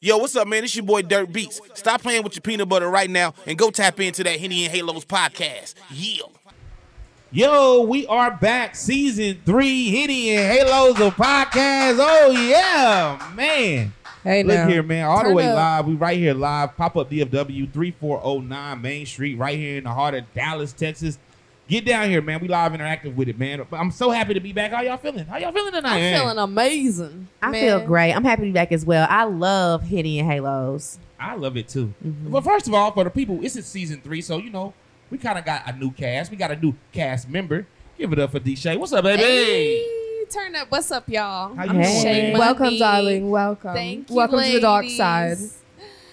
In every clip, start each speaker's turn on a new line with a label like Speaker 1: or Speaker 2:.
Speaker 1: Yo, what's up, man? It's your boy Dirt Beats. Stop playing with your peanut butter right now and go tap into that Henny and Halos podcast. Yeah.
Speaker 2: Yo, we are back, season three, Henny and Halos of podcast. Oh yeah, man.
Speaker 3: Hey,
Speaker 2: Look
Speaker 3: now.
Speaker 2: here, man. All the
Speaker 3: Turn
Speaker 2: way
Speaker 3: up.
Speaker 2: live. We right here live. Pop up DFW 3409 Main Street, right here in the heart of Dallas, Texas. Get down here, man. We live interactive with it, man. But I'm so happy to be back. How y'all feeling? How y'all feeling tonight?
Speaker 3: I'm
Speaker 2: man?
Speaker 3: feeling amazing.
Speaker 4: I
Speaker 3: man.
Speaker 4: feel great. I'm happy to be back as well. I love Henny and Halos.
Speaker 2: I love it too.
Speaker 3: Mm-hmm.
Speaker 4: Mhm.
Speaker 2: But first of all, for the people, this is season three, so you know we kind of got a new cast. We got a new cast member. Give it up for D Shay. What's up, baby?
Speaker 3: Hey, turn up. What's up, y'all?
Speaker 2: How you
Speaker 3: I'm
Speaker 2: doing,
Speaker 3: Shay
Speaker 2: babe?
Speaker 3: Money.
Speaker 5: Welcome, darling. Welcome.
Speaker 3: Thank you,
Speaker 5: Welcome to the dark
Speaker 3: ladies.
Speaker 5: side.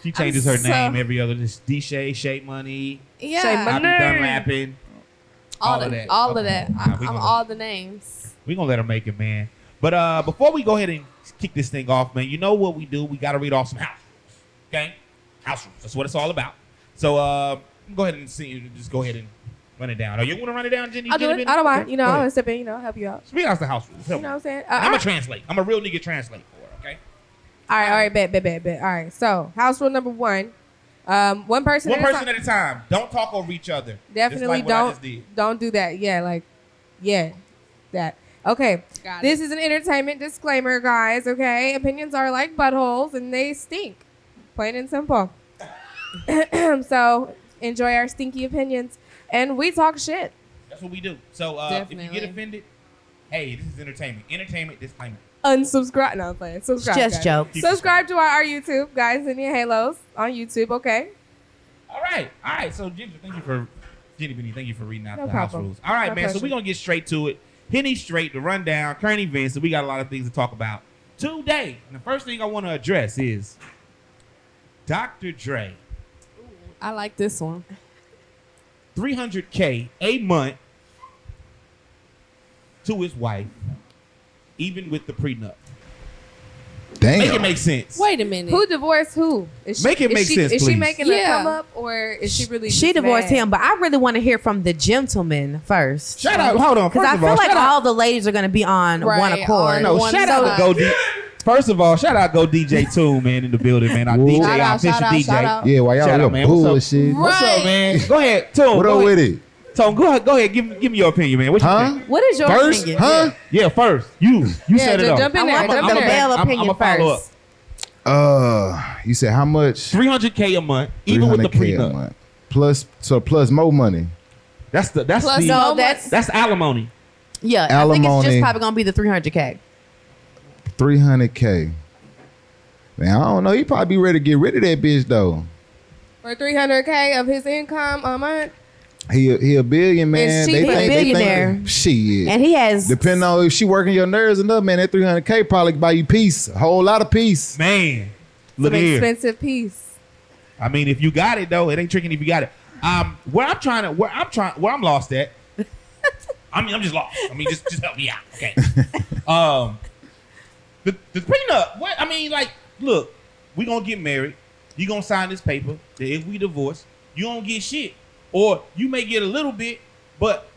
Speaker 2: She changes her
Speaker 3: so-
Speaker 2: name every other. This D Shay, Shay Money,
Speaker 3: Yeah,
Speaker 5: Shay
Speaker 2: I
Speaker 5: Money.
Speaker 2: be Dunlapping.
Speaker 3: all,
Speaker 2: all of
Speaker 3: of
Speaker 2: that.
Speaker 3: All
Speaker 2: Okay.
Speaker 3: of that.
Speaker 2: Nah,
Speaker 3: I,
Speaker 2: we
Speaker 3: am
Speaker 2: gonna-
Speaker 3: all the names.
Speaker 2: We gonna let her make it, man. But uh, before we go ahead and kick this thing off, man, you know what we do? We gotta read off some house rules, okay? House rules. That's what it's all about. So uh, go ahead and see. Just go ahead and run it down. Are you gonna run it down, Jenny?
Speaker 5: I'll do
Speaker 2: Jenny
Speaker 5: it.
Speaker 2: Bennett?
Speaker 5: I don't mind.
Speaker 2: Okay,
Speaker 5: You know,
Speaker 3: Oh.
Speaker 2: go
Speaker 5: I'm
Speaker 2: ahead.
Speaker 5: gonna step in. You know, help you out.
Speaker 2: Just read out the house rules.
Speaker 5: You
Speaker 2: Help
Speaker 5: know
Speaker 2: me.
Speaker 5: what I'm saying? Uh, all,
Speaker 2: I'm a
Speaker 5: right.
Speaker 2: translate. I'm a real nigga translate for it, okay?
Speaker 5: all right, all right, bet, bet, bet, bet. All right. So, house rule number one: um, one person.
Speaker 2: One
Speaker 5: at a
Speaker 2: person
Speaker 5: time.
Speaker 2: at a time. Don't talk over each other.
Speaker 5: Definitely
Speaker 2: Just like What I
Speaker 5: don't.
Speaker 2: just did.
Speaker 5: Don't do that. Yeah, like, yeah, that. Okay.
Speaker 3: Got
Speaker 5: This is an entertainment disclaimer, guys. Okay, opinions are like buttholes and they stink. Plain and simple. so enjoy our stinky opinions, and we talk shit.
Speaker 2: That's what we do. So uh, if you get
Speaker 3: Definitely.
Speaker 2: offended, hey, this is entertainment. Entertainment disclaimer.
Speaker 5: unsubscribe. No, I'm playing.
Speaker 4: It's
Speaker 5: Subscribe.
Speaker 4: just
Speaker 5: guys.
Speaker 4: jokes.
Speaker 5: Subscribe to our, our YouTube, guys. In your halos on YouTube. Okay.
Speaker 2: All right. All right. So, Ginger, thank you for, Jenny Benny, thank you for reading out
Speaker 5: No
Speaker 2: the house
Speaker 5: problem.
Speaker 2: rules. All right,
Speaker 5: My
Speaker 2: man. So,
Speaker 5: pleasure.
Speaker 2: we're going to get straight to it. Henny straight, the rundown, current events. So, we got a lot of things to talk about today. And the first thing I want to address is Dr. Dre,
Speaker 3: I like this one.
Speaker 2: 300K a month to his wife, even with the prenup.
Speaker 6: Damn.
Speaker 2: Make it make sense.
Speaker 3: Wait a minute.
Speaker 5: Who divorced who? Is
Speaker 2: Make it
Speaker 5: is
Speaker 2: make
Speaker 5: she,
Speaker 2: sense,
Speaker 5: Is
Speaker 2: please.
Speaker 5: she making a
Speaker 3: Yeah.
Speaker 5: come up or is she really?
Speaker 4: She
Speaker 5: just
Speaker 4: divorced
Speaker 5: mad?
Speaker 4: him, but I really want to hear from the gentleman first.
Speaker 2: Shut up. Hold on.
Speaker 4: Because
Speaker 2: First
Speaker 4: I
Speaker 2: of
Speaker 4: feel
Speaker 2: all,
Speaker 4: like
Speaker 2: shut up.
Speaker 4: all the ladies are going to be on
Speaker 3: Right,
Speaker 4: one accord.
Speaker 3: on-
Speaker 2: No,
Speaker 3: One
Speaker 2: shout
Speaker 3: side.
Speaker 2: out to Go D. First of all, shout out Go DJ Tune, man, in the building, man. Our
Speaker 6: Woo.
Speaker 2: DJ,
Speaker 6: Shout
Speaker 2: our official DJ.
Speaker 6: Yeah, why y'all
Speaker 2: Shout out,
Speaker 6: little
Speaker 2: man. What's up?
Speaker 6: bullshit?
Speaker 3: Right.
Speaker 2: What's up, man? Go ahead, Tone.
Speaker 6: What
Speaker 2: go
Speaker 6: up
Speaker 2: ahead.
Speaker 6: with it?
Speaker 2: Tone, go ahead. Go ahead. Give, give me your opinion, man. What you
Speaker 6: Huh?
Speaker 2: think?
Speaker 4: What is your
Speaker 6: First?
Speaker 4: opinion?
Speaker 6: Huh?
Speaker 2: Yeah, first you. You
Speaker 5: Yeah,
Speaker 2: set it
Speaker 5: ju-
Speaker 2: up.
Speaker 5: jump in
Speaker 4: I
Speaker 5: there.
Speaker 4: want
Speaker 5: Jump
Speaker 4: the
Speaker 5: in there.
Speaker 4: male
Speaker 2: I'm-
Speaker 4: opinion
Speaker 2: I'ma follow
Speaker 4: first.
Speaker 6: Uh, you said how much?
Speaker 2: 300k a month, even with the
Speaker 6: 300K a
Speaker 2: prenup.
Speaker 6: month. Plus, so plus more money.
Speaker 2: That's the that's
Speaker 3: Plus
Speaker 2: the
Speaker 3: all
Speaker 4: No,
Speaker 3: much-
Speaker 4: that's
Speaker 2: that's alimony.
Speaker 4: yeah. I think it's
Speaker 6: Alimony.
Speaker 4: just probably going to be the 300k.
Speaker 6: 300K. Man, I don't know. He probably be ready to get rid of that bitch, though.
Speaker 5: For 300k of his income a month.
Speaker 6: He a, he a billion, man.
Speaker 5: she
Speaker 6: they
Speaker 4: be a
Speaker 6: think, They
Speaker 4: billionaire.
Speaker 6: think, she is.
Speaker 4: And he has
Speaker 6: Depending on if she working your nerves enough, man, that 300K probably buy you peace. A whole lot of peace.
Speaker 2: Man, look
Speaker 5: an
Speaker 2: here.
Speaker 5: expensive piece.
Speaker 2: I mean, if you got it though, it ain't tricking if you got it. Um, where I'm trying to, where I'm trying, where I'm lost at. I mean, I'm just lost. I mean, just just help me out, okay? Um, the the prenup. What I mean, like, look, we gonna get married. You gonna sign this paper that if we divorce, you don't get shit, or you may get a little bit, but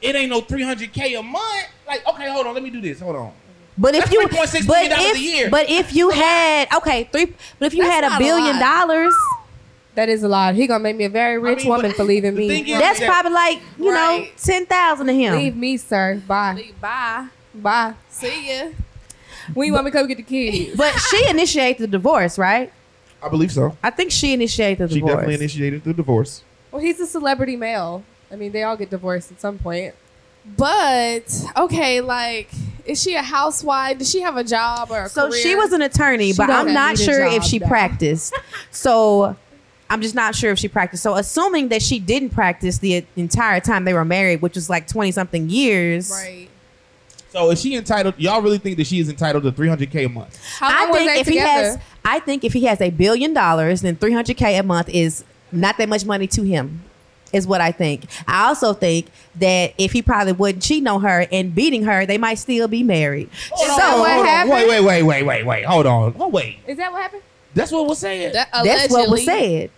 Speaker 2: it ain't no 300k a month. Like, okay, hold on, let me do this. Hold on.
Speaker 4: But if
Speaker 2: That's
Speaker 4: you
Speaker 2: $3.6
Speaker 4: but
Speaker 2: million dollars
Speaker 4: if,
Speaker 2: a year.
Speaker 4: but if you had okay three, but if you
Speaker 3: That's
Speaker 4: had
Speaker 3: not
Speaker 4: a
Speaker 3: a
Speaker 4: billion
Speaker 3: lot.
Speaker 4: dollars,
Speaker 5: That is a lot. He gonna make me a very rich
Speaker 2: mean,
Speaker 5: woman
Speaker 2: but
Speaker 5: for leaving
Speaker 2: the thing
Speaker 5: me.
Speaker 2: is-
Speaker 4: that's
Speaker 2: Yeah.
Speaker 4: probably like you know
Speaker 3: Right.
Speaker 4: ten thousand to him.
Speaker 5: Leave me, sir. Bye.
Speaker 3: Bye.
Speaker 5: Bye.
Speaker 3: See ya.
Speaker 5: When you want me to come get the kids?
Speaker 4: But she initiated the divorce, right?
Speaker 2: I believe so.
Speaker 4: I think she initiated the
Speaker 2: She
Speaker 4: divorce.
Speaker 2: definitely initiated the divorce.
Speaker 5: Well, he's a celebrity male. I mean, they all get divorced at some point.
Speaker 3: But okay, like, is she a housewife? Does she have a job or a
Speaker 4: so
Speaker 3: career?
Speaker 4: she was an attorney,
Speaker 5: She
Speaker 4: but
Speaker 5: don't
Speaker 4: I'm not
Speaker 5: need a
Speaker 4: sure
Speaker 5: job,
Speaker 4: if she
Speaker 5: though.
Speaker 4: practiced. so I'm just not sure if she practiced. So assuming that she didn't practice the entire time they were married, which was like twenty something years,
Speaker 3: right.
Speaker 2: So is she entitled? Y'all really think that she is entitled to 300k a month?
Speaker 5: How
Speaker 4: I
Speaker 5: long was
Speaker 4: think
Speaker 5: they
Speaker 4: if he
Speaker 5: together?
Speaker 4: has, I think if he has a billion dollars, then three hundred k a month is not that much money to him, is what I think. I also think that if he probably wasn't cheating on her and beating her, they might still be married.
Speaker 2: Hold on,
Speaker 4: so
Speaker 3: Oh,
Speaker 2: hold on,
Speaker 5: what
Speaker 2: hold on.
Speaker 5: happened?
Speaker 2: Wait, wait, wait, wait, wait, wait. Hold on. Oh, wait.
Speaker 5: Is that what happened?
Speaker 2: That's what we're saying.
Speaker 3: That,
Speaker 4: that's what was
Speaker 3: allegedly-
Speaker 4: said.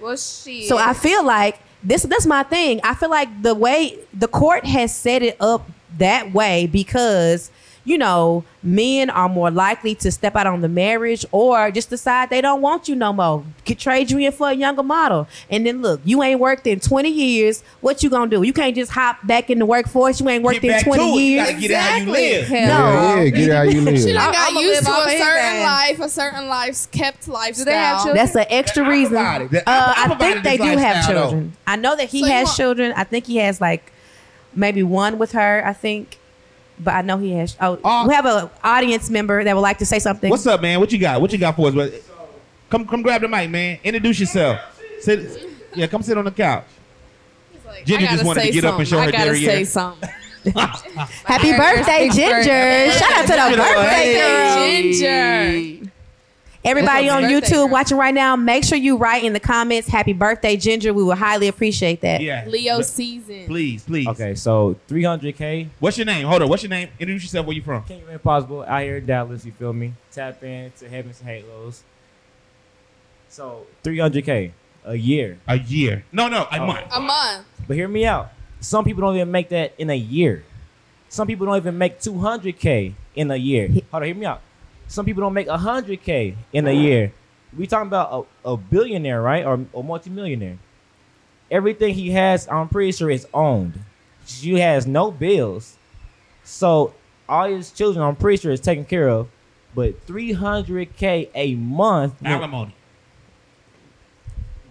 Speaker 5: Well, she.
Speaker 4: So I feel like this. That's my thing. I feel like the way the court has set it up that way because you know, men are more likely to step out on the marriage or just decide they don't want you no more. Could trade you in for a younger model. And then look, you ain't worked in 20 years. What you gonna do? You can't just hop back in the workforce. You ain't worked
Speaker 2: Get
Speaker 4: in
Speaker 2: back
Speaker 4: 20
Speaker 2: to it. You
Speaker 4: years.
Speaker 2: gotta get out how you live.
Speaker 5: Hell
Speaker 6: Yeah,
Speaker 4: No.
Speaker 6: yeah, get out you
Speaker 3: She
Speaker 6: live.
Speaker 3: done got
Speaker 5: I'ma
Speaker 3: used
Speaker 5: live
Speaker 3: to
Speaker 5: off
Speaker 3: a
Speaker 5: of his
Speaker 3: certain
Speaker 5: ass.
Speaker 3: life, a certain life's kept lifestyle.
Speaker 5: Do they have children?
Speaker 4: That's an extra
Speaker 2: I'm
Speaker 4: reason.
Speaker 2: about it.
Speaker 4: Uh,
Speaker 2: I'm- I'm
Speaker 4: I
Speaker 2: about
Speaker 4: think
Speaker 2: this
Speaker 4: they do have
Speaker 2: lifestyle, though.
Speaker 4: children. I know that he
Speaker 3: So you
Speaker 4: has
Speaker 3: want-
Speaker 4: children. I think he has like maybe one with her. I think, but I know he has. Oh,
Speaker 2: Uh,
Speaker 4: we have an audience member that would like to say something.
Speaker 2: What's up, man? What you got? What you got for us? What- Come, come, grab the mic, man. Introduce yourself. Sit. Yeah, come sit on the couch.
Speaker 3: Like,
Speaker 2: Jenny
Speaker 3: I
Speaker 2: just
Speaker 3: gotta
Speaker 2: wanted to
Speaker 3: say
Speaker 2: get up and show
Speaker 3: something.
Speaker 2: her
Speaker 3: I gotta
Speaker 2: derriere.
Speaker 3: say something.
Speaker 4: Happy
Speaker 5: Ginger
Speaker 4: birthday,
Speaker 5: speaks for-
Speaker 4: Ginger! Shout out to the birthday girl.
Speaker 3: Ginger.
Speaker 4: Everybody
Speaker 3: It's her
Speaker 4: on
Speaker 3: birthday,
Speaker 4: YouTube
Speaker 3: girl.
Speaker 4: watching right now, make sure you write in the comments "Happy birthday, Ginger." We would highly appreciate that.
Speaker 2: Yeah.
Speaker 3: Leo
Speaker 2: Look,
Speaker 3: season.
Speaker 2: Please, please.
Speaker 7: Okay, so 300K,
Speaker 2: What's your name? Hold on. What's your name? Introduce yourself. Where you from?
Speaker 7: King Ray Possible, out here in Dallas, you feel me? Tap in to Heavens and Halos. So 300K a year.
Speaker 2: A year. No, no, a
Speaker 7: Oh.
Speaker 2: month.
Speaker 3: A month.
Speaker 7: But hear me out. Some people don't even make that in a year. Some people don't even make 200K in a year. Hold on, hear me out. Some people don't make 100K in a year. We talking about a, a billionaire, right? Or a multimillionaire. Everything he has, I'm pretty sure, is owned. She has no bills. So all his children, I'm pretty sure, is taken care of. But 300K a month,
Speaker 2: Alimony.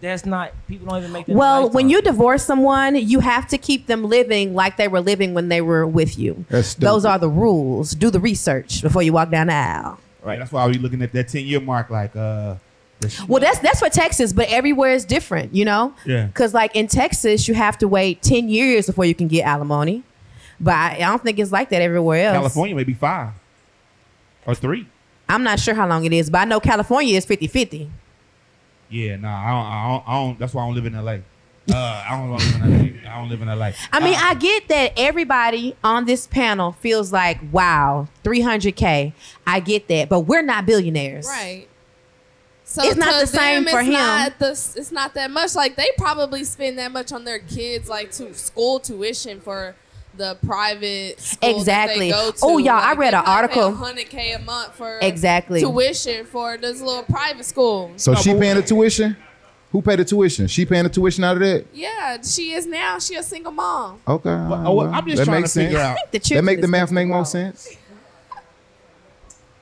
Speaker 7: that's not, people don't even make that. in a
Speaker 4: Well, when
Speaker 7: lifetime.
Speaker 4: you divorce someone, you have to keep them living like they were living when they were with you.
Speaker 6: That's stupid.
Speaker 4: Those are the rules. Do the research before you walk down the aisle.
Speaker 2: Right.
Speaker 7: Right.
Speaker 2: That's why we looking at that ten year mark. Like, uh, the-
Speaker 4: Well, that's that's for Texas, but everywhere is different, you know.
Speaker 2: Yeah.
Speaker 4: Because like in Texas, you have to wait ten years before you can get alimony. But I, I don't think it's like that everywhere else.
Speaker 2: California maybe five or three.
Speaker 4: I'm not sure how long it is, but I know California is 50-50.
Speaker 2: Yeah, nah, I don't, I don't, I don't that's why I don't live in LA. Uh, I don't live in LA. I don't live in LA.
Speaker 4: I mean,
Speaker 2: Uh,
Speaker 4: I get that everybody on this panel feels like, wow, 300K. I get that, but we're not billionaires.
Speaker 3: Right. So
Speaker 4: It's not
Speaker 3: to
Speaker 4: the same
Speaker 3: them,
Speaker 4: for
Speaker 3: it's
Speaker 4: him.
Speaker 3: Not the, it's not that much. Like they probably spend that much on their kids, like to school tuition for the private school
Speaker 4: Exactly.
Speaker 3: That they go to.
Speaker 4: Oh, y'all, I
Speaker 3: Like,
Speaker 4: read
Speaker 3: they
Speaker 4: an
Speaker 3: probably pay
Speaker 4: article.
Speaker 3: 100k a month for
Speaker 4: Exactly.
Speaker 3: tuition for this little private school.
Speaker 6: So she
Speaker 2: but-
Speaker 6: paying the tuition? Who paid the tuition? She paying the tuition out of that?
Speaker 3: Yeah, she is now. She a single mom.
Speaker 6: Okay.
Speaker 2: well, oh, well, I'm just
Speaker 6: that
Speaker 2: trying to
Speaker 6: makes sense.
Speaker 2: figure out.
Speaker 4: The
Speaker 6: That
Speaker 4: children
Speaker 6: make the
Speaker 4: is
Speaker 6: math make
Speaker 4: 50
Speaker 6: more
Speaker 4: grown.
Speaker 6: sense.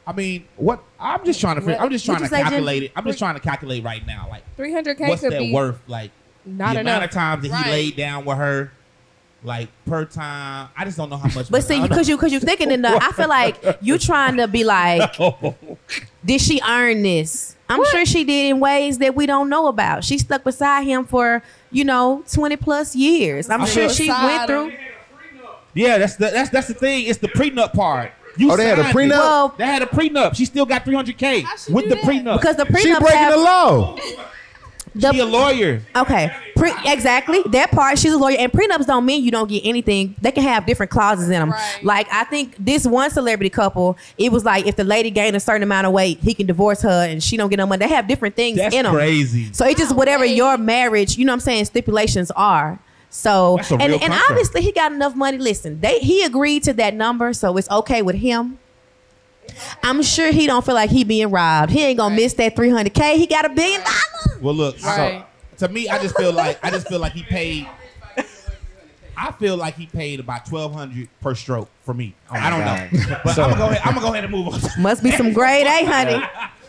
Speaker 2: I mean, what? I'm just trying to. Figure,
Speaker 4: What-
Speaker 2: I'm just
Speaker 4: what'd
Speaker 2: trying
Speaker 4: you
Speaker 2: to
Speaker 4: say, Jen?
Speaker 2: calculate it. I'm just trying to calculate right now. Like,
Speaker 5: 300K
Speaker 2: what's
Speaker 5: could
Speaker 2: that
Speaker 5: be
Speaker 2: worth? Like,
Speaker 5: not
Speaker 2: the amount
Speaker 5: enough.
Speaker 2: of times that he
Speaker 3: Right.
Speaker 2: laid down with her, like per time. I just don't know how much.
Speaker 4: But see, because you because you thinking enough, I feel like you trying to be like, did she earn this? I'm sure she did in ways that we don't know about. She stuck beside him for you know 20 plus years. I'm
Speaker 2: I'm
Speaker 4: sure
Speaker 2: sure
Speaker 4: she went
Speaker 3: beside
Speaker 4: through.
Speaker 2: yeah, that's the that's that's the thing. It's the prenup part. You
Speaker 6: Oh, they had a
Speaker 2: signed it.
Speaker 6: prenup?
Speaker 4: Well-
Speaker 2: they had a prenup. She still got 300k
Speaker 3: How'd she
Speaker 2: with
Speaker 3: do
Speaker 2: the
Speaker 3: that?
Speaker 2: prenup.
Speaker 4: Because the
Speaker 6: She
Speaker 4: prenup
Speaker 6: breaking
Speaker 4: have,
Speaker 6: the law.
Speaker 4: the-
Speaker 2: she a lawyer.
Speaker 4: Okay, Pre- exactly that part. She's a lawyer, and prenups don't mean you don't get anything. They can have different clauses in them.
Speaker 3: Right.
Speaker 4: Like I think this one celebrity couple, it was like if the lady gained a certain amount of weight, he can divorce her, and she don't get no money. They have different things
Speaker 2: That's
Speaker 4: in them.
Speaker 2: crazy.
Speaker 4: So it's just
Speaker 3: Wow,
Speaker 4: whatever
Speaker 3: wait.
Speaker 4: your marriage, you know what I'm saying, stipulations are. So
Speaker 2: That's a
Speaker 4: and,
Speaker 2: real
Speaker 4: and
Speaker 2: contract.
Speaker 4: obviously he got enough money. Listen, they he agreed to that number, so it's okay with him. I'm sure he don't feel like he being robbed. He ain't gonna miss that 300k. He got a billion dollars.
Speaker 2: Well, look.
Speaker 3: Right.
Speaker 2: So, to me, I just feel like I just feel like he paid. I feel like he paid about twelve hundred per stroke for me. I don't know, but
Speaker 7: Oh So-
Speaker 2: I'm gonna go ahead. I'm gonna go ahead and move on.
Speaker 4: Must be some grade A, honey.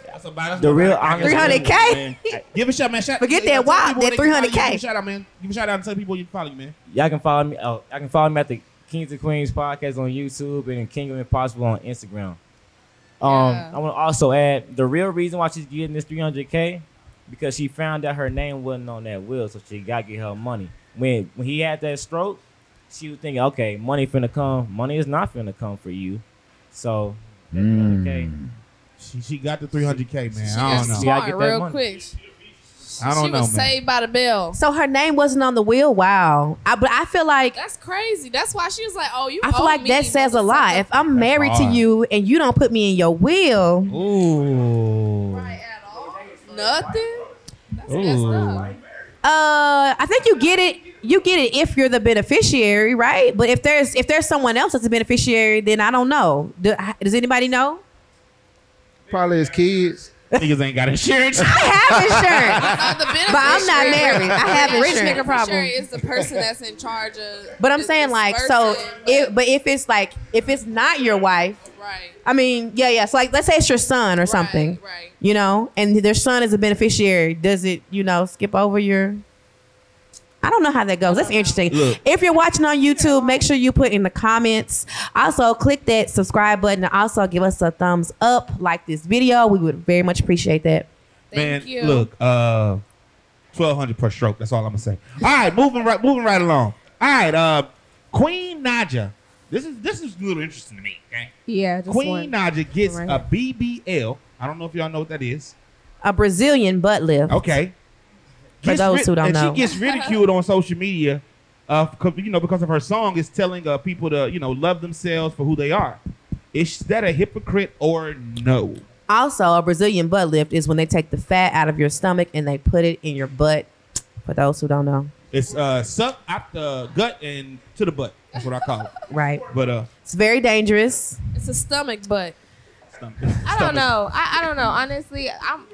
Speaker 2: That's about- that's
Speaker 7: the
Speaker 2: about-
Speaker 7: real
Speaker 2: I guess-
Speaker 7: honest
Speaker 4: 300K?
Speaker 7: man, I-
Speaker 2: Give a shout, man. Shout,
Speaker 4: Forget
Speaker 2: tell
Speaker 4: that wop,
Speaker 2: people
Speaker 4: that
Speaker 2: they can follow you.
Speaker 4: 300K.
Speaker 2: Give a shout out, man. Give a shout out and tell people you can follow you, man.
Speaker 7: Y'all can follow me. Uh, I can follow me at the Kings and Queens podcast on YouTube and Kingdom Impossible on Instagram. Um,
Speaker 3: Yeah.
Speaker 7: I want to also add the real reason why she's getting this 300k because she found out her name wasn't on that will, so she got to get her money. When when he had that stroke, she was thinking, okay, money finna come. Money is not finna come for you. So that 300K,
Speaker 2: She, she got the 300K, man.
Speaker 3: She
Speaker 2: I don't
Speaker 3: got
Speaker 2: know.
Speaker 7: Yeah, I
Speaker 3: smart
Speaker 7: get that
Speaker 3: real
Speaker 7: money.
Speaker 3: quick.
Speaker 2: I don't
Speaker 3: she
Speaker 2: know, man.
Speaker 3: was saved by the bell.
Speaker 4: So her name wasn't on the wheel. Wow. I, but I feel like
Speaker 3: That's crazy. That's why she was like, "Oh, you."
Speaker 4: I feel
Speaker 3: owe
Speaker 4: like
Speaker 3: me,
Speaker 4: that says a lot.
Speaker 3: motherfucker.
Speaker 4: If I'm married to
Speaker 2: hard.
Speaker 4: you and you don't put me in your will,
Speaker 2: Ooh.
Speaker 3: Right at all. Nothing. That's messed up.
Speaker 4: uh, I think you get it you get it if you're the beneficiary, right? But if there's if there's someone else that's a beneficiary, then I don't know. Do, does anybody know?
Speaker 6: Probably his kids.
Speaker 2: Niggas ain't got insurance.
Speaker 4: I have insurance,
Speaker 3: Uh, the
Speaker 4: but I'm not
Speaker 3: beneficiary-
Speaker 4: married. I have
Speaker 5: Rich
Speaker 4: insurance.
Speaker 5: nigga problem.
Speaker 3: Beneficiary is the person that's in charge of.
Speaker 4: But I'm
Speaker 3: the
Speaker 4: saying like so
Speaker 3: disbursement,
Speaker 4: if but if it's like if it's not your wife,
Speaker 3: but- right.
Speaker 4: I mean, yeah, yeah. So like let's say it's your son or something.
Speaker 3: Right. right.
Speaker 4: You know, and their son is a beneficiary. Does it, you know, skip over your I don't know how that goes. That's interesting.
Speaker 2: Look.
Speaker 4: If you're watching on YouTube, make sure you put in the comments. Also, click that subscribe button and also give us a thumbs up, like this video. We would very much appreciate that.
Speaker 3: Thank
Speaker 2: Man,
Speaker 3: you.
Speaker 2: look, uh, twelve hundred per stroke. That's all I'm gonna say. All right, moving right, moving right along. All right, uh, Queen Naja. This is this is a little interesting to me. Okay,
Speaker 5: Yeah, just
Speaker 2: Queen
Speaker 5: one.
Speaker 2: Naja gets
Speaker 5: Right
Speaker 2: a BBL. I don't know if y'all know what that is.
Speaker 4: A Brazilian butt lift.
Speaker 2: Okay.
Speaker 4: For those who don't
Speaker 2: and
Speaker 4: know.
Speaker 2: she gets ridiculed on social media, uh, 'cause, you know, because of her song is telling uh, people to you know love themselves for who they are. Is that a hypocrite or no?
Speaker 4: Also, a Brazilian butt lift is when they take the fat out of your stomach and they put it in your butt. For those who don't know,
Speaker 2: It's uh, suck out the gut and to the butt. That's what I call it.
Speaker 4: right?
Speaker 2: But uh,
Speaker 4: It's very dangerous.
Speaker 3: It's a stomach butt.
Speaker 2: stomach.
Speaker 5: I don't know. I, I don't know. Honestly, I'm.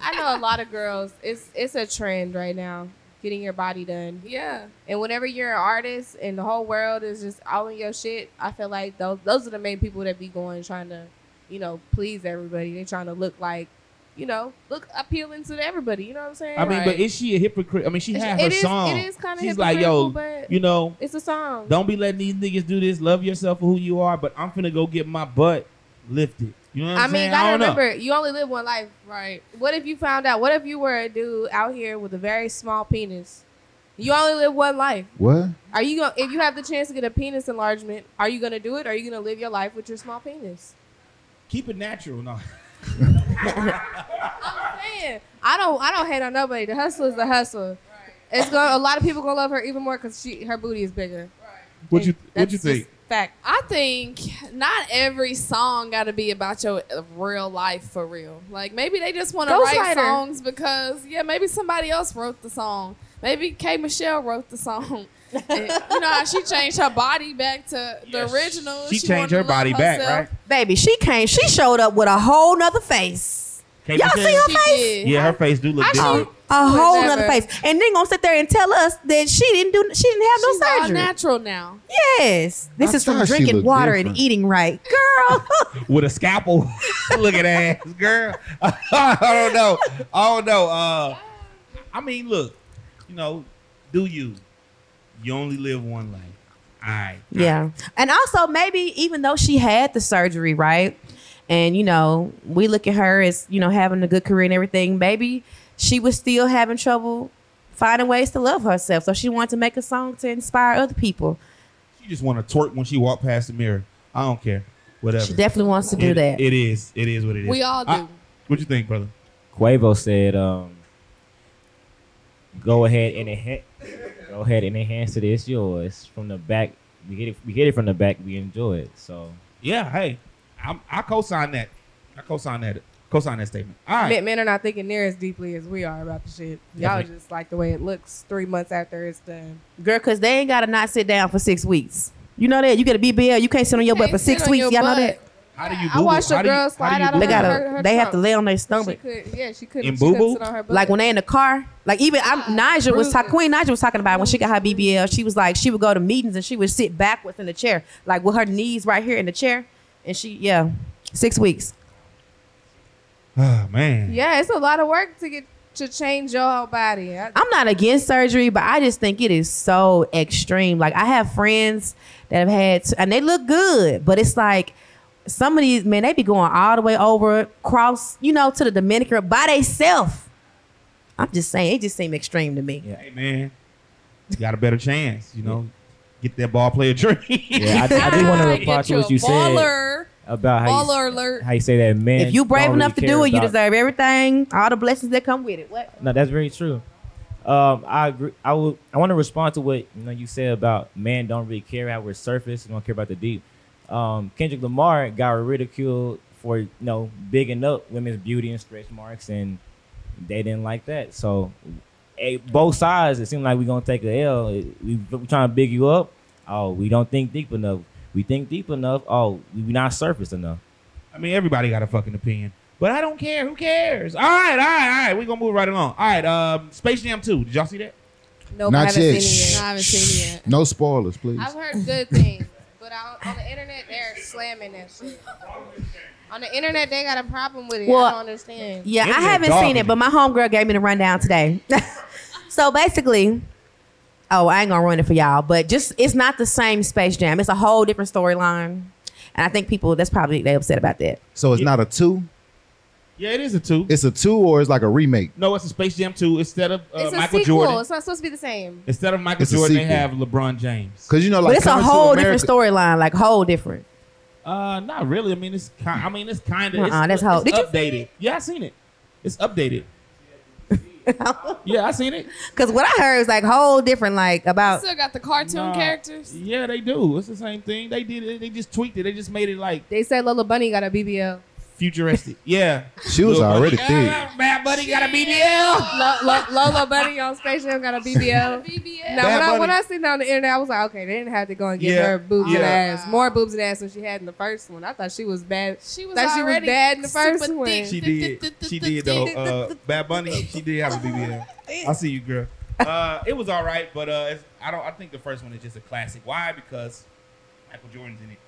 Speaker 5: I know a lot of girls. It's it's a trend right now. Getting your body done,
Speaker 3: Yeah.
Speaker 5: and whenever you're an artist and the whole world is just all in your shit, I feel like those those are the main people that be going trying to, you know, please everybody. They trying to look like, you know, look appealing to everybody. You know what I'm saying?
Speaker 2: I mean, but
Speaker 3: Right.
Speaker 2: is she a hypocrite? I mean, she had her
Speaker 5: It is-
Speaker 2: song.
Speaker 5: it is kinda
Speaker 2: She's like, yo,
Speaker 5: hypocritical, but-
Speaker 2: you know,
Speaker 5: it's a song.
Speaker 2: don't be letting these niggas do this. Love yourself for who you are. But I'm finna go get my butt lifted. You know what
Speaker 5: I
Speaker 2: I'm
Speaker 5: mean,
Speaker 2: saying?
Speaker 5: gotta
Speaker 2: don't know.
Speaker 5: remember, you only live one life.
Speaker 3: Right.
Speaker 5: What if you found out? What if you were a dude out here with a very small penis? You only live one life.
Speaker 6: What?
Speaker 5: Are you going to if you have the chance to get a penis enlargement, are you gonna do it? Or are you gonna live your life with your small penis?
Speaker 2: Keep it natural. No.
Speaker 5: Man, I don't I don't hate on nobody. The hustle is the hustle. It's going to a lot of people gonna love her even more because she her booty is bigger.
Speaker 6: What you What
Speaker 5: That's
Speaker 6: you think?
Speaker 5: just Fact.
Speaker 3: I think not every song got to be about your uh, real life for real. Like maybe they just want to write
Speaker 5: Ghostwriter.
Speaker 3: songs because yeah, maybe somebody else wrote the song. Maybe K Michelle wrote the song. And, you know how she changed her body back to the original.
Speaker 2: She,
Speaker 3: wanted
Speaker 2: changed
Speaker 3: to
Speaker 2: her
Speaker 3: love
Speaker 2: body back,
Speaker 3: herself.
Speaker 2: right?
Speaker 4: Baby, she came, she showed up with a whole nother face.
Speaker 2: Can't
Speaker 4: Y'all
Speaker 2: pretend-
Speaker 4: see her
Speaker 3: She
Speaker 4: face?
Speaker 3: did.
Speaker 2: Yeah, her face do look
Speaker 4: A,
Speaker 2: different.
Speaker 4: a whole
Speaker 5: Whatever.
Speaker 4: nother face. And then gonna sit there and tell us that she didn't do she didn't have
Speaker 3: She's
Speaker 4: no
Speaker 3: all
Speaker 4: surgery.
Speaker 3: natural now.
Speaker 4: Yes. This
Speaker 6: I
Speaker 4: is from
Speaker 6: thought she
Speaker 4: drinking
Speaker 6: looked
Speaker 4: water and
Speaker 6: different.
Speaker 4: eating right. Girl.
Speaker 2: with a scalpel. Look at that ass, girl. I don't know. I don't know. Uh, I mean, look, you know, do you? You only live one life. All right.
Speaker 4: yeah. And also maybe even though she had the surgery, right? And you know, we look at her as, you know, having a good career and everything, maybe she was still having trouble finding ways to love herself. So she wanted to make a song to inspire other people.
Speaker 2: She just want to twerk when she walk past the mirror. I don't care. Whatever.
Speaker 4: She definitely wants to do
Speaker 2: It-
Speaker 4: that.
Speaker 2: It is. It is what it is.
Speaker 3: We all do.
Speaker 2: I- what you think, brother?
Speaker 7: Quavo said, um, "Go ahead and enhance, go ahead and enhance it. It's yours from the back. We get it. We get it from the back. We enjoy it. So
Speaker 2: Yeah. Hey, I'm, I co-sign that. I co-sign that. Co-sign that statement. All right.
Speaker 5: Men, men are not thinking near as deeply as we are about the shit. Y'all
Speaker 2: Definitely.
Speaker 5: just like the way it looks three months after it's done.
Speaker 4: Girl, cause they ain't gotta not sit down for six weeks. You know that you get a BBL, you can't sit on your butt
Speaker 3: Can't
Speaker 4: for six
Speaker 3: sit on
Speaker 4: weeks.
Speaker 3: your
Speaker 4: Y'all know
Speaker 3: butt.
Speaker 4: that
Speaker 2: How do you?
Speaker 5: I
Speaker 2: Google?
Speaker 5: watched a
Speaker 2: How do you-
Speaker 5: girl
Speaker 2: how do
Speaker 5: slide
Speaker 2: you
Speaker 5: out on
Speaker 4: they
Speaker 2: Google?
Speaker 5: her-
Speaker 4: gotta
Speaker 5: her
Speaker 4: they have
Speaker 5: trunk.
Speaker 4: to lay on their
Speaker 5: She
Speaker 4: stomach.
Speaker 5: could, yeah, she couldn't.
Speaker 2: In
Speaker 5: she couldn't
Speaker 2: boo-boo?
Speaker 5: sit on her butt.
Speaker 4: Like when they in the car, like even I'm Nigel was talk, Queen Nigel was talking about it. when she got her BBL. She was like she would go to meetings and she would sit backwards in the chair, like with her knees right here in the chair, and she yeah, six weeks.
Speaker 2: Oh man.
Speaker 5: yeah, it's a lot of work to get to change your whole body. I,
Speaker 4: I'm not against surgery, but I just think it is so extreme. Like I have friends that have had and they look good, but it's like some of these man they be going all the way over cross, you know, to the Dominican by themselves. I'm just saying, it just seemed extreme to me.
Speaker 2: Hey man, you got a better chance, you know. Get that ball player tree.
Speaker 7: yeah, I, I do want to
Speaker 3: Ah,
Speaker 7: reply
Speaker 3: get
Speaker 7: to what
Speaker 3: your
Speaker 7: you said
Speaker 3: baller,
Speaker 7: about how
Speaker 3: Baller alert.
Speaker 7: you, how you say that man.
Speaker 4: If you brave
Speaker 7: don't
Speaker 4: enough
Speaker 7: really
Speaker 4: to do
Speaker 7: care
Speaker 4: it, you
Speaker 7: about-
Speaker 4: deserve everything, all the blessings that come with it. What?
Speaker 7: No, that's very true. Um, I agree. I would. I want to respond to what you know. You said about men don't really care how we're surface. They don't care about the deep. Um, Kendrick Lamar got ridiculed for you know bigging up women's beauty and stretch marks, and they didn't like that. So eh, both sides, it seems like we're gonna take a L. Eh, We we trying to big you up. Oh, we don't think deep enough. We think deep enough. Oh, we not surface enough.
Speaker 2: I mean, everybody got a fucking opinion, but I don't care. Who cares? All right, all right, all right. We're gonna move right along. All right, um, Space Jam Two. Did y'all see that?
Speaker 5: Nope, I
Speaker 6: Not
Speaker 5: haven't
Speaker 6: yet.
Speaker 5: seen it
Speaker 3: No, I
Speaker 5: yet.
Speaker 3: haven't seen it yet.
Speaker 6: No spoilers, please.
Speaker 5: I've heard good things, but on, on the internet they're slamming that shit. On the internet they got a problem with it.
Speaker 4: Well,
Speaker 5: I don't understand.
Speaker 4: Yeah,
Speaker 2: It is
Speaker 4: I haven't
Speaker 2: dog
Speaker 4: seen
Speaker 2: in
Speaker 4: it, but my homegirl gave me the rundown today. so basically, oh, I ain't gonna ruin it for y'all, but just it's not the same Space Jam. It's a whole different storyline, and I think people that's probably they upset about that.
Speaker 6: So it's not a two.
Speaker 2: Yeah, it is a two.
Speaker 6: It's a two, or it's like a remake.
Speaker 2: no, it's a Space Jam Two. Instead of uh,
Speaker 5: it's a
Speaker 2: Michael
Speaker 5: sequel.
Speaker 2: Jordan,
Speaker 5: It's not supposed to be the same.
Speaker 2: instead of Michael
Speaker 6: It's a
Speaker 2: Jordan, they
Speaker 6: sequel.
Speaker 2: have LeBron James.
Speaker 6: Cause you know, like
Speaker 4: but it's a
Speaker 6: Coming to
Speaker 4: whole
Speaker 6: America-
Speaker 4: different storyline, like whole different.
Speaker 2: Uh, not really. I mean, it's ki- I mean, it's kind of.
Speaker 4: Uh-uh,
Speaker 2: it's,
Speaker 4: that's how-
Speaker 2: it's
Speaker 4: Did you see
Speaker 2: updated. Yeah, I seen it. It's updated. yeah, I seen it.
Speaker 4: Cause what I heard was like whole different, like about
Speaker 3: Still got the cartoon
Speaker 2: Nah.
Speaker 3: characters.
Speaker 2: Yeah, they do. It's the same thing. They did it. They just tweaked it. They just made it like
Speaker 5: They say Lola Bunny got a BBL.
Speaker 2: futuristic. Yeah.
Speaker 6: She was
Speaker 2: Lil
Speaker 6: already
Speaker 2: Buddy.
Speaker 6: thick.
Speaker 2: Ah, Bad Buddy got a BBL.
Speaker 5: Lo, Lo, Lola Bunny on Space Jam got a BBL.
Speaker 3: BBL.
Speaker 5: Now when I,
Speaker 2: Bunny.
Speaker 5: when I seen that on the internet, I was like, okay, they didn't have to go and get
Speaker 2: Yeah.
Speaker 5: her boobs and
Speaker 2: Yeah.
Speaker 5: ass, more boobs and ass than she had in the first one. I thought she was bad.
Speaker 3: She was
Speaker 5: Thought she was
Speaker 3: already
Speaker 5: bad in the first
Speaker 3: super
Speaker 5: one.
Speaker 3: thick.
Speaker 2: She did. She did though. Uh, Bad Bunny. She did have a BBL. I see you, girl. Uh, it was all right, but uh, it's, I don't. I think the first one is just a classic. Why? Because Michael Jordan's in it.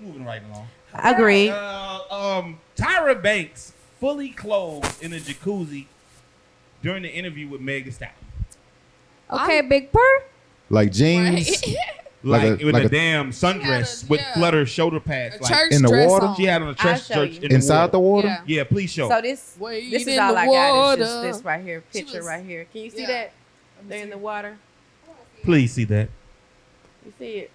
Speaker 2: Moving right along.
Speaker 4: agreed.
Speaker 2: Uh, um, Tyra Banks fully clothed in a jacuzzi during the interview with Meg Thee Stallion.
Speaker 5: Okay, big purr.
Speaker 6: Like jeans.
Speaker 3: Right.
Speaker 6: Like
Speaker 2: Like,
Speaker 6: a-
Speaker 2: with
Speaker 6: like
Speaker 2: a,
Speaker 6: a-
Speaker 2: damn sundress
Speaker 3: Yeah,
Speaker 2: with
Speaker 3: yeah.
Speaker 2: flutter shoulder pads.
Speaker 3: A
Speaker 2: Like,
Speaker 3: church
Speaker 6: in the
Speaker 3: dress
Speaker 6: water?
Speaker 3: On.
Speaker 2: She had on a church,
Speaker 8: show
Speaker 2: church
Speaker 8: you.
Speaker 2: in
Speaker 6: Inside the water.
Speaker 3: Yeah.
Speaker 2: Yeah, please show.
Speaker 8: So this
Speaker 3: Wade
Speaker 8: this is
Speaker 3: in
Speaker 8: all
Speaker 3: the
Speaker 8: I got is just
Speaker 3: water.
Speaker 8: this right here
Speaker 3: She
Speaker 8: picture
Speaker 3: was-
Speaker 8: right here. Can you see
Speaker 3: Yeah.
Speaker 8: that? They're in the water.
Speaker 2: please see that.
Speaker 8: You see it?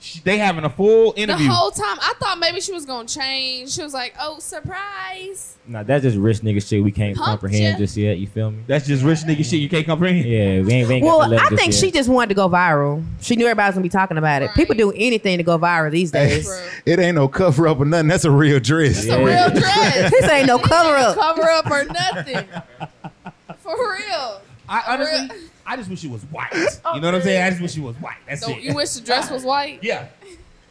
Speaker 2: She, they having a full
Speaker 3: The
Speaker 2: interview.
Speaker 3: whole time, I thought maybe she was gonna change. She was like, "Oh, surprise!"
Speaker 7: Nah, that's just rich nigga shit we can't
Speaker 3: Pump
Speaker 7: comprehend
Speaker 3: ya.
Speaker 7: just yet. You feel me?
Speaker 2: That's just rich nigga shit you can't comprehend.
Speaker 7: Yeah, we ain't, we ain't got the
Speaker 4: Well,
Speaker 7: level
Speaker 4: I
Speaker 7: just
Speaker 4: think
Speaker 7: yet.
Speaker 4: she just wanted to go viral. She knew everybody was gonna be talking about it.
Speaker 3: Right.
Speaker 4: People do anything to go viral these days.
Speaker 3: True.
Speaker 6: It ain't no cover up or nothing. That's a real dress.
Speaker 3: It's a real dress.
Speaker 4: this ain't no cover up.
Speaker 3: cover up or nothing. For real.
Speaker 2: I honestly, I just wish she was white. You know what I'm saying? I just wish she was white. That's
Speaker 3: Oh, So
Speaker 2: it.
Speaker 3: you wish the dress was white?
Speaker 2: yeah.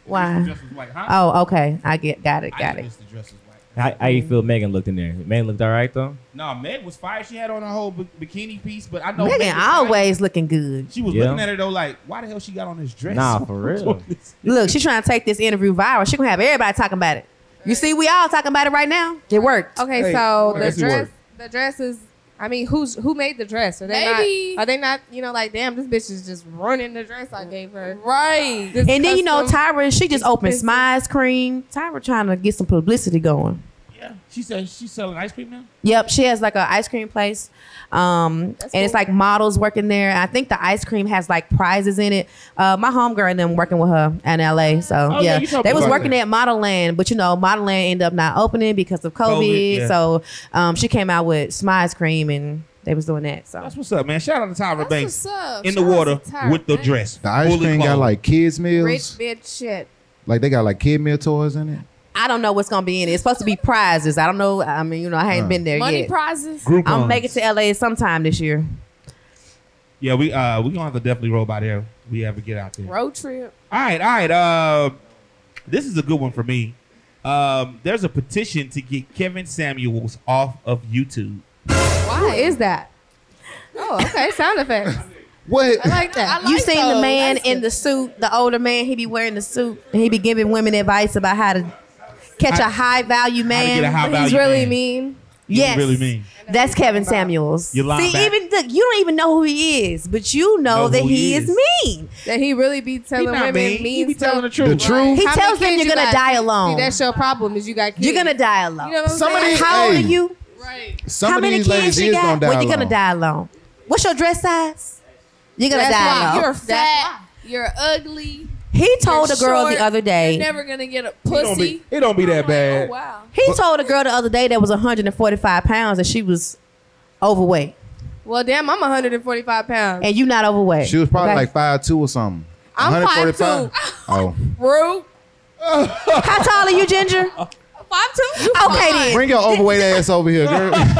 Speaker 4: Why?
Speaker 2: Dress was white, huh?
Speaker 4: Oh, okay. I get got it. Got
Speaker 2: I just
Speaker 4: it.
Speaker 2: wish the dress was white.
Speaker 7: How, how you feel Megan looked in there? Megan looked all right though.
Speaker 2: No, Meg was fire. She had on her whole b- bikini piece, but I know Meg was
Speaker 4: Megan
Speaker 2: fire.
Speaker 4: always looking good.
Speaker 2: She was
Speaker 7: Yeah.
Speaker 2: looking at her though, like, why the hell she got on this dress?
Speaker 7: Nah, for real.
Speaker 4: Look, she's trying to take this interview viral. She gonna have everybody talking about it. You see, we all talking about it right now. It worked.
Speaker 5: Okay,
Speaker 6: Hey,
Speaker 5: so the
Speaker 6: that's your
Speaker 5: dress,
Speaker 6: work.
Speaker 5: the dress is. I mean, who's who made the dress? Are they
Speaker 3: Maybe.
Speaker 5: not? Are they not? You know, like damn, this bitch is just running the dress I gave her.
Speaker 3: Right.
Speaker 5: This
Speaker 4: And then you know
Speaker 5: custom-
Speaker 4: Tyra, she just opened
Speaker 5: expensive.
Speaker 4: Smiles Cream. Tyra trying to get some publicity going.
Speaker 2: yeah. She said she's selling ice cream now.
Speaker 4: Yep, she has like an ice cream place, um, and it's
Speaker 5: cool.
Speaker 4: like models working there. I think the ice cream has like prizes in it. Uh, my homegirl and them working with her in LA, so
Speaker 2: Oh, yeah,
Speaker 4: yeah,
Speaker 2: you told me
Speaker 4: they was
Speaker 2: about
Speaker 4: working
Speaker 2: that.
Speaker 4: at Model Land, but you know Model Land ended up not opening because of COVID.
Speaker 2: COVID, yeah.
Speaker 4: So um, she came out with Smiles Cream, and they was doing that. So
Speaker 2: That's what's up, man. Shout out to Tyra
Speaker 3: That's
Speaker 2: Banks
Speaker 3: what's up.
Speaker 2: in the
Speaker 3: Shout out
Speaker 2: water
Speaker 3: to Tyra
Speaker 2: with the
Speaker 3: Banks.
Speaker 2: dress.
Speaker 6: The ice
Speaker 2: Fully
Speaker 6: cream got
Speaker 2: clothed.
Speaker 6: like kids meals.
Speaker 5: rich bitch shit.
Speaker 6: Like they got like kid meal toys in it.
Speaker 4: I don't know what's gonna be in it. It's supposed to be prizes. I don't know. I mean, you know, I ain't
Speaker 6: Huh.
Speaker 4: been there
Speaker 3: Money
Speaker 4: yet.
Speaker 3: prizes.
Speaker 2: Groupons.
Speaker 4: I'm gonna make it to LA sometime this year.
Speaker 2: Yeah, we uh we gonna have to definitely roll by there. if We ever get out there.
Speaker 3: Road trip.
Speaker 2: All right, all right. Uh, this is a good one for me. Um, there's a petition to get Kevin Samuels off of YouTube.
Speaker 5: Why is that? Oh, okay, sound effects.
Speaker 6: What?
Speaker 5: I like that.
Speaker 4: you seen the man in the suit, the older man, he be wearing the suit. and He be giving women advice about how to catch
Speaker 2: How-
Speaker 4: a high value man.
Speaker 2: get a high-
Speaker 5: But he's
Speaker 2: value
Speaker 5: really
Speaker 2: man.
Speaker 5: mean.
Speaker 2: You
Speaker 4: Yes.
Speaker 2: really mean.
Speaker 4: That's Kevin Samuels.
Speaker 2: You lying
Speaker 4: See,
Speaker 2: back.
Speaker 4: even look, you don't even know who he is, but you know,
Speaker 2: Know
Speaker 4: that
Speaker 2: who
Speaker 4: he,
Speaker 2: he
Speaker 4: is.
Speaker 2: is.
Speaker 4: mean.
Speaker 5: That he really be telling
Speaker 2: He not
Speaker 5: women
Speaker 2: mean.
Speaker 5: mean,
Speaker 2: He be
Speaker 5: stuff.
Speaker 2: telling the
Speaker 6: The
Speaker 2: truth.
Speaker 6: truth.
Speaker 4: He
Speaker 5: How many
Speaker 4: tells them
Speaker 5: kids
Speaker 4: you're
Speaker 5: you
Speaker 4: gonna
Speaker 5: got?
Speaker 4: die
Speaker 5: See,
Speaker 4: alone.
Speaker 5: that's your problem. Is you got kids.
Speaker 4: you're gonna die alone.
Speaker 5: You know what I'm
Speaker 6: Somebody-
Speaker 5: saying?
Speaker 4: how old
Speaker 6: Hey.
Speaker 4: are you?
Speaker 3: Right.
Speaker 6: Some
Speaker 4: how
Speaker 6: of
Speaker 4: many
Speaker 6: these
Speaker 4: kids
Speaker 6: ladies
Speaker 4: you
Speaker 6: is gonna
Speaker 4: got?
Speaker 6: die
Speaker 4: Well, you're gonna
Speaker 6: alone.
Speaker 4: die alone. What's your dress size? You're gonna die alone.
Speaker 3: You're
Speaker 5: That's
Speaker 3: fat. You're ugly.
Speaker 4: He told
Speaker 3: You're
Speaker 4: a girl
Speaker 3: short.
Speaker 4: the other day.
Speaker 3: You're never gonna get a
Speaker 2: It don't
Speaker 3: pussy.
Speaker 2: be, it don't be that
Speaker 3: Oh
Speaker 2: bad.
Speaker 3: wow.
Speaker 4: he told a girl the other day that was 145 pounds and she was overweight,
Speaker 5: Well, damn, I'm 145 pounds.
Speaker 4: and you not overweight.
Speaker 6: She was probably
Speaker 4: Okay?
Speaker 6: like five two or something.
Speaker 5: I'm
Speaker 6: 145? Oh,
Speaker 3: Rude.
Speaker 4: "How tall are you, Ginger?"
Speaker 3: I'm too.
Speaker 4: Okay then.
Speaker 6: Bring your overweight ass over here, girl.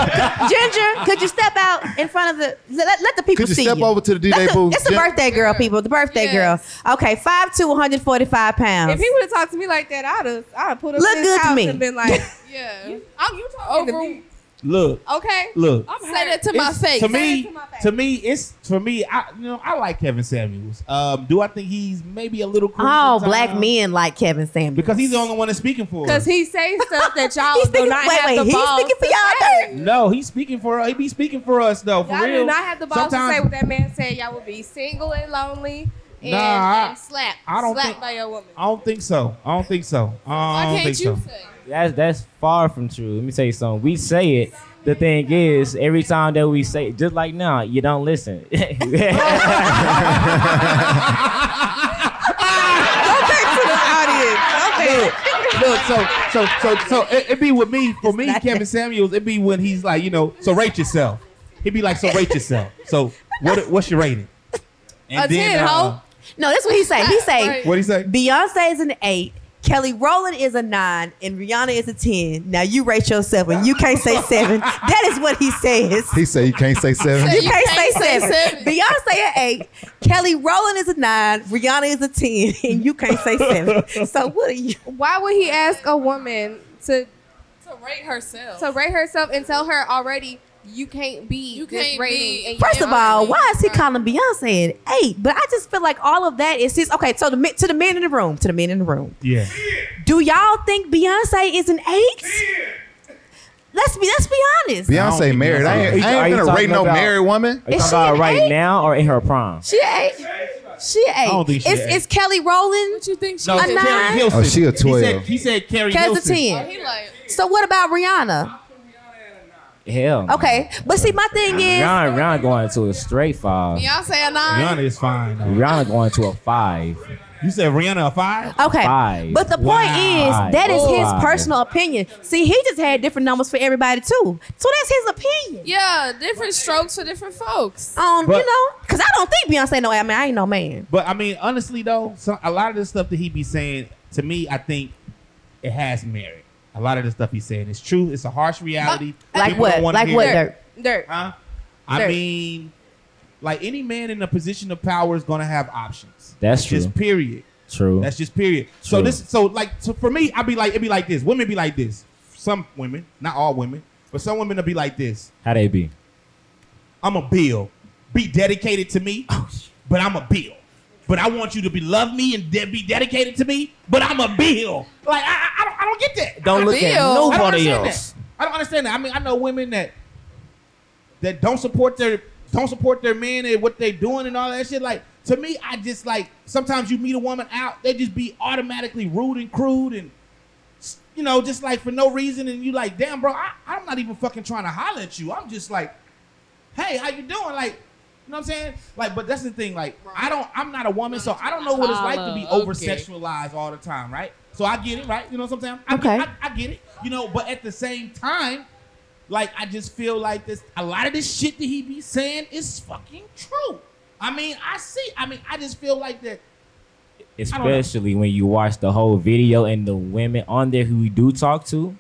Speaker 4: Ginger, could you step out in front of the let, let the people
Speaker 6: Could you
Speaker 4: see
Speaker 6: step
Speaker 4: you?
Speaker 6: over to the DJ
Speaker 4: That's a,
Speaker 6: booth?
Speaker 4: it's a
Speaker 6: Gen-
Speaker 4: birthday girl, people. The birthday
Speaker 3: Yes.
Speaker 4: girl. Okay, 5'2", 145 pounds.
Speaker 5: If he would have talked to me like that, I'd have I'd have pulled up
Speaker 4: Look
Speaker 5: to his
Speaker 4: good to
Speaker 5: house
Speaker 4: me.
Speaker 5: and been like,
Speaker 3: Yeah.
Speaker 5: you, I'm, you talking to
Speaker 3: Over.
Speaker 5: me.
Speaker 2: Look,
Speaker 5: Okay.
Speaker 2: look.
Speaker 5: I'm
Speaker 3: Say that
Speaker 5: hurt.
Speaker 3: to my
Speaker 2: It's- To
Speaker 3: face.
Speaker 5: Say
Speaker 2: me,
Speaker 5: that to my face.
Speaker 2: to me, it's for me. I you know I like Kevin Samuels. Um, do I think he's maybe a little cool?
Speaker 4: oh,
Speaker 2: sometimes?
Speaker 4: black men like Kevin Samuels.
Speaker 2: because he's the only one that's speaking for.
Speaker 5: Because
Speaker 2: us.
Speaker 5: he say stuff that y'all
Speaker 4: He's
Speaker 5: do
Speaker 4: speaking-
Speaker 5: not
Speaker 4: wait,
Speaker 5: have
Speaker 4: wait,
Speaker 5: the
Speaker 4: he's
Speaker 5: balls
Speaker 4: speaking for
Speaker 5: to
Speaker 4: y'all,
Speaker 5: say.
Speaker 2: no, he's speaking for. He be speaking for us though. For
Speaker 5: Y'all
Speaker 2: real.
Speaker 5: do not have the balls to
Speaker 2: Sometimes-
Speaker 5: say what that man said. Y'all would be single and lonely and,
Speaker 2: Nah, I-
Speaker 5: and slapped.
Speaker 2: I don't
Speaker 5: slapped
Speaker 2: think-
Speaker 5: by your woman.
Speaker 2: I don't think so. I don't think so. I
Speaker 3: Why
Speaker 2: don't
Speaker 3: can't
Speaker 2: think
Speaker 3: you
Speaker 2: so.
Speaker 3: say?
Speaker 7: That's that's far from true. Let me tell you something. We say it. The thing is, every time that we say, it, just like now, you don't listen.
Speaker 2: Look, so so so so it, it be with me for me, Kevin Samuels. It be when he's like, you know, so rate yourself. He'd be like, so rate yourself. So what what's your rating?
Speaker 3: A 10, ho.
Speaker 4: no, that's what he say. He say
Speaker 3: Right.
Speaker 2: uh, What uh, he say?
Speaker 4: Beyonce is an eight. Kelly Rowland is a nine and Rihanna is a ten. Now you rate yourself and you can't say seven. That is what he says.
Speaker 6: He said you can't say seven.
Speaker 4: You
Speaker 3: You
Speaker 4: can't,
Speaker 3: can't
Speaker 4: say,
Speaker 3: say
Speaker 4: seven.
Speaker 3: seven.
Speaker 4: Beyonce an eight. Kelly Rowland is a nine. Rihanna is a ten, and you can't say seven. so what are you?
Speaker 5: Why would he ask a woman to
Speaker 3: To rate herself.
Speaker 5: to rate herself and tell her already you can't be
Speaker 3: You
Speaker 5: this
Speaker 3: can't
Speaker 5: rating?
Speaker 3: be-
Speaker 5: and you
Speaker 4: First of
Speaker 5: can't
Speaker 4: all,
Speaker 5: be-
Speaker 4: why is he calling Beyonce an eight? But I just feel like all of that is his. Okay, so the men- to the men in the room, to the men in the room,
Speaker 2: Yeah.
Speaker 4: do y'all think Beyonce is an eight? Let's be let's be honest.
Speaker 2: don't
Speaker 6: Beyonce
Speaker 2: think
Speaker 6: married. I
Speaker 2: Beyonce-
Speaker 6: ain't,
Speaker 7: Are
Speaker 6: I
Speaker 7: you
Speaker 6: ain't gonna
Speaker 7: talking
Speaker 6: rate no
Speaker 7: about-
Speaker 6: married woman.
Speaker 7: Are you
Speaker 4: Is
Speaker 7: talking
Speaker 4: she
Speaker 7: about
Speaker 4: an
Speaker 7: right
Speaker 4: eight?
Speaker 7: now or in her prime?
Speaker 4: She an eight. She an eight.
Speaker 2: don't think she
Speaker 4: is,
Speaker 2: an eight.
Speaker 4: is Kelly Rowland?
Speaker 3: What you think she
Speaker 2: No,
Speaker 4: A
Speaker 3: is?
Speaker 4: nine?
Speaker 2: Carrie Hilson.
Speaker 6: Oh, she a
Speaker 2: He said,
Speaker 6: 12.
Speaker 2: he said Carrie
Speaker 4: Kelly's a
Speaker 2: Hilson.
Speaker 4: ten.
Speaker 3: Oh, He like,
Speaker 4: So what about Rihanna?
Speaker 7: Hell. no.
Speaker 4: Okay, but see, my thing is,
Speaker 7: Rihanna, Rihanna going to a straight five.
Speaker 3: Beyonce a nine.
Speaker 2: Rihanna is fine. though.
Speaker 7: Rihanna going to a five.
Speaker 2: You said Rihanna a five?
Speaker 4: Okay.
Speaker 7: Five.
Speaker 4: But the point
Speaker 7: Wow.
Speaker 4: is, that is his
Speaker 7: Five.
Speaker 4: personal opinion. See, he just had different numbers for everybody too. So that's his opinion.
Speaker 3: Yeah, different strokes for different folks.
Speaker 4: Um, you
Speaker 2: But-
Speaker 4: know, because I don't think Beyonce no. I mean, I ain't no man.
Speaker 2: But I mean, honestly though, so a lot of the stuff that he be saying to me, I think it has merit. A lot of the stuff he's saying is true. It's a harsh reality.
Speaker 4: Like
Speaker 2: People
Speaker 4: what?
Speaker 2: don't wanna
Speaker 4: Like
Speaker 2: hear
Speaker 4: what?
Speaker 2: it.
Speaker 4: Dirt.
Speaker 5: Dirt.
Speaker 2: Huh? I
Speaker 5: Sir.
Speaker 2: mean, like any man in a position of power is gonna have options.
Speaker 7: That's true.
Speaker 2: Just period.
Speaker 7: True.
Speaker 2: That's just period. So
Speaker 7: True.
Speaker 2: this, so like so for me, I'd be like, it'd be like this. Women be like this. Some women, not all women, but some women will be like this.
Speaker 7: How they be?
Speaker 2: I'm a bill. Be dedicated to me, but I'm a bill. But I want you to be love me and de- be dedicated to me, but I'm a bill. Like I, I, I don't, I don't get that.
Speaker 7: Don't look at
Speaker 3: Bill.
Speaker 2: I don't
Speaker 7: nobody
Speaker 2: understand
Speaker 7: else.
Speaker 2: That. I don't understand that. I mean, I know women that that don't support their don't support their men and what they're doing and all that shit. Like to me, I just like sometimes you meet a woman out, they just be automatically rude and crude and you know just like for no reason. And you like, damn, bro, I, I'm not even fucking trying to holler at you. I'm just like, hey, how you doing? Like. You know what I'm saying? Like, but that's the thing. Like, I don't. I'm not a woman, so I don't know what it's like to be
Speaker 3: Holla, okay.
Speaker 2: over sexualized all the time, right? So I get it, right? You know what I'm saying? I,
Speaker 4: Okay.
Speaker 2: I, I get it. You know, but at the same time, like I just feel like this a lot of this shit that he be saying is fucking true. I mean, I see. I mean, I just feel like that don't know.
Speaker 7: especially when you watch the whole video and the women on there who we do talk to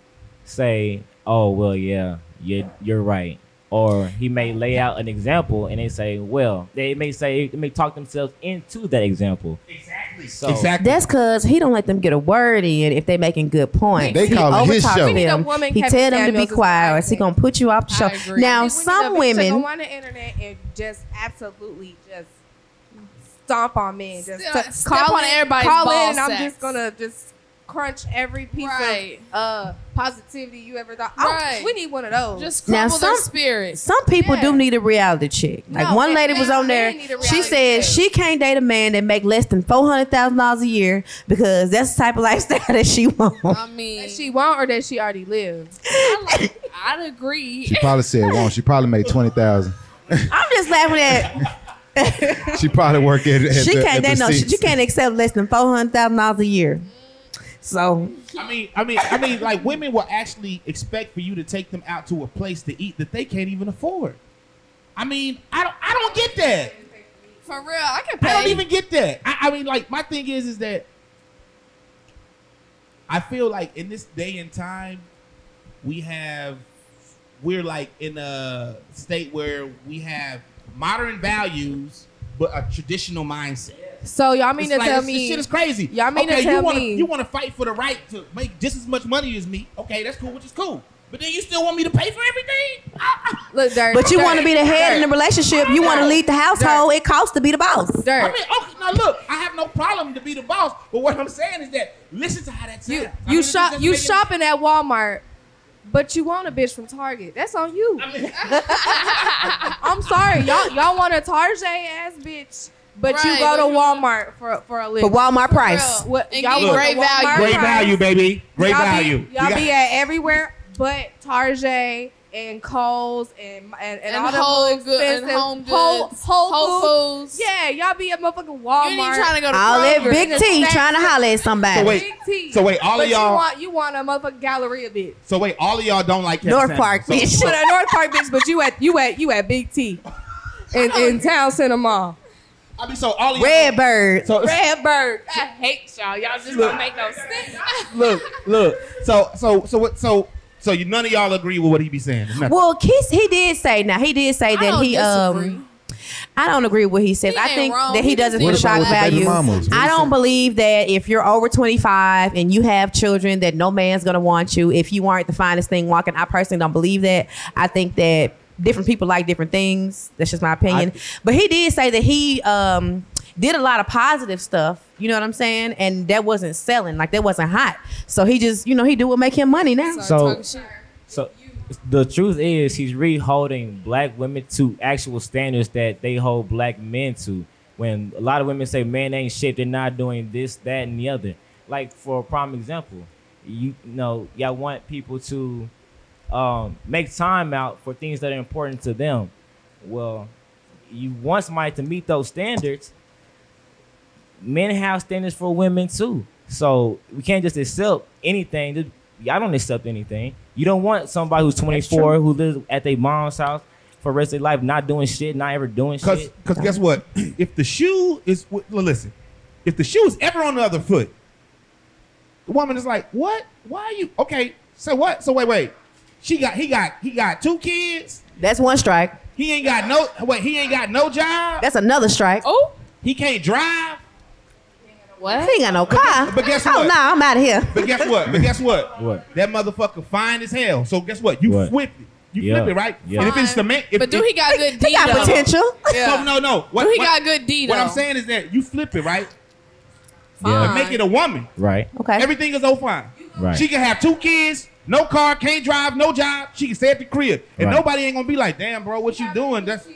Speaker 7: say, "Oh well, yeah, you're, you're right," or he may lay out an example and they say, "Well," they may say they may talk themselves into that example.
Speaker 2: exactly.
Speaker 7: So
Speaker 2: exactly.
Speaker 4: That's because he don't let them get a word in if they making good points.
Speaker 6: They
Speaker 4: He
Speaker 6: call it his
Speaker 4: overtalk
Speaker 6: show. We
Speaker 5: need a
Speaker 4: Them.
Speaker 5: woman
Speaker 4: He
Speaker 5: Kevin
Speaker 4: tell them to be
Speaker 5: Samuels is
Speaker 4: quiet, or
Speaker 5: like
Speaker 4: he gonna put you off the
Speaker 3: I
Speaker 4: show.
Speaker 3: agree.
Speaker 4: Now,
Speaker 5: We need a
Speaker 4: some
Speaker 5: bitch to
Speaker 4: women,
Speaker 5: go on the internet and just absolutely just stomp on men. Just
Speaker 3: Step-
Speaker 5: to-
Speaker 3: uh, step on everybody's
Speaker 5: call
Speaker 3: ball
Speaker 5: in, and I'm
Speaker 3: sacks.
Speaker 5: just gonna just crunch every piece
Speaker 3: Right.
Speaker 5: of uh, positivity you ever thought. Oh,
Speaker 3: Right.
Speaker 5: We need one of those.
Speaker 3: Just
Speaker 4: Now,
Speaker 3: crumble their
Speaker 4: some-
Speaker 3: spirits.
Speaker 4: Some people do
Speaker 5: Yeah.
Speaker 4: need a reality check. Like
Speaker 5: No,
Speaker 4: one
Speaker 5: they-
Speaker 4: lady was
Speaker 5: they-
Speaker 4: on
Speaker 5: they
Speaker 4: there.
Speaker 5: need a
Speaker 4: She
Speaker 5: reality
Speaker 4: said
Speaker 5: check.
Speaker 4: she can't date a man that make less than four hundred thousand dollars a year because that's the type of lifestyle that she wants.
Speaker 3: I mean,
Speaker 5: that she won't or that she already lived.
Speaker 3: I like, I'd agree.
Speaker 6: She probably said won't. She probably made twenty thousand.
Speaker 4: I'm just laughing at
Speaker 6: She probably work at, at
Speaker 4: she
Speaker 6: the,
Speaker 4: can't
Speaker 6: at
Speaker 4: date
Speaker 6: the
Speaker 4: no she,
Speaker 6: seats.
Speaker 4: she can't accept less than four hundred thousand dollars a year. So
Speaker 2: I mean, I mean, I mean, like women will actually expect for you to take them out to a place to eat that they can't even afford. I mean, I don't. I don't get that.
Speaker 3: For real, I can pay.
Speaker 2: I don't even get that. I, I mean, like my thing is, is that I feel like in this day and time, we have we're like in a state where we have modern values but a traditional mindset.
Speaker 5: So y'all mean
Speaker 2: It's
Speaker 5: to
Speaker 2: like,
Speaker 5: tell
Speaker 2: this- this
Speaker 5: me
Speaker 2: shit is crazy.
Speaker 5: y'all mean to
Speaker 2: okay, you
Speaker 5: tell
Speaker 2: wanna,
Speaker 5: me-
Speaker 2: you want to fight for the right to make just as much money as me? Okay, that's cool, which is cool. But then you still want me to pay for everything?
Speaker 5: look dirt.
Speaker 4: But you
Speaker 5: dirt,
Speaker 4: want to be the head in the relationship. You want to lead the household. It costs to be the boss.
Speaker 5: dirt.
Speaker 2: I mean, okay, now look, I have no problem to be the boss, but what I'm saying is that listen to how that sounds. I
Speaker 5: you
Speaker 2: mean,
Speaker 5: you
Speaker 2: it
Speaker 5: shop
Speaker 2: doesn't
Speaker 5: you
Speaker 2: make any-
Speaker 5: shopping at Walmart, but you want a bitch from Target. That's on you.
Speaker 2: I mean,
Speaker 5: I'm sorry, y'all y'all want a Target ass bitch, but you
Speaker 3: Right,
Speaker 5: go
Speaker 3: but
Speaker 5: to
Speaker 3: you-
Speaker 5: Walmart for for a
Speaker 4: For
Speaker 5: living.
Speaker 4: Walmart price.
Speaker 3: Real.
Speaker 5: What-
Speaker 3: And
Speaker 5: y'all
Speaker 3: get
Speaker 5: want
Speaker 3: great
Speaker 5: the Walmart
Speaker 3: value.
Speaker 2: great
Speaker 5: price.
Speaker 2: value, baby. Great
Speaker 5: y'all
Speaker 2: value.
Speaker 5: Be, y'all
Speaker 2: You got-
Speaker 5: be at everywhere but Target and Kohl's and and,
Speaker 3: And,
Speaker 5: and, all the
Speaker 3: whole good and
Speaker 5: expensive
Speaker 3: home goods,
Speaker 5: Whole, whole, Foods.
Speaker 3: Foods.
Speaker 5: Yeah, y'all be at motherfucking
Speaker 3: you ain't
Speaker 5: Walmart.
Speaker 3: trying to go to
Speaker 4: All that
Speaker 3: Kroger.
Speaker 4: big T trying to holler at somebody.
Speaker 2: So wait,
Speaker 5: Big T.
Speaker 2: so wait, all
Speaker 5: But
Speaker 2: of y'all-
Speaker 5: You want, you want a motherfucking Galleria bitch.
Speaker 2: so wait, all of y'all don't like Kevin
Speaker 4: North
Speaker 2: Samuels,
Speaker 4: Park,
Speaker 2: so-
Speaker 4: bitch.
Speaker 5: Put a North Park bitch, but you at you at you at Big T, in, in town center mall.
Speaker 2: I mean, so all of y'all.
Speaker 4: Redbird.
Speaker 2: So
Speaker 5: Redbird.
Speaker 3: I hate y'all. Y'all just
Speaker 2: Look.
Speaker 3: don't make no sense.
Speaker 2: look, look. So so so what? So so you, none of y'all agree with what he be saying. Nothing.
Speaker 4: Well, Kiss, he did say now he did say
Speaker 3: I
Speaker 4: that
Speaker 3: don't
Speaker 4: he
Speaker 3: disagree.
Speaker 4: um I don't agree with what he says.
Speaker 3: He
Speaker 4: I
Speaker 3: ain't
Speaker 4: think
Speaker 3: wrong.
Speaker 4: that he,
Speaker 3: He just
Speaker 4: doesn't
Speaker 3: need
Speaker 4: put
Speaker 3: to
Speaker 4: shock
Speaker 3: What about the baby
Speaker 4: value.
Speaker 6: mamas? What
Speaker 4: I
Speaker 6: you
Speaker 4: don't
Speaker 6: saying?
Speaker 4: believe that if you're over 25 and you have children that no man's gonna want you if you aren't the finest thing walking. I personally don't believe that. I think that different people like different things. That's just my opinion. but he did say that he um did a lot of positive stuff. You know what I'm saying? And that wasn't selling. Like that wasn't hot. So he just you know he do what make him money now.
Speaker 3: Start
Speaker 7: So-
Speaker 3: talking shit.
Speaker 7: So the truth is, he's re-holding black women to actual standards that they hold black men to. When a lot of women say men ain't shit, they're not doing this, that, and the other. Like for a prime example, you know, y'all want people to um, make time out for things that are important to them. Well, you want somebody to meet those standards. Men have standards for women too, so we can't just accept anything. Just- Y'all don't accept anything. You don't want somebody who's 24 who lives at their mom's house for the rest of their life, not doing shit, not ever doing
Speaker 2: Cause,
Speaker 7: shit.
Speaker 2: cause guess what? If the shoe is well, listen, if the shoe is ever on the other foot, the woman is like, "What? Why are you okay? So what? So wait, wait. She got he got he got two kids.
Speaker 4: That's one strike.
Speaker 2: He ain't got no wait. He ain't got no job.
Speaker 4: That's another strike.
Speaker 3: Oh,
Speaker 2: he can't drive.
Speaker 4: He ain't got no car.
Speaker 2: but guess
Speaker 4: Oh
Speaker 2: what?
Speaker 4: no, I'm out of here.
Speaker 2: But guess what? But guess what?
Speaker 7: What?
Speaker 2: That motherfucker fine as hell. So guess what? You
Speaker 7: What?
Speaker 2: flip it. You
Speaker 7: Yeah.
Speaker 2: flip it, right?
Speaker 7: Yeah.
Speaker 2: And if it's the man, if,
Speaker 3: but do
Speaker 2: if-
Speaker 3: he got good D
Speaker 4: He got
Speaker 3: though?
Speaker 4: potential.
Speaker 3: Yeah.
Speaker 2: No, no, no. What,
Speaker 3: do he
Speaker 2: what-
Speaker 3: got good D though?
Speaker 2: what I'm saying is that you flip it, right?
Speaker 3: Fine.
Speaker 2: And make it a woman.
Speaker 7: Right,
Speaker 4: Okay.
Speaker 2: Everything is all fine.
Speaker 7: right.
Speaker 2: She can have two kids, no car, can't drive, no job. She can stay at the crib, and
Speaker 7: Right.
Speaker 2: nobody ain't gonna be like, "Damn, bro, what you doing?" That's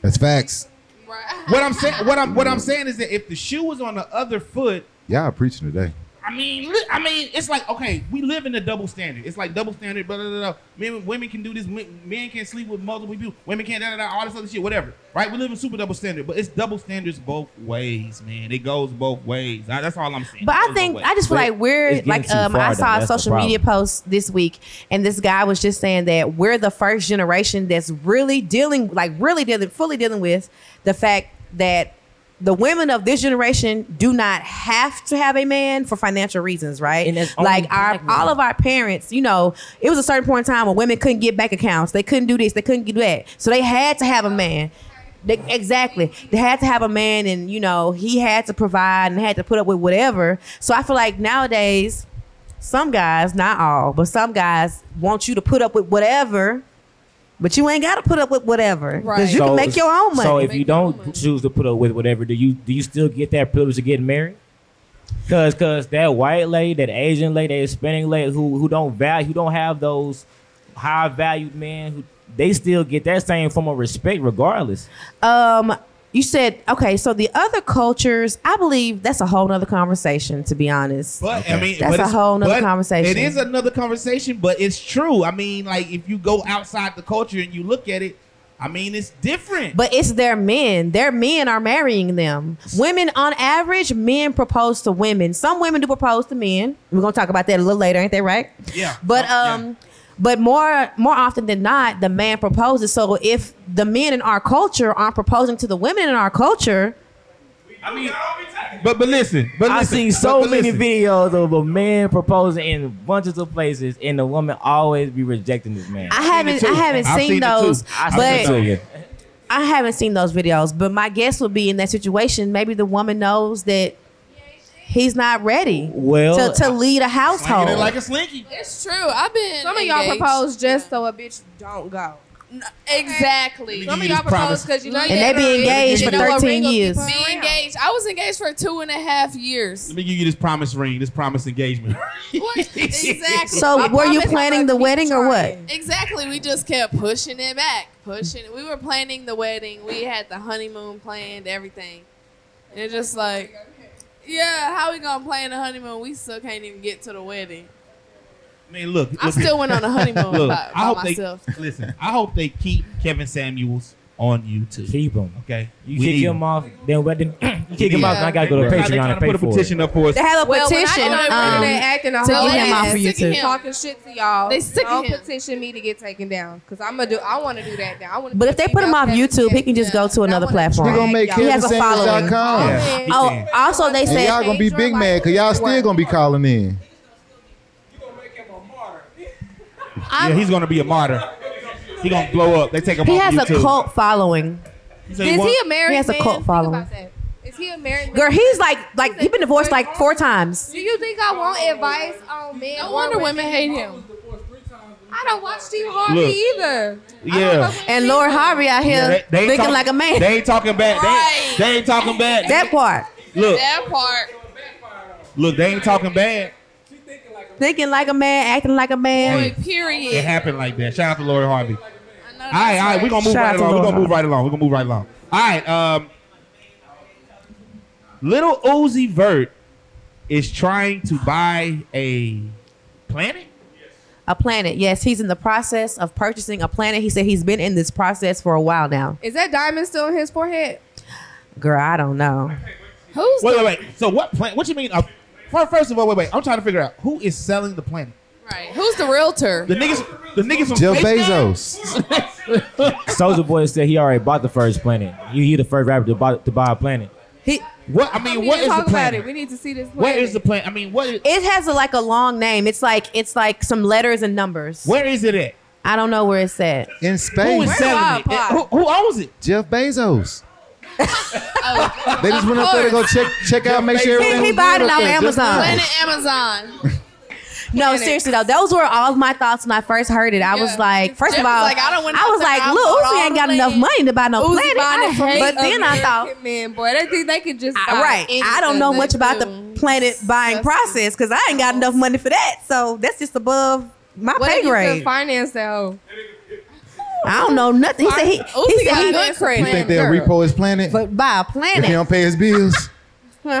Speaker 6: That's facts.
Speaker 3: Right.
Speaker 2: what I'm saying. What I'm what I'm saying is that if the shoe was on the other foot,
Speaker 6: Y'all preaching today.
Speaker 2: I mean, li- I mean, it's like okay, we live in a double standard. It's like double standard, blah blah blah. blah. Men, women can do this. Men, men can sleep with multiple people. Women can't da da da. All this other shit, whatever. Right? We live in super double standard, but it's double standards both ways, man. It goes both ways. Now, That's all I'm saying.
Speaker 4: But
Speaker 2: It goes
Speaker 4: I
Speaker 2: both
Speaker 4: think
Speaker 2: ways.
Speaker 4: I just feel
Speaker 7: But
Speaker 4: like we're
Speaker 7: it's getting
Speaker 4: like
Speaker 7: too
Speaker 4: um
Speaker 7: far,
Speaker 4: I
Speaker 7: though.
Speaker 4: saw a
Speaker 7: That's the
Speaker 4: social media
Speaker 7: problem.
Speaker 4: post this week and this guy was just saying that we're the first generation that's really dealing like really dealing fully dealing with the fact that the women of this generation do not have to have a man for financial reasons, right?
Speaker 7: And that's only
Speaker 4: like our
Speaker 7: black
Speaker 4: all
Speaker 7: women.
Speaker 4: of our parents, you know, it was a certain point in time when women couldn't get bank accounts, they couldn't do this, they couldn't do that, so they had to have a man. They, exactly. They had to have a man, and you know, he had to provide and had to put up with whatever. So I feel like nowadays, some guys, not all, but some guys want you to put up with whatever, but you ain't got to put up with whatever because
Speaker 3: Right.
Speaker 4: you
Speaker 7: So-
Speaker 4: can make your own money.
Speaker 7: So if
Speaker 3: Make
Speaker 7: you
Speaker 3: your own money.
Speaker 7: don't choose to put up with whatever, do you do you still get that privilege of getting married? Cause cause that white lady, that Asian lady, that Hispanic lady who who don't value who don't have those high valued men who they still get that same form of respect regardless.
Speaker 4: um you said okay so the other cultures i believe that's a whole nother conversation to be honest
Speaker 2: But I mean,
Speaker 4: That's
Speaker 2: but
Speaker 4: a
Speaker 2: it's-
Speaker 4: whole nother
Speaker 2: but
Speaker 4: conversation.
Speaker 2: It is another conversation, but it's true. I mean, like if you go outside the culture and you look at it, I mean, it's different.
Speaker 4: but it's their men their men are marrying them women on average men propose to women some women do propose to men we're gonna talk about that a little later ain't that right
Speaker 2: yeah, Oh,
Speaker 4: but
Speaker 2: Yeah.
Speaker 4: um but more more often than not the man proposes so if the men in our culture aren't proposing to the women in our culture
Speaker 2: I mean, but but listen, but
Speaker 7: I
Speaker 2: listen,
Speaker 7: seen
Speaker 2: but-
Speaker 7: so
Speaker 2: but
Speaker 7: many
Speaker 2: listen.
Speaker 7: videos of a man proposing in bunches of places, and the woman always be rejecting this man.
Speaker 4: I haven't I haven't
Speaker 2: I've
Speaker 4: seen,
Speaker 2: seen it too.
Speaker 4: those,
Speaker 7: I
Speaker 4: but
Speaker 7: swear to you.
Speaker 4: I haven't seen those videos. But my guess would be in that situation, maybe the woman knows that he's not ready
Speaker 7: Well,
Speaker 4: to, to lead a
Speaker 2: Slinging it
Speaker 4: household.
Speaker 2: like a slinky.
Speaker 3: It's true. I've been.
Speaker 5: Some of y'all
Speaker 3: engaged.
Speaker 5: propose just so a bitch don't go.
Speaker 3: Exactly.
Speaker 5: Some of
Speaker 2: you
Speaker 5: y'all
Speaker 2: this promise.
Speaker 5: propose because you know
Speaker 3: And
Speaker 5: you
Speaker 4: they
Speaker 5: ain't
Speaker 4: be
Speaker 5: gonna-
Speaker 4: engaged
Speaker 5: you
Speaker 4: for
Speaker 5: know a
Speaker 4: 13
Speaker 5: ring will keep
Speaker 4: years.
Speaker 5: her
Speaker 3: Be
Speaker 5: around.
Speaker 3: engaged. I was engaged for two and a half years.
Speaker 2: Let me give you this promise ring, this promise engagement.
Speaker 3: What? exactly.
Speaker 4: So
Speaker 3: I
Speaker 4: were you
Speaker 3: promise-
Speaker 4: planning the
Speaker 5: keep
Speaker 4: wedding or what?
Speaker 5: trying.
Speaker 3: Exactly. We just kept pushing it back, pushing. it. We were planning the wedding. We had the honeymoon planned, everything. And it's just like, yeah, how we gonna plan the honeymoon? We still can't even get to the wedding.
Speaker 2: Man, look,
Speaker 3: I
Speaker 2: look
Speaker 3: still went on a honeymoon
Speaker 2: Look,
Speaker 3: by,
Speaker 2: I
Speaker 3: by
Speaker 2: hope
Speaker 3: myself.
Speaker 2: they listen. I hope they keep Kevin Samuels on YouTube.
Speaker 7: keep him.
Speaker 2: Okay,
Speaker 7: You
Speaker 2: We
Speaker 7: kick
Speaker 2: need
Speaker 7: him off, then what? Then you kick him
Speaker 2: Yeah.
Speaker 7: off, and I gotta go to
Speaker 2: They trying- they
Speaker 7: Patreon
Speaker 2: trying
Speaker 7: and pay
Speaker 2: put a
Speaker 7: for it.
Speaker 2: petition up for us.
Speaker 4: They have a
Speaker 5: Well, when I
Speaker 4: petition.
Speaker 5: started
Speaker 4: um,
Speaker 5: running and acting a
Speaker 4: to
Speaker 5: whole
Speaker 4: get him
Speaker 5: ass
Speaker 4: off of
Speaker 3: Sick of
Speaker 4: YouTube.
Speaker 3: him.
Speaker 5: talking shit to y'all.
Speaker 3: They sick of
Speaker 5: Don't
Speaker 3: him.
Speaker 5: petition me to get taken down because I'm gonna do. I want to do that now. I want.
Speaker 4: But if they put him off YouTube, he can just go to another
Speaker 6: We
Speaker 4: platform.
Speaker 6: gonna make
Speaker 4: He has a following.
Speaker 6: KevinSanders.com.
Speaker 2: Yeah.
Speaker 6: Yeah.
Speaker 4: Oh, also they
Speaker 6: And y'all
Speaker 4: said
Speaker 6: gonna be big mad because y'all still gonna be calling in.
Speaker 2: yeah, he's gonna be a martyr. He gonna blow up. They take him
Speaker 4: he
Speaker 2: off
Speaker 4: has a
Speaker 2: YouTube.
Speaker 4: cult following.
Speaker 2: He say
Speaker 5: Is
Speaker 2: what?
Speaker 5: he a married?
Speaker 4: He has a
Speaker 5: man?
Speaker 4: cult
Speaker 5: Think
Speaker 4: following.
Speaker 5: about that. Is he a married? man?
Speaker 4: Girl, he's like like he's been divorced like four times.
Speaker 5: Do you think I want advice on men?
Speaker 3: No
Speaker 5: or
Speaker 3: wonder women hate him.
Speaker 5: I don't watch Steve Harvey
Speaker 2: Look.
Speaker 5: either. I don't
Speaker 2: Yeah.
Speaker 5: know who
Speaker 4: And
Speaker 5: he
Speaker 4: Lord
Speaker 5: is.
Speaker 4: Harvey out
Speaker 2: Yeah,
Speaker 4: here
Speaker 2: they- they ain't
Speaker 4: thinking
Speaker 2: talk-
Speaker 4: like a man.
Speaker 2: They ain't talking back.
Speaker 3: Right.
Speaker 2: They, they ain't talking back.
Speaker 4: that part,
Speaker 2: look,
Speaker 3: That part.
Speaker 2: look, they ain't talking bad.
Speaker 4: thinking like a man, acting like a man.
Speaker 3: Boy, period.
Speaker 2: It happened like that. Shout out to Lori Harvey.
Speaker 3: I know
Speaker 2: All
Speaker 3: that's
Speaker 2: right, all right, we're gonna move
Speaker 4: Shout
Speaker 2: right
Speaker 4: out to
Speaker 2: along. We're
Speaker 4: Lori
Speaker 2: gonna move right along. We're gonna move right along. All right, um, little Uzi Vert is trying to buy a planet.
Speaker 4: A planet. Yes, he's in the process of purchasing a planet. He said he's been in this process for a while now.
Speaker 5: Is that diamond still in his forehead?
Speaker 4: Girl, I don't know.
Speaker 3: Who's
Speaker 2: Wait, wait, wait. So what planet? What you mean? A, fir- first of all, wait, wait. I'm trying to figure out who is selling the planet.
Speaker 3: the right? Who's the realtor?
Speaker 2: The niggas, the niggas from
Speaker 6: Jeff
Speaker 2: Space Jam?
Speaker 6: Bezos.
Speaker 7: Soldier Boy said he already bought the first planet. You he the first rapper to buy, to buy a planet.
Speaker 4: He
Speaker 2: What I
Speaker 5: We
Speaker 2: mean,
Speaker 5: need
Speaker 2: what
Speaker 5: to
Speaker 2: is the
Speaker 5: talk about it.
Speaker 2: planet?
Speaker 5: We need to see this.
Speaker 2: Where
Speaker 5: planet.
Speaker 2: is the planet? I mean, what is,
Speaker 4: it has a, like a long name. It's like it's like some letters and numbers.
Speaker 2: where is it at?
Speaker 4: I don't know where it's at.
Speaker 6: In
Speaker 2: Who is
Speaker 6: space.
Speaker 2: selling it?
Speaker 5: Where's
Speaker 2: Who, who owns it?
Speaker 6: Jeff Bezos. they just went up there to go check check out, make sure
Speaker 2: Bezos.
Speaker 6: everything
Speaker 4: He- he
Speaker 6: was
Speaker 4: bought
Speaker 6: good
Speaker 4: it
Speaker 6: up
Speaker 4: on
Speaker 6: there. Just
Speaker 4: Amazon.
Speaker 6: nice.
Speaker 3: Planet Amazon.
Speaker 4: No, seriously though, those were all of my thoughts when I first heard it. I was
Speaker 3: Yeah.
Speaker 4: like, first
Speaker 3: Jeff
Speaker 4: of all,
Speaker 3: was like, I
Speaker 4: I,
Speaker 3: don't wanna
Speaker 4: was
Speaker 3: put the
Speaker 4: like,
Speaker 3: house
Speaker 4: look,
Speaker 3: on
Speaker 4: Uzi ain't
Speaker 3: all
Speaker 4: got
Speaker 3: the
Speaker 4: enough
Speaker 3: land.
Speaker 4: money to buy no
Speaker 5: Uzi
Speaker 4: planet.
Speaker 5: buying the
Speaker 4: I-
Speaker 5: hate
Speaker 4: But then
Speaker 5: of
Speaker 4: I thought,
Speaker 5: American men, boy, they think they could just
Speaker 4: I-
Speaker 5: buy
Speaker 4: right, I don't know
Speaker 5: anything
Speaker 4: much
Speaker 5: they
Speaker 4: about
Speaker 5: do.
Speaker 4: the planet buying process because I ain't got enough money for that. So that's just above my
Speaker 5: What
Speaker 4: pay
Speaker 5: if you could
Speaker 4: grade.
Speaker 5: finance that hoe?
Speaker 4: I don't know nothing. He said he,
Speaker 3: Uzi
Speaker 4: he
Speaker 3: got
Speaker 4: said he
Speaker 3: good
Speaker 6: You
Speaker 3: credit.
Speaker 6: think they'll repo his planet
Speaker 4: but buy a
Speaker 6: if he
Speaker 4: planet.
Speaker 6: don't pay his bills?
Speaker 5: What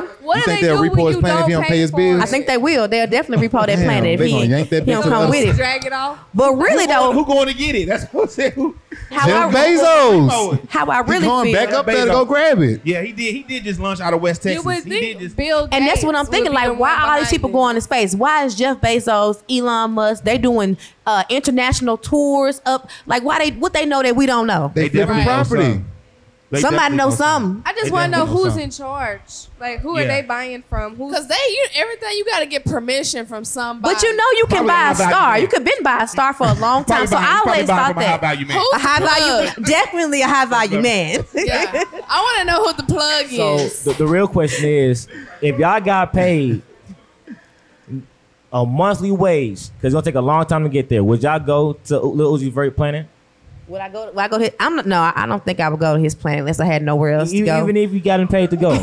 Speaker 6: You
Speaker 5: do
Speaker 6: think
Speaker 5: they
Speaker 6: they'll
Speaker 5: do
Speaker 6: repo
Speaker 5: when
Speaker 6: his
Speaker 5: you
Speaker 6: planet if
Speaker 5: don't
Speaker 6: he don't pay his
Speaker 5: for
Speaker 6: bills?
Speaker 5: it?
Speaker 4: I think they will. They'll definitely repo that
Speaker 6: Damn,
Speaker 4: planet
Speaker 6: they
Speaker 4: if he,
Speaker 6: gonna yank that
Speaker 4: he
Speaker 6: bitch
Speaker 4: don't
Speaker 6: to
Speaker 4: come
Speaker 6: us.
Speaker 4: with it.
Speaker 5: drag it off.
Speaker 4: But really though,
Speaker 2: Who going to get it? That's what I'm saying. Who?
Speaker 4: how
Speaker 6: Jeff
Speaker 4: I,
Speaker 6: Bezos.
Speaker 4: how I
Speaker 6: He's
Speaker 4: really
Speaker 6: going
Speaker 4: feel.
Speaker 6: back up there to
Speaker 2: Bezos.
Speaker 6: go grab it.
Speaker 2: Yeah, he did. He did just lunch out of West
Speaker 5: You
Speaker 2: Texas.
Speaker 5: would
Speaker 2: He did this.
Speaker 5: think Bill
Speaker 4: And that's what I'm
Speaker 5: Gates
Speaker 4: thinking.
Speaker 5: would be
Speaker 4: Like,
Speaker 5: the
Speaker 4: why
Speaker 5: one
Speaker 4: all these
Speaker 5: behind
Speaker 4: people
Speaker 5: it.
Speaker 4: going to space? Why is Jeff Bezos, Elon Musk, they doing uh, international tours up? Like, why they? What they know that we don't know?
Speaker 6: They
Speaker 2: They
Speaker 6: flipping
Speaker 2: definitely know
Speaker 6: property.
Speaker 2: something. They
Speaker 4: Somebody
Speaker 2: definitely
Speaker 4: knows something.
Speaker 5: I just
Speaker 2: They
Speaker 5: want to know
Speaker 2: definitely know
Speaker 5: who's
Speaker 2: something.
Speaker 5: in charge. Like, who
Speaker 2: Yeah.
Speaker 5: are they buying from? Who's
Speaker 3: Cause they you everything you gotta get permission from somebody.
Speaker 4: But you know, you can
Speaker 2: Probably
Speaker 4: buy a
Speaker 2: not about
Speaker 4: star.
Speaker 2: you.
Speaker 4: You could been buy a star for a long time.
Speaker 2: Probably
Speaker 4: So
Speaker 2: buying-
Speaker 4: I
Speaker 2: probably
Speaker 4: always
Speaker 2: buying
Speaker 4: thought
Speaker 2: from a High
Speaker 4: that.
Speaker 2: value man.
Speaker 4: A
Speaker 3: Who's
Speaker 4: high
Speaker 3: the
Speaker 4: value, definitely a high value man.
Speaker 3: yeah. I wanna know who the plug
Speaker 7: So
Speaker 3: is.
Speaker 7: the, the real question is, if y'all got paid a monthly wage, because it's gonna take a long time to get there, would y'all go to U- Lil Uzi Vert planet?
Speaker 4: would I go? Would I go? To his, I'm not, no. I I don't think I would go to his planet unless I had nowhere else to
Speaker 7: Even,
Speaker 4: go.
Speaker 7: even if you got him paid to go,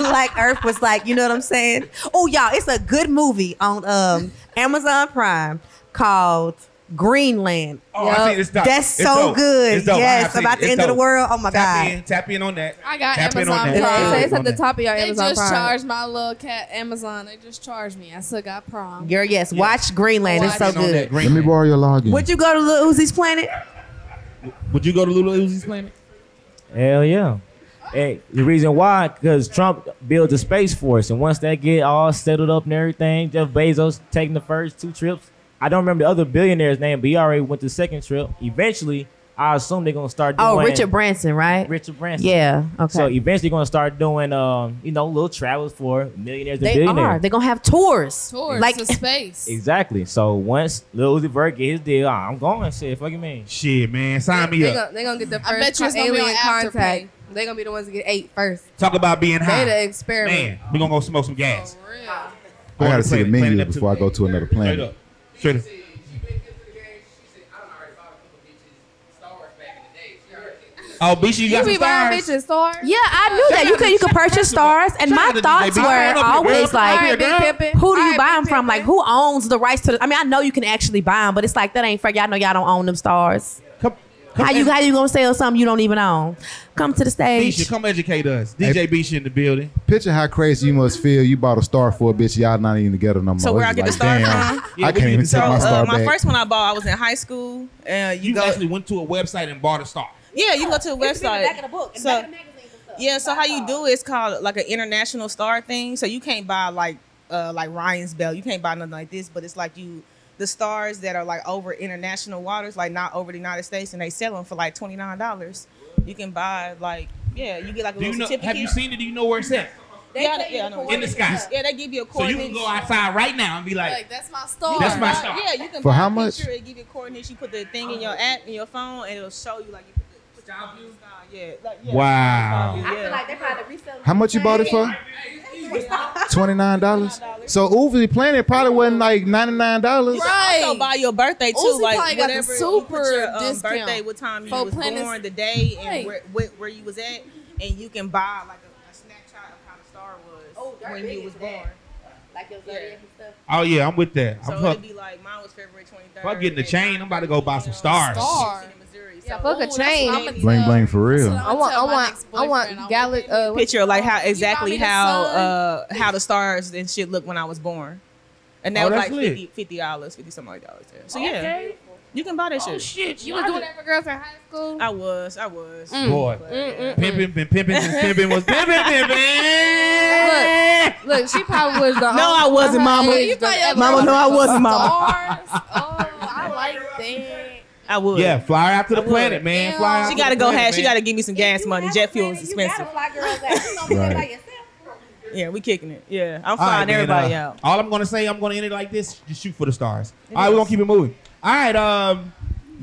Speaker 4: like Earth was like, you know what I'm saying? Oh, y'all, it's a good movie on um, Amazon Prime called Greenland.
Speaker 2: Oh, I
Speaker 4: Yup.
Speaker 2: see this dope.
Speaker 4: That's
Speaker 2: It's
Speaker 4: so
Speaker 2: dope.
Speaker 4: good.
Speaker 2: It's dope. I have
Speaker 4: Yes,
Speaker 2: seen
Speaker 4: about
Speaker 2: it.
Speaker 4: the
Speaker 2: It's
Speaker 4: end of
Speaker 2: dope.
Speaker 4: the world. Oh my
Speaker 2: Tap
Speaker 4: god.
Speaker 2: in, tap in on that.
Speaker 3: I got
Speaker 2: tap in
Speaker 3: Amazon
Speaker 2: on that.
Speaker 4: Prime.
Speaker 5: So
Speaker 2: Tap in
Speaker 5: it's at
Speaker 2: on
Speaker 5: the
Speaker 2: that.
Speaker 5: top of your
Speaker 3: They
Speaker 5: Amazon
Speaker 3: just
Speaker 5: Prime.
Speaker 3: charged my little cat Amazon. They just charged me. I still got prom.
Speaker 4: Girl, yes, watch Greenland. It's so
Speaker 2: Tap in on that
Speaker 4: good.
Speaker 2: green
Speaker 6: Let me
Speaker 2: man.
Speaker 6: borrow your login.
Speaker 4: Would you go to Lil Uzi's planet?
Speaker 2: Would you go to Lil Uzi's planet?
Speaker 7: hell yeah. Hey, the reason why, because Trump built the space force, and once that get all settled up and everything, Jeff Bezos taking the first two trips. I don't remember the other billionaire's name, but he already went the second trip. Eventually, I assume they're gonna start doing
Speaker 4: Oh, Richard Branson, right?
Speaker 7: Richard Branson.
Speaker 4: Yeah. Okay.
Speaker 7: So eventually, going to start doing, um, you know, little travels for millionaires and
Speaker 4: they are.
Speaker 7: billionaires.
Speaker 4: They're gonna have tours.
Speaker 3: Tours
Speaker 4: Like
Speaker 3: to space.
Speaker 7: Exactly. So once Lil Uzi Vert get his deal, ah, I'm going. Shit, fuck you mean?
Speaker 2: Shit, man, sign me
Speaker 5: They're
Speaker 2: up.
Speaker 5: gonna, they gonna get the
Speaker 3: I bet
Speaker 5: first
Speaker 3: you it's gonna be
Speaker 5: alien
Speaker 3: on after
Speaker 5: contact. They're gonna be the ones that get eight first.
Speaker 2: Talk about being
Speaker 5: They
Speaker 2: high.
Speaker 5: the experiment.
Speaker 2: Man, we gonna go smoke some gas.
Speaker 3: For real.
Speaker 6: I gotta see the
Speaker 2: Planet-
Speaker 6: menu
Speaker 2: Planet
Speaker 6: before I go
Speaker 2: Neptune.
Speaker 6: to another
Speaker 2: Straight
Speaker 6: planet.
Speaker 2: up. Straight up. Oh, bitch, you got some
Speaker 5: You be buying
Speaker 2: stars.
Speaker 5: bitches stars.
Speaker 4: Yeah, I knew that you could you could purchase stars, and my
Speaker 2: Shout out to
Speaker 4: thoughts
Speaker 2: DJ Big
Speaker 4: were
Speaker 2: Pimpin' up here,
Speaker 4: always
Speaker 2: girl.
Speaker 4: like,
Speaker 2: Come
Speaker 5: Big
Speaker 2: on here, girl.
Speaker 5: Pimpin'.
Speaker 4: who do
Speaker 5: All
Speaker 4: you
Speaker 5: right,
Speaker 4: buy them
Speaker 5: Big
Speaker 4: from? Like,
Speaker 5: Pimpin'.
Speaker 4: who owns the rights to? I mean, I know you can actually buy them, but it's like that ain't fair. Y'all know y'all don't own them stars.
Speaker 2: Come, come
Speaker 4: How you how you gonna sell something you don't even own? Come to the
Speaker 2: Bisha,
Speaker 4: stage.
Speaker 2: come educate us. DJ Bisha in the building.
Speaker 6: Picture how crazy you must feel. You bought a star for a bitch. Y'all not even together no more.
Speaker 9: So where I
Speaker 6: It's
Speaker 9: get the
Speaker 6: like,
Speaker 9: star
Speaker 6: damn,
Speaker 9: from?
Speaker 2: Yeah,
Speaker 6: I
Speaker 2: we
Speaker 6: can't
Speaker 2: need
Speaker 6: even
Speaker 2: to
Speaker 6: take
Speaker 9: So
Speaker 2: tell
Speaker 6: my
Speaker 9: uh,
Speaker 6: star
Speaker 9: my
Speaker 6: back.
Speaker 9: first one I bought, I was in high school, and you,
Speaker 2: You
Speaker 9: go.
Speaker 2: actually went to a website and bought a star.
Speaker 9: yeah, you go to the website. so yeah, so how you do it, it's called like an international star thing. So you can't buy like uh like Ryan's Bell. You can't buy nothing like this, but it's like you the stars that are like over international waters, like not over the United States, and they sell them for like twenty nine dollars. You can buy like yeah, you get like a
Speaker 2: Do you
Speaker 9: little
Speaker 2: know?
Speaker 9: certificate.
Speaker 2: Have you seen it? Do you know where it's at?
Speaker 9: yeah, yeah, I know.
Speaker 2: In the sky.
Speaker 9: Yeah, they give you a
Speaker 2: So
Speaker 9: coordinate.
Speaker 2: you can go outside right now and be like,
Speaker 3: Like that's my star.
Speaker 2: That's my
Speaker 9: buy-
Speaker 2: star.
Speaker 9: Yeah, you can
Speaker 6: For
Speaker 9: buy
Speaker 6: how
Speaker 9: a
Speaker 6: much?
Speaker 9: Picture, it give you coordinates. You put the thing in your app in your phone, and it'll show you like you put the put the sky. Yeah, like, yeah.
Speaker 2: wow.
Speaker 9: Yeah.
Speaker 4: they probably resell.
Speaker 6: How much you bought it for? Twenty nine dollars. So Uzi Planet probably wasn't like ninety nine dollars.
Speaker 9: Right. Also
Speaker 3: Right.
Speaker 9: buy your birthday too,
Speaker 3: Uzi probably
Speaker 9: like
Speaker 3: got the
Speaker 9: whatever you
Speaker 3: super
Speaker 9: put your um,
Speaker 3: discount
Speaker 9: birthday, what time you
Speaker 3: for
Speaker 9: was
Speaker 3: planning-
Speaker 9: born, the day,
Speaker 3: Right.
Speaker 9: and where, where where you was at, and you can buy like a, a snapshot of how the star was when you was born.
Speaker 2: Oh yeah, I'm with that. I'm
Speaker 9: So
Speaker 2: fuck,
Speaker 9: it'd be like mine was February twenty third.
Speaker 2: fuck getting the chain. I'm about to go buy some stars.
Speaker 3: Star.
Speaker 9: Missouri. So
Speaker 5: Yeah, fuck a chain.
Speaker 6: Bling bling for real.
Speaker 5: I want, I want, I want
Speaker 3: Galaxy.
Speaker 5: Gallic. Uh,
Speaker 9: picture of like how
Speaker 3: You got
Speaker 9: exactly
Speaker 3: me the
Speaker 9: how
Speaker 3: sun.
Speaker 9: uh how the stars and shit looked when I was born. And that
Speaker 2: Oh,
Speaker 9: was
Speaker 2: that's
Speaker 9: like
Speaker 2: lit.
Speaker 9: fifty fifty dollars, fifty something like dollars. Yeah. So yeah. You can buy that shit.
Speaker 5: Oh, you was doing Mm. that for girls in high school.
Speaker 9: I was, I was.
Speaker 2: Boy, pimping, been pimping, since pimping was pimping, pimping.
Speaker 5: Look, look, she probably was the
Speaker 9: No, I wasn't, mama.
Speaker 3: Mama,
Speaker 9: no, I wasn't, mama.
Speaker 3: Stars. Oh, I like that.
Speaker 9: I would.
Speaker 2: Yeah, fly out to the
Speaker 9: I would.
Speaker 2: planet, man.
Speaker 3: Ew.
Speaker 2: Fly out
Speaker 9: She
Speaker 2: to
Speaker 9: gotta
Speaker 2: the
Speaker 9: go
Speaker 2: planet,
Speaker 9: ahead. She
Speaker 2: man.
Speaker 9: gotta give me some gas money. Jet fuel is expensive.
Speaker 6: Right.
Speaker 9: Yeah, we kicking it. Yeah, I'm
Speaker 2: All right,
Speaker 9: flying
Speaker 2: man,
Speaker 9: everybody
Speaker 2: uh,
Speaker 9: out.
Speaker 2: All I'm gonna say, I'm gonna end it like this. Just shoot for the stars. All right, we're gonna keep it moving. All right, um,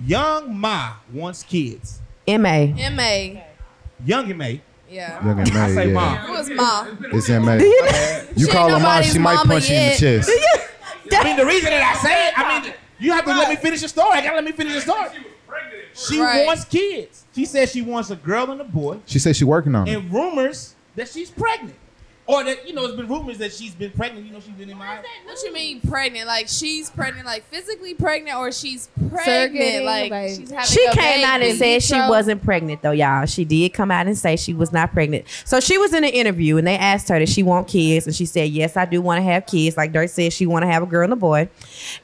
Speaker 2: Young Ma wants kids.
Speaker 4: Ma.
Speaker 3: Ma.
Speaker 2: Young Ma.
Speaker 3: Yeah.
Speaker 6: Young and
Speaker 2: I say
Speaker 6: May, yeah.
Speaker 2: Ma.
Speaker 3: It was ma.
Speaker 6: It's in May. You
Speaker 3: She
Speaker 6: call
Speaker 3: ain't
Speaker 6: her mom,
Speaker 3: nobody's
Speaker 6: she might
Speaker 3: mama
Speaker 6: punch you in the
Speaker 3: yet.
Speaker 6: chest.
Speaker 2: I mean, the reason that I say it, I mean, you have to let me finish the story. You gotta let me finish the story. She
Speaker 3: Right.
Speaker 2: wants kids. She says she wants a girl and a boy.
Speaker 6: She said she working on it.
Speaker 2: and rumors that she's pregnant. Or that, you know, it's been rumors that she's been pregnant. You know, she's been in my.
Speaker 3: What you mean pregnant? Like she's pregnant, like physically pregnant, or she's pregnant,
Speaker 5: Surrogating,
Speaker 3: like
Speaker 5: like-
Speaker 3: she's having
Speaker 4: She
Speaker 3: a
Speaker 4: came out
Speaker 3: baby.
Speaker 4: and said she
Speaker 3: So-
Speaker 4: wasn't pregnant though, y'all. She did come out and say she was not pregnant. So she was in an interview and they asked her, Does she want kids? And she said, Yes, I do want to have kids. Like Dirt said, she wanna have a girl and a boy.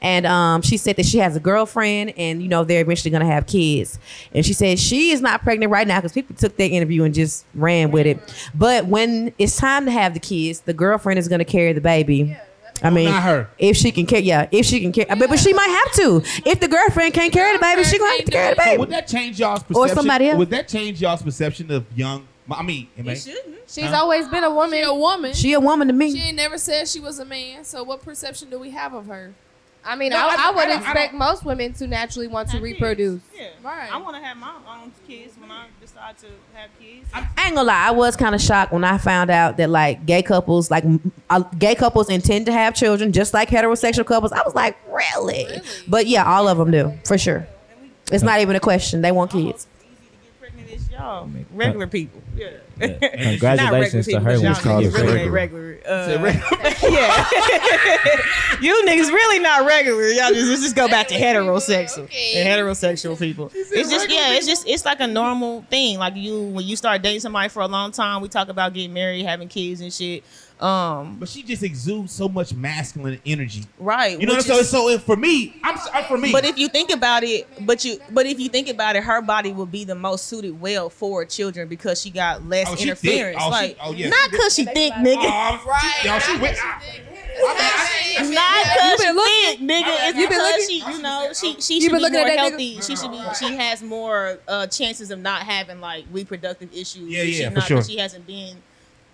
Speaker 4: And um, she said that she has a girlfriend and you know they're eventually gonna have kids. And she said she is not pregnant right now because people took their interview and just ran with it. But when it's time to have the kids, the girlfriend is gonna carry the baby. I mean,
Speaker 2: Not her.
Speaker 4: if she can carry, yeah, if she can carry, but, but she might have to. If the girlfriend can't carry the baby, she gonna have to carry the
Speaker 2: So
Speaker 4: baby.
Speaker 2: would that change y'all's perception?
Speaker 4: Or somebody else.
Speaker 2: Would that change y'all's perception of young? I mean, MA?
Speaker 9: It shouldn't.
Speaker 5: She's always been a
Speaker 3: She
Speaker 5: woman.
Speaker 3: a woman. She,
Speaker 4: She a woman to me.
Speaker 3: ain't never said she was a man. So what perception do we have of her?
Speaker 5: I mean,
Speaker 2: No,
Speaker 5: I,
Speaker 2: I- I
Speaker 5: I, would
Speaker 2: don't- I
Speaker 5: expect most women to naturally want to reproduce.
Speaker 9: Yeah.
Speaker 3: Right.
Speaker 9: I want to have my own kids when I decide to have kids.
Speaker 4: I ain't gonna lie, I was kind of shocked when I found out that like gay couples, like m- uh, gay couples intend to have children just like heterosexual couples. I was like, really?
Speaker 3: Really?
Speaker 4: But yeah, all of them do for sure. It's not even a question. They want kids.
Speaker 9: Easy to get pregnant as y'all, regular people. Yeah.
Speaker 7: Congratulations to her. when
Speaker 9: Not
Speaker 6: just
Speaker 7: she
Speaker 6: called
Speaker 7: get
Speaker 6: us
Speaker 7: pregnant.
Speaker 9: regular
Speaker 6: regular.
Speaker 9: people, y'all
Speaker 2: Say
Speaker 9: niggas really ain't regular. Uh, yeah. you niggas really not regular. Y'all just let's just go back to heterosexual
Speaker 3: Okay.
Speaker 9: and heterosexual people. It's just yeah, it's just it's like a normal thing. Like you when you start dating somebody for a long time, we talk about getting married, having kids and shit. Um,
Speaker 2: But she just exudes so much masculine energy.
Speaker 9: right.
Speaker 2: You know what
Speaker 9: which
Speaker 2: I'm saying?
Speaker 9: is-
Speaker 2: So if for me, I'm, s- I'm for me.
Speaker 9: But if you think about it, but you but if you think about it, her body will be the most suited well for children because she got less
Speaker 2: Oh, she thick.
Speaker 9: interference.
Speaker 2: Oh, she-
Speaker 9: like
Speaker 2: oh, yeah,
Speaker 9: not
Speaker 2: she
Speaker 9: because she thick, nigga.
Speaker 2: Oh, I'm- she- y'all, she went.
Speaker 9: Not because
Speaker 5: been looking
Speaker 9: dick, nigga. It's
Speaker 3: You been
Speaker 9: because she,
Speaker 3: looking-
Speaker 9: you know, she
Speaker 3: You
Speaker 9: she should
Speaker 3: been
Speaker 9: be
Speaker 3: looking
Speaker 9: more
Speaker 3: at that nigga?
Speaker 9: healthy. She should be. She has more uh, chances of not having like reproductive issues.
Speaker 2: Yeah,
Speaker 9: if she
Speaker 2: yeah, for
Speaker 9: not, 'cause
Speaker 2: sure.
Speaker 9: She hasn't been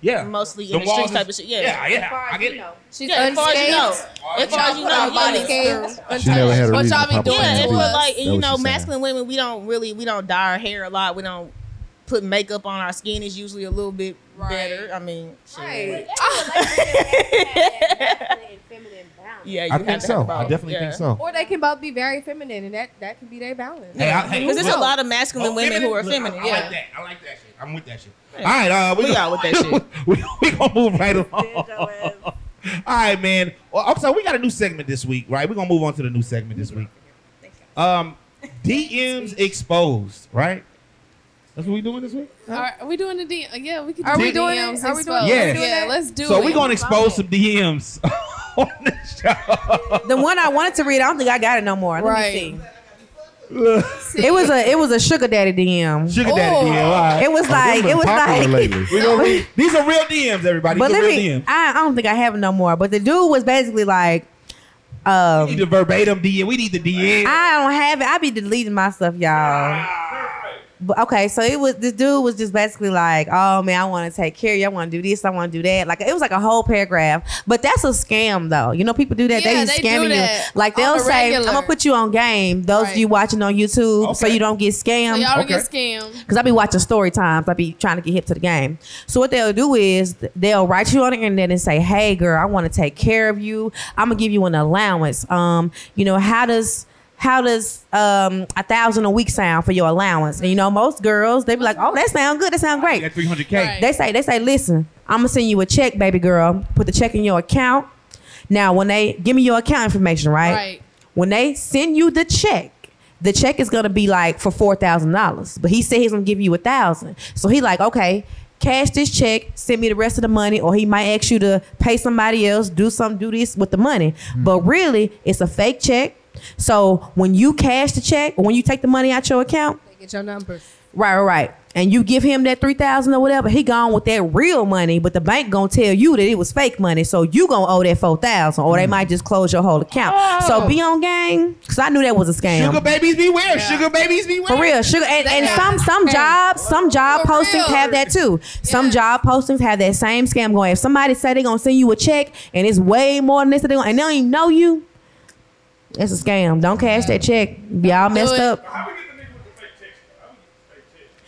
Speaker 2: Yeah.
Speaker 9: mostly
Speaker 2: The
Speaker 9: in the streets
Speaker 2: walls
Speaker 9: type
Speaker 2: is-
Speaker 9: of shit. Yeah,
Speaker 2: Yeah, yeah. I get it.
Speaker 3: She's
Speaker 9: Yeah, as far as you know,
Speaker 3: unscathed.
Speaker 9: as far as you know,
Speaker 3: Body
Speaker 9: yeah.
Speaker 3: scales.
Speaker 6: She never had a
Speaker 3: What
Speaker 6: reason
Speaker 3: y'all
Speaker 6: to
Speaker 3: be
Speaker 6: pop
Speaker 3: doing
Speaker 6: up
Speaker 9: Yeah,
Speaker 3: to
Speaker 9: and
Speaker 6: and
Speaker 9: but
Speaker 3: us?
Speaker 9: like and,
Speaker 6: That
Speaker 9: you
Speaker 6: what she
Speaker 9: know,
Speaker 6: saying.
Speaker 9: masculine women, we don't really we don't dye our hair a lot. We don't put makeup on. Our skin is usually a little bit
Speaker 3: Right.
Speaker 9: better. I mean, shit.
Speaker 3: Right.
Speaker 9: yeah, you
Speaker 6: I
Speaker 9: have
Speaker 6: think
Speaker 9: to
Speaker 6: so.
Speaker 9: About,
Speaker 6: I definitely
Speaker 9: yeah.
Speaker 6: think so.
Speaker 5: Or they can both be very feminine, and that that can be their balance.
Speaker 2: Hey, I, hey,
Speaker 9: Because there's
Speaker 2: look.
Speaker 9: a lot of masculine women who are
Speaker 2: Look, I-
Speaker 9: feminine.
Speaker 2: I, like
Speaker 9: Yeah.
Speaker 2: that. I like that shit. I'm with that shit.
Speaker 9: Yeah.
Speaker 2: All right, uh, we,
Speaker 9: We
Speaker 2: gonna-
Speaker 9: out with that shit.
Speaker 2: we, we gonna move right along.
Speaker 8: Joe
Speaker 2: All right, man. Well, I'm sorry, we got a new segment this week, right? We're gonna move on to the new segment this week. Um, DMs exposed, right? That's what we doing this week.
Speaker 3: Are, are we doing the D? uh, Yeah, we could.
Speaker 5: Are
Speaker 3: do
Speaker 2: we
Speaker 3: the
Speaker 5: doing
Speaker 3: DMs
Speaker 5: it? Are we doing
Speaker 2: it?
Speaker 3: exposed.
Speaker 2: Yes.
Speaker 3: Yeah, Oh, let's do
Speaker 2: so
Speaker 3: it.
Speaker 2: we're gonna expose some DMs on the show.
Speaker 4: The one I wanted to read, I don't think I got it no more. Let
Speaker 3: Right.
Speaker 4: me see. It was a it was a sugar daddy DM.
Speaker 2: Sugar daddy
Speaker 3: Oh.
Speaker 2: DM. All right.
Speaker 4: It was like it was like.
Speaker 2: We gonna read- These are real DMs, everybody.
Speaker 4: But
Speaker 2: These
Speaker 4: let
Speaker 2: are real
Speaker 4: me.
Speaker 2: DMs.
Speaker 4: I, I don't think I have it no more. But the dude was basically like,
Speaker 2: We need
Speaker 4: um,
Speaker 2: the verbatim DM. We need the DM.
Speaker 4: I don't have it. I be deleting my stuff, y'all. But okay, so it was this dude was just basically like, "Oh man, I want to take care of you. I want to do this. I want to do that." Like it was like a whole paragraph. But that's a scam, though. You know, people do that. they
Speaker 3: Yeah, they
Speaker 4: be
Speaker 3: do
Speaker 4: scamming you.
Speaker 3: that
Speaker 4: Like
Speaker 3: on
Speaker 4: they'll
Speaker 3: the
Speaker 4: say, "I'm
Speaker 3: regular.
Speaker 4: gonna put you on game." Those
Speaker 3: Right.
Speaker 4: of you watching on YouTube, so
Speaker 2: Okay.
Speaker 4: you don't get
Speaker 3: So
Speaker 4: scammed.
Speaker 3: y'all don't get
Speaker 2: Okay.
Speaker 3: scammed.
Speaker 4: Cause I be watching story times. I be trying to get hip to the game. So what they'll do is th- they'll write you on the internet and say, "Hey, girl, I want to take care of you. I'm gonna give you an allowance. Um, you know how does." How does um a thousand a week sound for your allowance? And you know, most girls they be like, "Oh, that sound good. That sound
Speaker 2: You
Speaker 4: great."
Speaker 2: got 300K.
Speaker 3: Right.
Speaker 4: They say, "They say, listen, I'm gonna send you a check, baby girl. Put the check in your account. Now, when they give me your account information,
Speaker 3: Right.
Speaker 4: when they send you the check, the check is gonna be like for four thousand dollars. But he said he's gonna give you a thousand. So he like, okay, cash this check, send me the rest of the money, or he might ask you to pay somebody else, do some do this with the money. But really, it's a fake check. So when you cash the check, or when you take the money out your account,
Speaker 5: Get your numbers.
Speaker 4: Right, right, right. And you give him that three thousand or whatever, he gone with that real money, but the bank gonna tell you that it was fake money, so you gonna owe that four thousand, or they might just close your whole account. So be on gang, cause I knew that was a scam.
Speaker 2: Sugar babies beware. Sugar babies beware.
Speaker 4: for real, sugar, and, and
Speaker 3: Yeah.
Speaker 4: some some jobs, some job
Speaker 3: For
Speaker 4: postings
Speaker 3: real.
Speaker 4: have that too. Some
Speaker 3: Yeah.
Speaker 4: job postings have that same scam going. If somebody say they gonna send you a check and it's way more than this, and they gonna- and they don't even know you, it's a scam. Don't cash that check. Y'all messed
Speaker 3: it.
Speaker 4: up.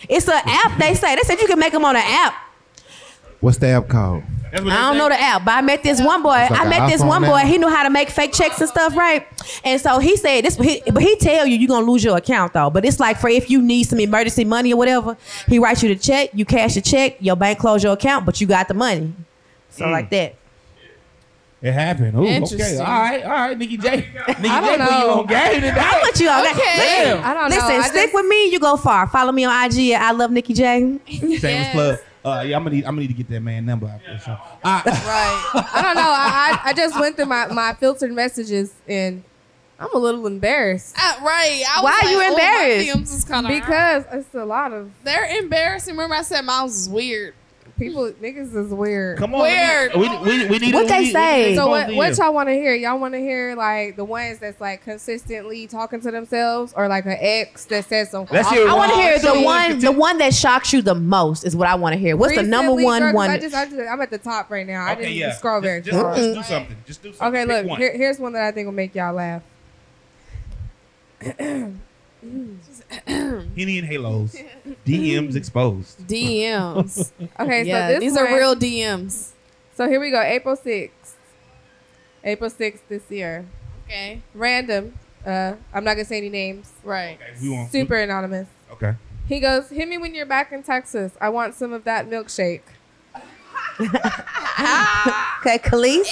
Speaker 4: It's an app. They say they said you can make them on an app.
Speaker 6: What's the app called?
Speaker 2: That's what they
Speaker 4: I don't
Speaker 2: say.
Speaker 4: know the app, but I met this one boy.
Speaker 6: like
Speaker 4: I
Speaker 6: an
Speaker 4: met this
Speaker 6: iPhone
Speaker 4: one boy.
Speaker 6: now.
Speaker 4: He knew how to make fake checks and stuff, right? And so he said this, he, but he tell you you gonna lose your account though. But it's like for if you need some emergency money or whatever, he writes you the check, you cash the check, your bank close your account, but you got the money. So
Speaker 2: Mm.
Speaker 4: like that.
Speaker 2: It happened. Ooh, okay.
Speaker 3: Interesting.
Speaker 2: All right, all right, Nikki J. Nikki J, put you
Speaker 5: don't know.
Speaker 2: on game
Speaker 4: I
Speaker 2: today.
Speaker 4: want you all. Okay.
Speaker 3: Okay.
Speaker 5: I don't know.
Speaker 4: Listen,
Speaker 5: I
Speaker 4: stick
Speaker 5: just-
Speaker 4: with me. You go far. Follow me on IG at I love Nikki J.
Speaker 2: Shameless plug. Uh, yeah, I'm gonna need, I'm gonna need to get that man number out there. So. All right.
Speaker 5: Right. I don't know. I, I I just went through my my filtered messages and I'm a little embarrassed
Speaker 3: I, Uh, right. I was
Speaker 4: Why are
Speaker 3: like,
Speaker 4: you
Speaker 3: oh, my
Speaker 4: embarrassed?
Speaker 3: DMs is kinda-
Speaker 5: because it's a lot of
Speaker 3: they're embarrassing. Remember, I said mine was weird.
Speaker 5: people. Niggas is weird.
Speaker 2: Come on.
Speaker 3: Weird.
Speaker 2: We, need- we, we, we need
Speaker 4: What
Speaker 2: we
Speaker 4: they
Speaker 2: need- we
Speaker 4: say?
Speaker 2: need to
Speaker 5: So what,
Speaker 2: expose
Speaker 5: what
Speaker 2: them.
Speaker 5: y'all want to hear? Y'all want to hear like the ones that's like consistently talking to themselves, or like an ex that says something.
Speaker 2: Let's hear
Speaker 4: I want to
Speaker 2: Oh,
Speaker 4: hear
Speaker 2: so
Speaker 4: the
Speaker 2: you
Speaker 4: one, the one that shocks you the most is what I want to hear. What's the number
Speaker 5: Recently,
Speaker 4: one
Speaker 5: girl, 'cause
Speaker 4: one?
Speaker 5: I just, I just, I'm at the top right now. I
Speaker 2: Okay,
Speaker 5: didn't
Speaker 2: yeah.
Speaker 5: even scroll
Speaker 2: Just-
Speaker 5: very
Speaker 2: Just,
Speaker 5: far.
Speaker 2: just do something. Just do something.
Speaker 5: Okay,
Speaker 2: Pick
Speaker 5: look,
Speaker 2: one.
Speaker 5: here, here's one that I think will make y'all laugh.
Speaker 2: Henny and Halos. DMs exposed.
Speaker 3: DMs.
Speaker 5: Okay,
Speaker 3: yeah,
Speaker 5: so this
Speaker 3: these
Speaker 5: one,
Speaker 3: are real DMs.
Speaker 5: So here we go. April 6th. April 6th this year.
Speaker 3: Okay.
Speaker 5: Random. Uh, I'm not gonna say any names.
Speaker 3: Right.
Speaker 2: Okay, we won't-
Speaker 5: Super anonymous.
Speaker 2: Okay.
Speaker 5: He goes, "Hit me when you're back in Texas. I want some of that milkshake."
Speaker 4: Okay, Khalees.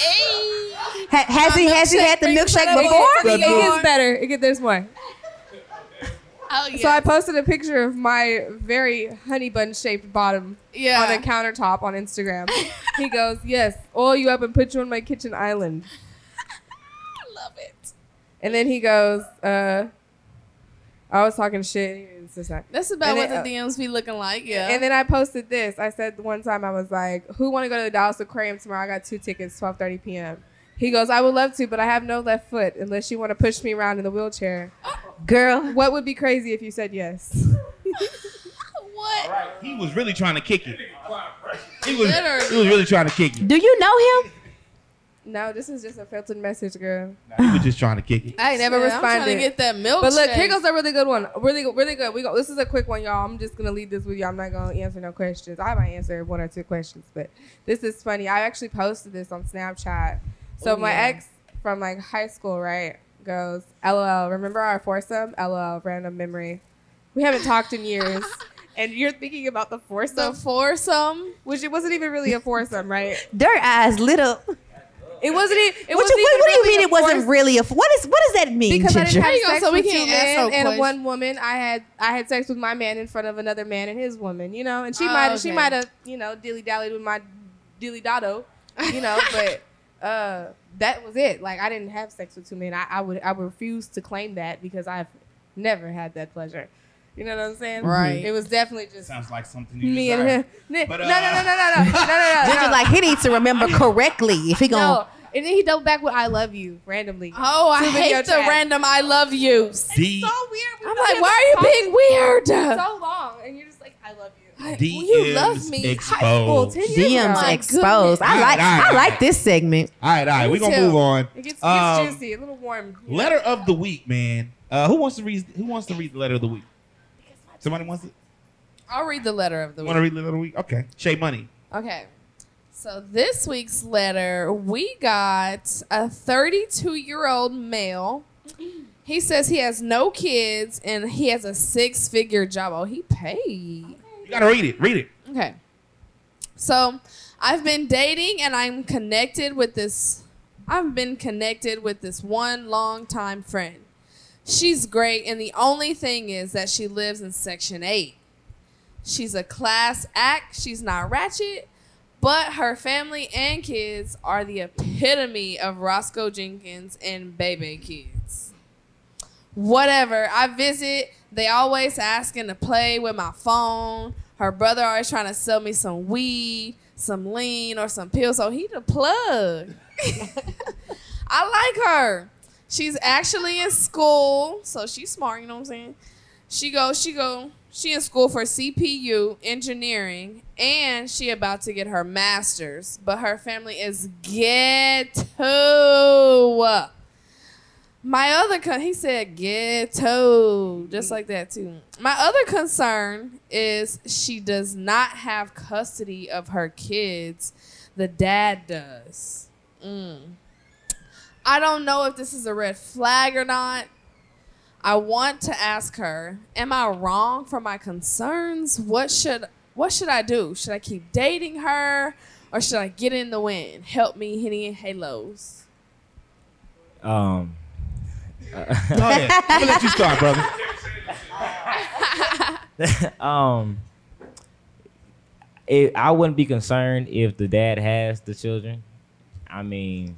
Speaker 4: Ha- has he has he had the milkshake before?
Speaker 5: It gets better. It get, there's more.
Speaker 3: Oh yeah.
Speaker 5: So I posted a picture of my very honey bun shaped bottom
Speaker 3: yeah.
Speaker 5: on a countertop on Instagram. he goes, "Yes, oil you up and put you on my kitchen island."
Speaker 3: I love it.
Speaker 5: And then he goes, uh, "I was talking shit." It's just like-
Speaker 3: That's about
Speaker 5: And
Speaker 3: what
Speaker 5: then, uh,
Speaker 3: the DMs be looking like. Yeah.
Speaker 5: And then I posted this. I said one time I was like, "Who want to go to the Dallas Aquarium tomorrow? I got two tickets, 12:30 p.m." He goes, I would love to, but I have no left foot unless you want to push me around in the wheelchair.
Speaker 3: Oh.
Speaker 4: Girl,
Speaker 5: What would be crazy if you said yes?
Speaker 3: What?
Speaker 2: He was really trying to kick it. He was,
Speaker 3: Literally.
Speaker 2: he was really trying to kick it.
Speaker 4: do you know him?
Speaker 5: No, this is just a filtered message, girl.
Speaker 2: Nah, he was just trying to kick it.
Speaker 5: I ain't never
Speaker 3: Yeah, I'm trying
Speaker 5: responded.
Speaker 3: to get that milk.
Speaker 5: but look, here goes a really good one. Really, go- really good. We go. This is a quick one, y'all. I'm just gonna leave this with you. I'm not gonna answer no questions. I might answer one or two questions, but this is funny. I actually posted this on Snapchat.
Speaker 3: Oh,
Speaker 5: So my ex from like high school, right, goes, "LOL, remember our foursome? LOL, random memory. We haven't talked in years, and you're thinking about the
Speaker 3: the
Speaker 5: foursome,
Speaker 3: foursome.
Speaker 5: which it wasn't even really a foursome, right?
Speaker 4: Their eyes lit up. What,
Speaker 5: It wasn't. e- It
Speaker 4: you, what,
Speaker 5: wasn't even
Speaker 4: what do you
Speaker 5: really
Speaker 4: mean
Speaker 5: a
Speaker 4: it wasn't
Speaker 5: foursome.
Speaker 4: really a? What is what does that mean,
Speaker 5: because I
Speaker 4: Ginger?
Speaker 5: didn't have
Speaker 3: There you go,
Speaker 5: sex
Speaker 3: so we
Speaker 5: with two
Speaker 3: can't ask
Speaker 5: men
Speaker 3: no
Speaker 5: and
Speaker 3: questions.
Speaker 5: one woman. I had I had sex with my man in front of another man and his woman. You know, and she
Speaker 3: Oh,
Speaker 5: might she
Speaker 3: okay.
Speaker 5: might have you know dilly dallied with my dilly dotto. You know, but uh, that was it. Like I didn't have sex with two men. I, I would I refuse to claim that because I've never had that pleasure. You know what I'm saying?
Speaker 3: Right.
Speaker 5: It was definitely just
Speaker 2: Sounds like something you
Speaker 5: me and
Speaker 2: desire.
Speaker 5: him. No,
Speaker 2: But,
Speaker 5: no, no,
Speaker 2: uh,
Speaker 5: no, no, no, no, no, no, no.
Speaker 4: Ginger, like he needs to remember correctly if he gonna.
Speaker 5: no. And then he doubled back with "I love you" randomly.
Speaker 3: Oh, I
Speaker 5: Two video
Speaker 3: hate the
Speaker 5: tracks.
Speaker 3: random I love yous.
Speaker 2: D
Speaker 5: weird.
Speaker 3: I'm like, why are you being weird?
Speaker 5: so long, and you're just like, I love you.
Speaker 2: D
Speaker 3: you love me. High school,
Speaker 2: exposed.
Speaker 3: ten years ago.
Speaker 4: DMs
Speaker 3: My
Speaker 4: exposed. I
Speaker 2: goodness.
Speaker 4: like I
Speaker 2: Alright.
Speaker 4: like this segment.
Speaker 2: All right, all right. We're gonna
Speaker 3: too.
Speaker 2: move on.
Speaker 5: It gets,
Speaker 2: Um,
Speaker 5: gets juicy, a little warm. you know?
Speaker 2: Letter of the week, man. Uh, who wants to read? Who wants to read the letter of the week? Somebody wants to
Speaker 3: I'll read the letter of the
Speaker 2: want to
Speaker 3: week.
Speaker 2: read the letter of the week? Okay, Shay Money.
Speaker 3: Okay. So this week's letter, we got a 32 year old male. He says he has no kids and he has a six figure job. Oh, he paid.
Speaker 2: You gotta read it. Read it.
Speaker 3: Okay. So I've been dating and I'm connected with this I've been connected with this one longtime friend. She's great and the only thing is that she lives in section 8. She's a class act, she's not ratchet, but her family and kids are the epitome of Roscoe Jenkins and baby kids whatever. I visit, they always asking to play with my phone. Her brother always trying to sell me some weed, some lean, or some pills. So he the plug. I like her. She's actually in school, so she's smart. You know what I'm saying? She go, she go, she in school for CPU engineering, and she about to get her master's. But her family is ghetto. My other con- he said ghetto just like that too. My other concern is she does not have custody of her kids. The dad does. Mm. I don't know if this is a red flag or not. I want to ask her, am I wrong for my concerns? What should what should I do? Should I keep dating her or should I get in the wind? Help me, Henny and Halos.
Speaker 7: Um,
Speaker 2: Go ahead. I'm gonna let you start, brother.
Speaker 7: um, it, I wouldn't be concerned if the dad has the children. I mean,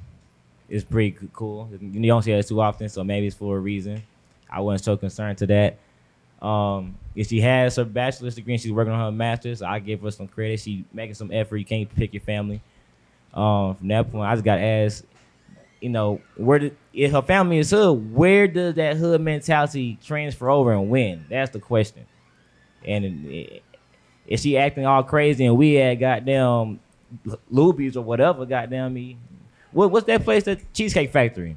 Speaker 7: it's pretty c- cool. You don't see that too often, so maybe it's for a reason. I wasn't so concerned to that. Um, if she has her bachelor's degree and she's working on her master's, I give her some credit. She making some effort. You can't pick your family. Um, from that point, I just got to ask, you know, where did if her family is hood, where does that hood mentality transfer over and when? That's the question. And i- if she acting all crazy and we had goddamn L- Luby's or whatever, goddamn me, what, what's that place? That Cheesecake Factory.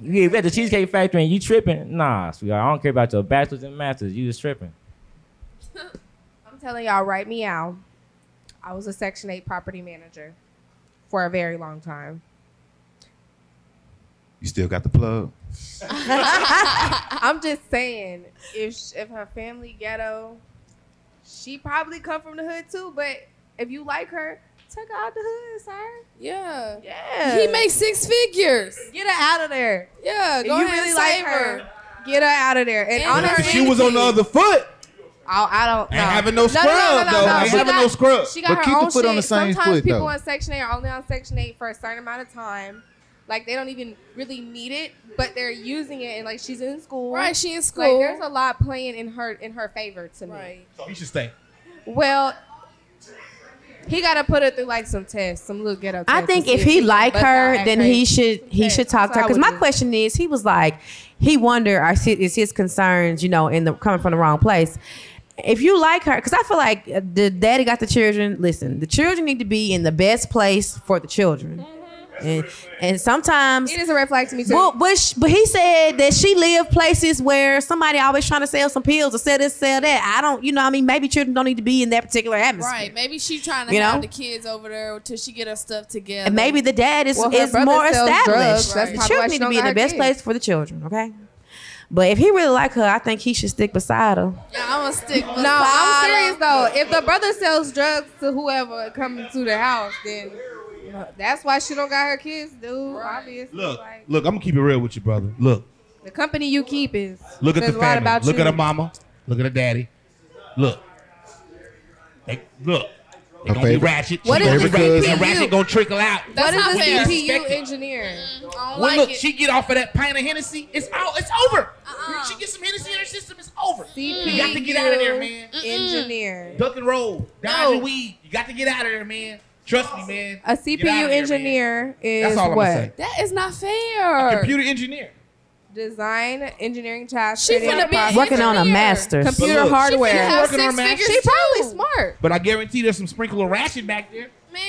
Speaker 7: You at the Cheesecake Factory and you tripping? Nah, sweetheart, I don't care about your bachelors and masters. You just tripping.
Speaker 5: I'm telling y'all right meow. I was a Section 8 property manager for a very long time.
Speaker 6: You still got the plug.
Speaker 5: I'm just saying, if sh- if her family ghetto, she probably come from the hood too. But if you like her, take her out the hood, sir.
Speaker 3: Yeah.
Speaker 5: Yeah,
Speaker 3: He makes six figures.
Speaker 5: get her out of there.
Speaker 3: Yeah,
Speaker 5: If
Speaker 3: go
Speaker 5: you
Speaker 3: ahead
Speaker 5: really
Speaker 3: and
Speaker 5: like
Speaker 3: save
Speaker 5: her,
Speaker 3: her.
Speaker 5: get her out of there. And,
Speaker 3: And
Speaker 5: on
Speaker 3: her
Speaker 5: her,
Speaker 2: If she was on the other foot,
Speaker 5: I, I don't know.
Speaker 2: ain't having no scrub though. Ain't
Speaker 5: She
Speaker 2: having
Speaker 5: got-
Speaker 2: no scrub.
Speaker 5: She got
Speaker 6: But
Speaker 5: her
Speaker 6: keep the
Speaker 5: own
Speaker 6: foot
Speaker 5: shit.
Speaker 6: on the same
Speaker 5: Sometimes
Speaker 6: foot,
Speaker 5: people
Speaker 6: though.
Speaker 5: on Section 8 are only on Section 8 for a certain amount of time. Like they don't even really need it, but they're using it, and like she's in school.
Speaker 3: Right, she in
Speaker 5: Like
Speaker 3: school.
Speaker 5: there's a lot playing in her in her favor to me.
Speaker 3: right.
Speaker 2: So he should stay.
Speaker 5: Well, He gotta put her through like some tests, some little get up.
Speaker 4: I think if he like her, then he should he should talk to her. Because my
Speaker 5: question.
Speaker 4: question is, he was like, he wonder are si- is his concerns, you know, in the coming from the wrong place. If you like her, because I feel like uh, the daddy got the children. Listen, the children need to be in the best place for the children, and and sometimes
Speaker 5: It is a red flag to me too.
Speaker 4: Well, but sh but he said that she lived places where somebody always trying to sell some pills or sell this, sell that. I don't, you know, what I mean, maybe children don't need to be in that particular atmosphere.
Speaker 3: Right. Maybe she trying to
Speaker 4: You
Speaker 3: have
Speaker 4: know?
Speaker 3: the kids over there till she get her stuff together.
Speaker 4: And maybe the dad is,
Speaker 5: Well, her
Speaker 4: is
Speaker 5: brother
Speaker 4: more
Speaker 5: sells
Speaker 4: established.
Speaker 5: drugs. That's
Speaker 4: The
Speaker 5: probably why
Speaker 4: children
Speaker 5: she
Speaker 4: need to
Speaker 5: don't
Speaker 4: be in
Speaker 5: got
Speaker 4: the
Speaker 5: her
Speaker 4: best
Speaker 5: kids.
Speaker 4: place for the children, okay? But if he really like her, I think he should stick beside her.
Speaker 3: Yeah, I'm gonna stick.
Speaker 5: no, I'm serious though. If the brother sells drugs to whoever coming to the house, then that's why she don't got her kids, dude. Obviously,
Speaker 2: Look,
Speaker 5: like,
Speaker 2: look, I'm gonna keep it real with you, brother. Look,
Speaker 5: the company you keep is
Speaker 2: look at
Speaker 5: says
Speaker 2: the
Speaker 5: a lot
Speaker 2: family.
Speaker 5: about
Speaker 2: look
Speaker 5: you.
Speaker 2: at her mama. Look at her daddy. Look, they, look. They
Speaker 6: Her
Speaker 2: gonna be
Speaker 6: favorite-
Speaker 2: ratchet.
Speaker 6: What
Speaker 2: She
Speaker 6: is
Speaker 2: gonna be
Speaker 6: the
Speaker 2: ratchet.
Speaker 6: CPU?
Speaker 2: That ratchet gonna trickle out.
Speaker 3: That's
Speaker 5: what is
Speaker 3: not
Speaker 5: the
Speaker 3: fair. Mm-hmm.
Speaker 5: CPU
Speaker 2: Respect it.
Speaker 5: engineer?
Speaker 3: I don't
Speaker 2: Well,
Speaker 3: like
Speaker 2: look,
Speaker 3: it.
Speaker 2: she get off of that pint of Hennessy. It's out. It's over.
Speaker 3: Uh-uh.
Speaker 2: She get some Hennessy in her system. It's over.
Speaker 5: CPU
Speaker 2: You got to get out of there, man.
Speaker 5: Engineer.
Speaker 2: Duck and roll. Dodge
Speaker 5: No.
Speaker 2: and weed. You got to get out of there, man. Trust me, man. Get
Speaker 5: A
Speaker 2: out
Speaker 5: CPU
Speaker 2: of here,
Speaker 5: engineer
Speaker 2: man.
Speaker 5: is
Speaker 2: That's all I'm gonna
Speaker 5: what?
Speaker 2: say.
Speaker 3: that is not
Speaker 2: A
Speaker 3: fair.
Speaker 2: computer engineer.
Speaker 5: Design, engineering, child.
Speaker 3: She
Speaker 5: study,
Speaker 3: finna be
Speaker 5: process-
Speaker 3: an
Speaker 4: Working on a
Speaker 3: engineer.
Speaker 4: master's.
Speaker 2: But
Speaker 5: computer
Speaker 2: look,
Speaker 3: She finna
Speaker 5: hardware.
Speaker 3: have
Speaker 2: Working on
Speaker 3: six
Speaker 2: math.
Speaker 3: figures
Speaker 5: She probably
Speaker 3: too.
Speaker 5: smart.
Speaker 2: But I guarantee there's some sprinkle of ratchet back there.
Speaker 3: Man,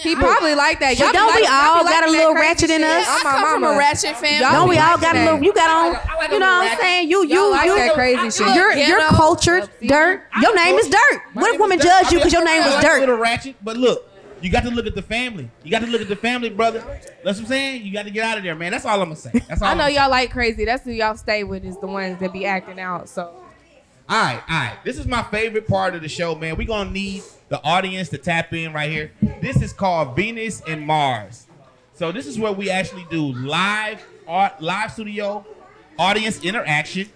Speaker 5: He
Speaker 3: I-
Speaker 5: probably like that.
Speaker 4: But
Speaker 5: Y'all be
Speaker 4: don't we
Speaker 5: like- y'all be
Speaker 4: all
Speaker 5: like
Speaker 4: got a
Speaker 5: that
Speaker 4: little
Speaker 5: crazy
Speaker 4: ratchet in
Speaker 5: shit.
Speaker 4: us?
Speaker 3: I
Speaker 5: I'm my
Speaker 3: come from
Speaker 5: mama.
Speaker 3: a ratchet family.
Speaker 5: Y'all
Speaker 4: Don't we
Speaker 5: like
Speaker 4: all got a
Speaker 5: that.
Speaker 4: little? You got on. you know what I'm saying? You you
Speaker 5: Y'all like
Speaker 4: you.
Speaker 5: that crazy shit.
Speaker 3: I-
Speaker 4: You're you're
Speaker 3: Ghetto.
Speaker 4: cultured, dirt. Your name is dirt. What
Speaker 2: My name
Speaker 4: if women
Speaker 2: is Dirk.
Speaker 4: judge you
Speaker 2: I
Speaker 4: because your
Speaker 2: mean,
Speaker 4: name
Speaker 2: I
Speaker 4: was
Speaker 2: like a
Speaker 4: dirt?
Speaker 2: Little ratchet, but look, you got to look at the family. You got to look at the family, brother. That's what I'm saying. You got to get out of there, man. That's all I'm gonna say. That's all.
Speaker 5: I know
Speaker 2: am
Speaker 5: y'all like crazy. That's who y'all stay with is the ones that be acting out. So
Speaker 2: All right, all right. This is my favorite part of the show, man. We're gonna need the audience to tap in right here. This is called Venus and Mars. So this is where we actually do live art, live studio audience interaction.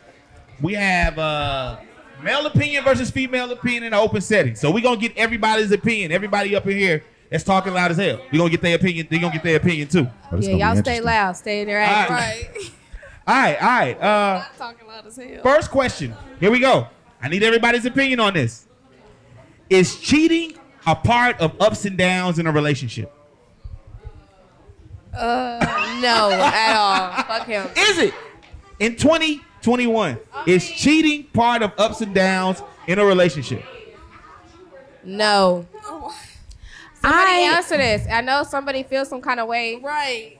Speaker 2: We have uh, male opinion versus female opinion in an open setting. So we're gonna get everybody's opinion. Everybody up in here that's talking loud as hell. We're gonna get their opinion. They're gonna get their opinion too.
Speaker 5: yeah, y'all stay loud, stay in there
Speaker 2: All
Speaker 5: acting.
Speaker 3: right.
Speaker 2: All right, all right. Uh,
Speaker 3: I'm talking loud as hell.
Speaker 2: First question. Here we go. I need everybody's opinion on this. Is cheating a part of ups and downs in a relationship?
Speaker 5: Uh, No, at all. Fuck him.
Speaker 2: Is it? In 2021, is cheating part of ups and downs in a relationship?
Speaker 5: No. Somebody
Speaker 4: I
Speaker 5: answer this. I know somebody feels some kind of way.
Speaker 3: Right.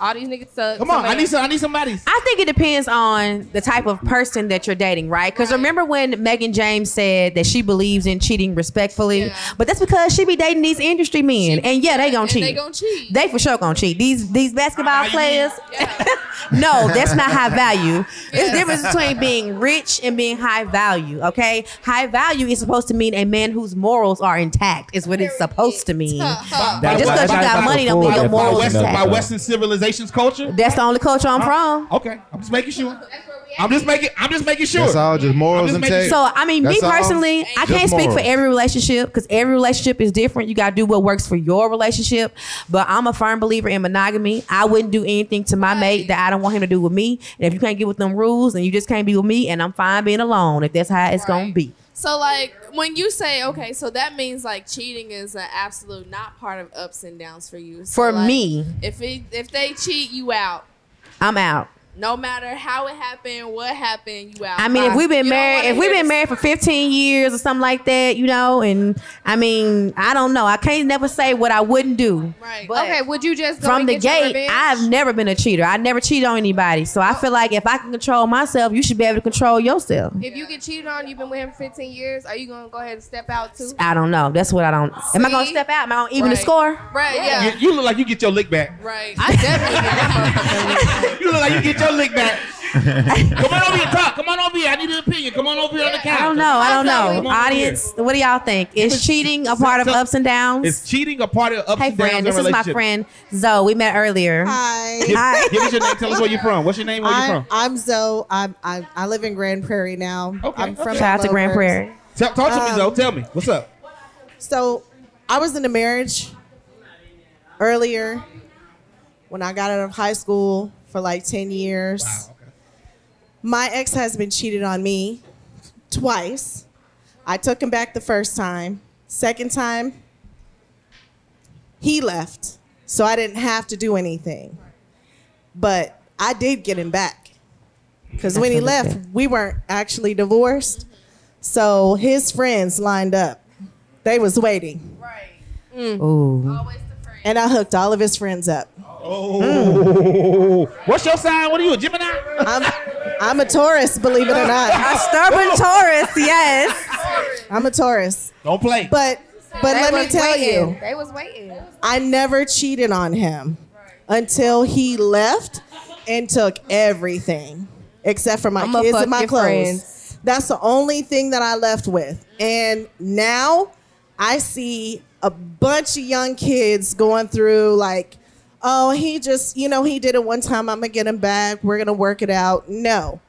Speaker 5: All these niggas suck.
Speaker 2: Come on, I
Speaker 5: Somebody-
Speaker 2: need some. I need somebody's.
Speaker 4: I think it depends on the type of person that you're dating, right? Because remember when Megan James said that she believes in cheating respectfully,
Speaker 3: Yeah.
Speaker 4: but that's because she be dating these industry men, and yeah, they gonna
Speaker 3: And
Speaker 4: cheat.
Speaker 3: They gonna cheat.
Speaker 4: They for sure gonna cheat. These these
Speaker 2: How
Speaker 4: basketball
Speaker 2: you
Speaker 4: players.
Speaker 3: yeah.
Speaker 4: No, that's not high value. There's a
Speaker 3: Yeah.
Speaker 4: difference between being rich and being high value. Okay, high value is supposed to mean a man whose morals are intact. Is what it's supposed to mean.
Speaker 3: Huh, huh.
Speaker 7: That's
Speaker 4: Uh, Just
Speaker 7: why-
Speaker 4: 'cause you
Speaker 7: that's
Speaker 4: got
Speaker 7: why
Speaker 4: money
Speaker 7: the
Speaker 4: don't mean
Speaker 7: fool
Speaker 4: your
Speaker 7: that
Speaker 2: By
Speaker 4: morals
Speaker 7: fucks
Speaker 2: Western,
Speaker 7: back
Speaker 2: by
Speaker 7: up.
Speaker 2: Western civilization's culture. Uh,
Speaker 4: That's the only culture I'm from.
Speaker 2: Okay, I'm just making sure. I'm just making. I'm just making sure.
Speaker 6: That's all just morals
Speaker 2: just
Speaker 6: and
Speaker 2: making
Speaker 6: tech.
Speaker 2: sure.
Speaker 4: So I mean, me
Speaker 6: That's all.
Speaker 4: personally, I
Speaker 6: Just
Speaker 4: can't speak for
Speaker 6: morals.
Speaker 4: every relationship because every relationship is different. You gotta do what works for your relationship. But I'm a firm believer in monogamy. I wouldn't do anything to my mate that I don't want him to do with me. And if you can't get with them rules, then you just can't be with me. And I'm fine being alone if that's how it's gonna
Speaker 3: Right.
Speaker 4: be.
Speaker 3: So like when you say okay, so that means like cheating is an absolute not part of ups and downs for you. So,
Speaker 4: For
Speaker 3: like,
Speaker 4: me,
Speaker 3: if it, if they cheat you out,
Speaker 4: I'm out.
Speaker 3: no matter how it happened, what happened, you out.
Speaker 4: I mean, if
Speaker 3: Bye.
Speaker 4: we've been
Speaker 3: You don't
Speaker 4: married,
Speaker 3: wanna
Speaker 4: if we've
Speaker 3: hear
Speaker 4: been
Speaker 3: this-
Speaker 4: married for 15 years or something like that, you know, and I mean, I don't know. I can't never say what I wouldn't do.
Speaker 3: right?
Speaker 4: but-
Speaker 5: Okay, would you just go
Speaker 4: From
Speaker 5: and
Speaker 4: the
Speaker 5: get your
Speaker 4: gate,
Speaker 5: revenge?
Speaker 4: I've never been a cheater. I never cheated on anybody. So I feel like if I can control myself, you should be able to control yourself.
Speaker 5: If you get cheated on, you've been with him for 15 years. Are you gonna go ahead and step out too?
Speaker 4: I don't know. That's what I don't. Am I going to
Speaker 3: See?
Speaker 4: step out? Am I going to even the
Speaker 3: Right.
Speaker 4: score?
Speaker 3: right, yeah,
Speaker 2: You, you look like you get your lick back.
Speaker 3: right.
Speaker 5: I definitely get that
Speaker 2: You look like you get your lick back. Come on over here, talk. Come on over here. I need an opinion. Come on over here on the couch.
Speaker 4: I don't know. I don't
Speaker 2: Come on
Speaker 4: know.
Speaker 2: over
Speaker 4: Audience, what do y'all think? Is cheating a part of
Speaker 2: so-
Speaker 4: ups and downs?
Speaker 2: here. Is cheating a part of ups
Speaker 4: Hey,
Speaker 2: and downs
Speaker 4: friend.
Speaker 2: in a
Speaker 4: This is my
Speaker 2: relationship?
Speaker 4: friend Zoe. We met earlier.
Speaker 10: Hi.
Speaker 2: Give,
Speaker 4: Hi.
Speaker 2: give us your name. Tell us where you're from. What's your name? Where you
Speaker 10: I'm,
Speaker 2: from?
Speaker 10: I'm Zoe. I'm, I, I live in Grand Prairie now.
Speaker 2: Okay,
Speaker 10: I'm from
Speaker 4: Shout out to
Speaker 10: Yellow
Speaker 4: Grand
Speaker 10: Birds.
Speaker 4: Prairie.
Speaker 2: Tell, talk to me,
Speaker 10: um,
Speaker 2: Zoe. Tell me. What's up?
Speaker 10: So I was in a marriage earlier when I got out of high school for like 10 years. My ex husband cheated on me twice. I took him back the first time. Second time, he left, so I didn't have to do anything. But I did get him back. Because when he left, we weren't actually divorced. So his friends lined up. They was waiting. Right.
Speaker 4: Ooh.
Speaker 10: And I hooked all of his friends up.
Speaker 2: Oh. What's your sign? What are you, a Gemini?
Speaker 10: I'm, I'm a Taurus, believe it or not.
Speaker 2: A stubborn
Speaker 10: Taurus, yes. I'm a Taurus.
Speaker 2: Don't play.
Speaker 10: But but
Speaker 5: They
Speaker 10: let me
Speaker 5: was
Speaker 10: tell
Speaker 5: waiting.
Speaker 10: you,
Speaker 5: They was waiting.
Speaker 10: I never cheated on him until he left and took everything except for my
Speaker 5: I'ma
Speaker 10: kids
Speaker 5: fuck
Speaker 10: and my
Speaker 5: your
Speaker 10: clothes.
Speaker 5: friends.
Speaker 10: That's the only thing that I left with. And now I see a bunch of young kids going through like, oh, he just, you know, he did it one time. I'm going to get him back. We're going to work it out. No.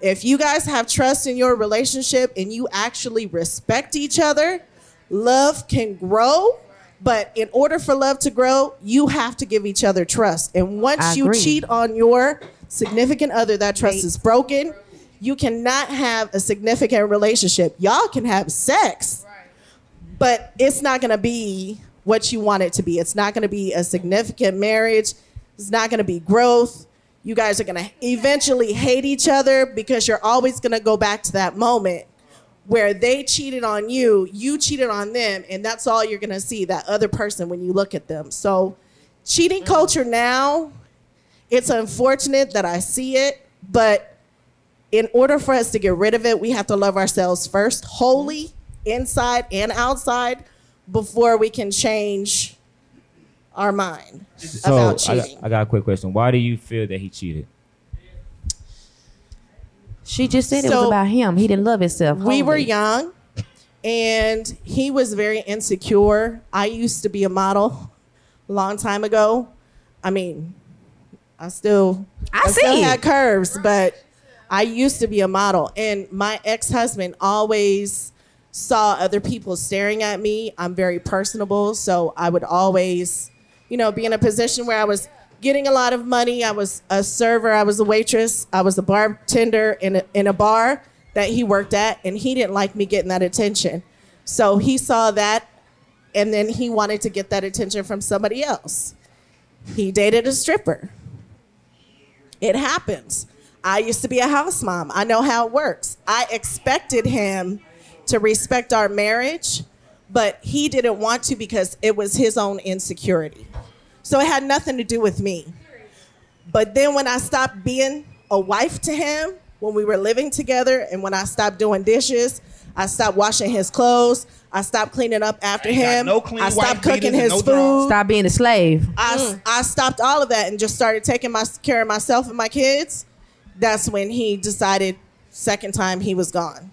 Speaker 10: If you guys have trust in your relationship and you actually respect each other, love can grow. But in order for love to grow, you have to give each other trust. And once
Speaker 4: I
Speaker 10: you
Speaker 4: agree.
Speaker 10: cheat on your significant other, that trust is broken. You cannot have a significant relationship. Y'all can have sex, but it's not going to be what you want it to be. It's not going to be a significant marriage. It's not going to be growth. You guys are going to eventually hate each other because you're always going to go back to that moment where they cheated on you, you cheated on them, and that's all you're going to see that other person when you look at them. So, cheating culture now, it's unfortunate that I see it, but in order for us to get rid of it, we have to love ourselves first, wholly, inside and outside, before we can change our mind
Speaker 7: So
Speaker 10: about
Speaker 7: I
Speaker 10: cheating.
Speaker 7: got, I got a quick question. Why do you feel that he cheated?
Speaker 4: She just said it was
Speaker 10: So-
Speaker 4: about him. He didn't love himself.
Speaker 10: we were
Speaker 4: Holy.
Speaker 10: young and he was very insecure i used to be a model a long time ago i mean i still
Speaker 4: I
Speaker 10: still
Speaker 4: see
Speaker 10: had
Speaker 4: it.
Speaker 10: curves but i used to be a model and my ex-husband always saw other people staring at me i'm very personable so i would always you know be in a position where i was getting a lot of money i was a server i was a waitress i was a bartender in a, in a bar that he worked at and he didn't like me getting that attention so he saw that and then he wanted to get that attention from somebody else he dated a stripper it happens. I used to be a house mom. I know how it works. I expected him to respect our marriage, but he didn't want to because it was his own insecurity. So it had nothing to do with me. But then when I stopped being a wife to him, when we were living together, and when I stopped doing dishes, I stopped washing his clothes, I stopped cleaning up after
Speaker 4: Ain't got
Speaker 10: him,
Speaker 4: no clean
Speaker 10: I
Speaker 4: wife
Speaker 10: stopped
Speaker 4: beaters
Speaker 10: cooking
Speaker 4: and
Speaker 10: his
Speaker 4: no
Speaker 10: food.
Speaker 4: Stop being a slave.
Speaker 10: I, I stopped all of that and just started taking my care of myself and my kids. That's when he decided second time he was gone.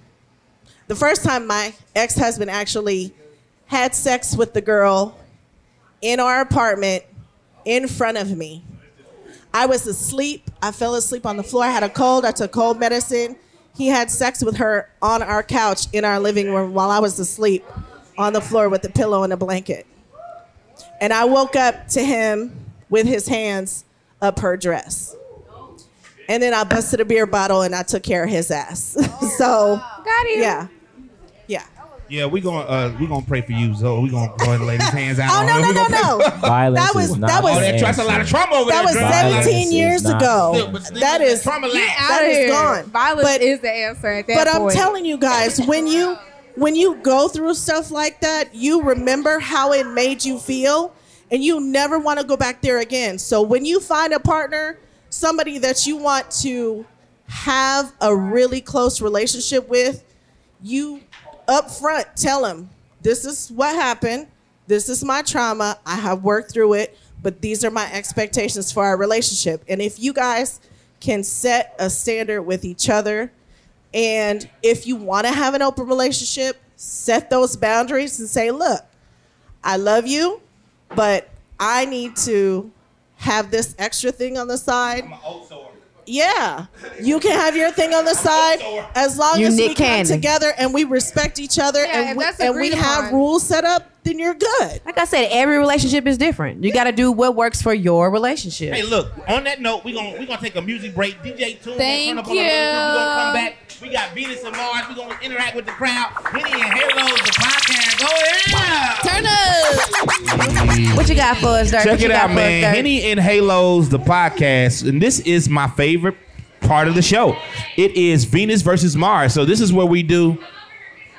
Speaker 10: The first time my ex-husband actually had sex with the girl in our apartment in front of me. I was asleep. I fell asleep on the floor. I had a cold. I took cold medicine. He had sex with her on our couch in our living room while I was asleep on the floor with a pillow and a blanket. And I woke up to him with his hands up her dress. And then I busted a beer bottle and I took care of his ass. so,
Speaker 5: Got him.
Speaker 10: yeah. Yeah.
Speaker 2: Yeah, we gonna uh, we gonna pray for you, so we gonna go ahead and lay these hands out.
Speaker 10: Oh,
Speaker 2: on
Speaker 10: no,
Speaker 2: you.
Speaker 10: no,
Speaker 2: We gonna
Speaker 10: no,
Speaker 2: pray-
Speaker 10: no. That was- is not that was-
Speaker 2: oh, that, that's a lot of trauma over
Speaker 10: That was
Speaker 2: there. girl.
Speaker 10: 17 years ago. That is
Speaker 2: trauma
Speaker 10: you
Speaker 2: lasts.
Speaker 10: That is gone.
Speaker 5: Violence is the answer at that
Speaker 10: but I'm
Speaker 5: point.
Speaker 10: telling you guys, when you when you go through stuff like that, you remember how it made you feel, and you never want to go back there again. So when you find a partner, somebody that you want to have a really close relationship with, you up front tell them this is what happened. This is my trauma. I have worked through it, but these are my expectations for our relationship. And if you guys can set a standard with each other, and if you want to have an open relationship, set those boundaries and say, look, I love you, but I need to have this extra thing on the side. Yeah, you can have your thing on the side as long
Speaker 4: You
Speaker 10: as we
Speaker 4: Nick
Speaker 10: come
Speaker 4: Cannon.
Speaker 10: together and we respect each other
Speaker 5: Yeah,
Speaker 10: and
Speaker 5: if
Speaker 10: we,
Speaker 5: that's
Speaker 10: and we
Speaker 5: agreed
Speaker 10: have
Speaker 5: upon.
Speaker 10: rules set up. then you're good.
Speaker 4: Like I said, every relationship is different. You got to do what works for your relationship.
Speaker 2: Hey, look. On that note, we're gonna we're gonna take a music break. DJ Tune.
Speaker 4: Thank
Speaker 2: gonna turn up on the music. We're gonna come
Speaker 4: you.
Speaker 2: back. We got Venus and Mars. We're gonna interact with the crowd. Vinny and Halos, the podcast. Go yeah!
Speaker 3: Turn up.
Speaker 4: What you got for us, Dirk?
Speaker 2: Check
Speaker 4: What you
Speaker 2: it
Speaker 4: got
Speaker 2: out,
Speaker 4: for us,
Speaker 2: man.
Speaker 4: Dirk?
Speaker 2: Henny and Halos, the podcast. And this is my favorite part of the show. It is Venus versus Mars. So this is where we do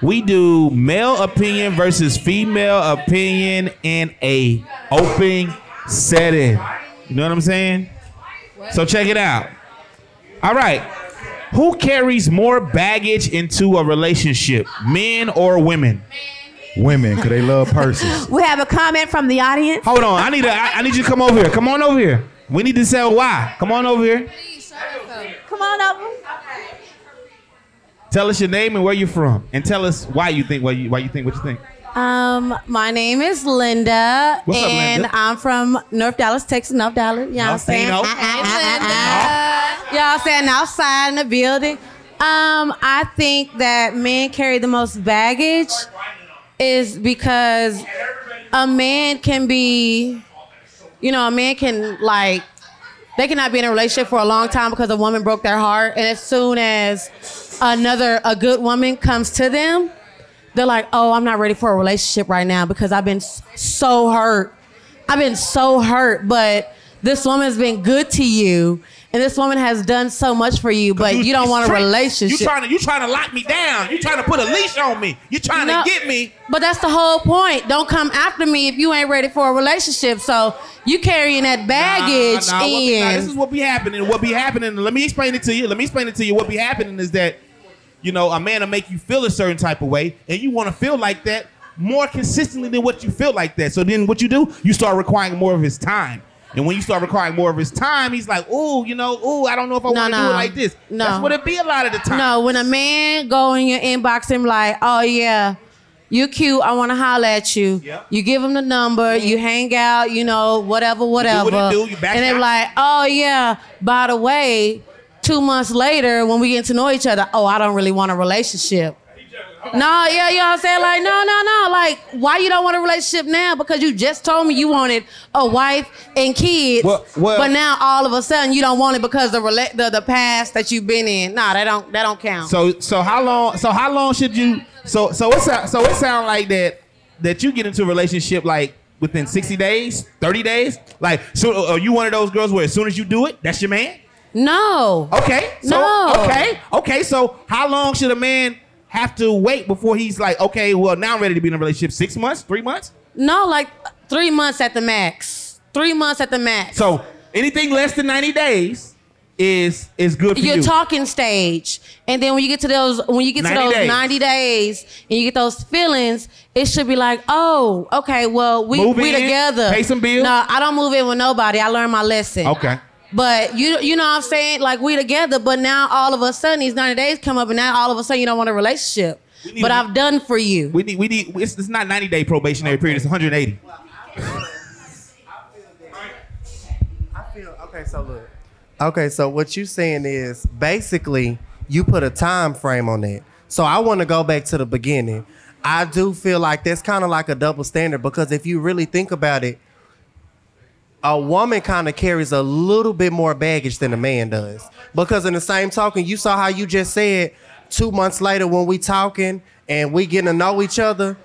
Speaker 2: we do male opinion versus female opinion in a open setting. You know what I'm saying? So check it out. All right. Who carries more baggage into a relationship, men or women?
Speaker 6: Women, because they love purses.
Speaker 4: We have a comment from the audience.
Speaker 2: Hold on, I need a, I, I need you to come over here. Come on over here. We need to tell why. Come on over here.
Speaker 4: Come on over.
Speaker 2: Tell us your name and where you're from, and tell us why you think what you why you think what you think.
Speaker 11: Um, my name is Linda,
Speaker 2: What's up,
Speaker 11: and
Speaker 2: Linda?
Speaker 11: I'm from North Dallas, Texas. North Dallas, y'all
Speaker 2: North
Speaker 11: saying,
Speaker 2: Dino.
Speaker 11: Ah, ah, ah, ah, ah. y'all saying outside in the building. Um, I think that men carry the most baggage is because a man can be, you know, a man can like they cannot be in a relationship for a long time because a woman broke their heart, and as soon as another a good woman comes to them, they're like, oh, I'm not ready for a relationship right now because I've been s- so hurt. I've been so hurt, but this woman's been good to you, and this woman has done so much for you, but you, don't want a relationship.
Speaker 2: You trying to you trying to lock me down. You trying to put a leash on me. You trying
Speaker 11: No.
Speaker 2: to get me.
Speaker 11: But that's the whole point. Don't come after me if you ain't ready for a relationship. So you carrying that baggage
Speaker 2: Nah, nah, what be-
Speaker 11: in.
Speaker 2: nah, this is what be happening. What be happening? Let me explain it to you. Let me explain it to you. What be happening is that, you know, a man will make you feel a certain type of way, and you want to feel like that more consistently than what you feel like that. So then, what you do? You start requiring more of his time. And when you start requiring more of his time, he's like, "Ooh, you know, ooh, I don't know if I want to do it like this."
Speaker 11: No.
Speaker 2: That's what it be a lot of the time.
Speaker 11: No, when a man go in your inbox and be like, oh yeah, you cute, I wanna holler at you. You give him the number, you hang out, you know, whatever,
Speaker 2: do
Speaker 11: whatever.
Speaker 2: what it do, you back
Speaker 11: and they be
Speaker 2: out.
Speaker 11: like, oh yeah, by the way, two months later when we get to know each other, oh, I don't really want a relationship. No, yeah, you know what I'm saying? Like, no, no, no. Like, why you don't want a relationship now? Because you just told me you wanted a wife and kids.
Speaker 2: Well- well-
Speaker 11: but now all of a sudden you don't want it because the rela- the, the past that you've been in. Nah, that don't that don't count.
Speaker 2: So so how long so how long should you so so it sou- so it sound like that that you get into a relationship like within 60 days, 30 days? Like so are you one of those girls where as soon as you do it, that's your man?
Speaker 11: No.
Speaker 2: Okay. So,
Speaker 11: Oh. No.
Speaker 2: Okay. Okay. So how long should a man have to wait before he's like, okay, well now I'm ready to be in a relationship? Six months, three months?
Speaker 11: No, like three months at the max. Three months at the max.
Speaker 2: So anything less than 90 days is is good for
Speaker 11: Your
Speaker 2: you.
Speaker 11: talking stage, and then when you get to those, when you get to
Speaker 2: 90
Speaker 11: those
Speaker 2: days.
Speaker 11: ninety days, and you get those feelings, it should be like, oh, okay, well, we
Speaker 2: Move
Speaker 11: we
Speaker 2: in,
Speaker 11: together.
Speaker 2: pay some bills.
Speaker 11: No, I don't move in with nobody. I learned my lesson.
Speaker 2: okay.
Speaker 11: But you you know what I'm saying? Like we together, but now all of a sudden these 90 days come up and now all of a sudden you don't want a relationship. But I've done for you.
Speaker 2: We need we need it's, it's not 90 day probationary period, it's 180.
Speaker 12: Okay, so look. Okay, so what you saying is basically you put a time frame on that. So I want to go back to the beginning. I do feel like that's kind of like a double standard because if you really think about it, a woman kind of carries a little bit more baggage than a man does. Because in the same token, you saw how you just said two months later when we talking and we getting to know each other,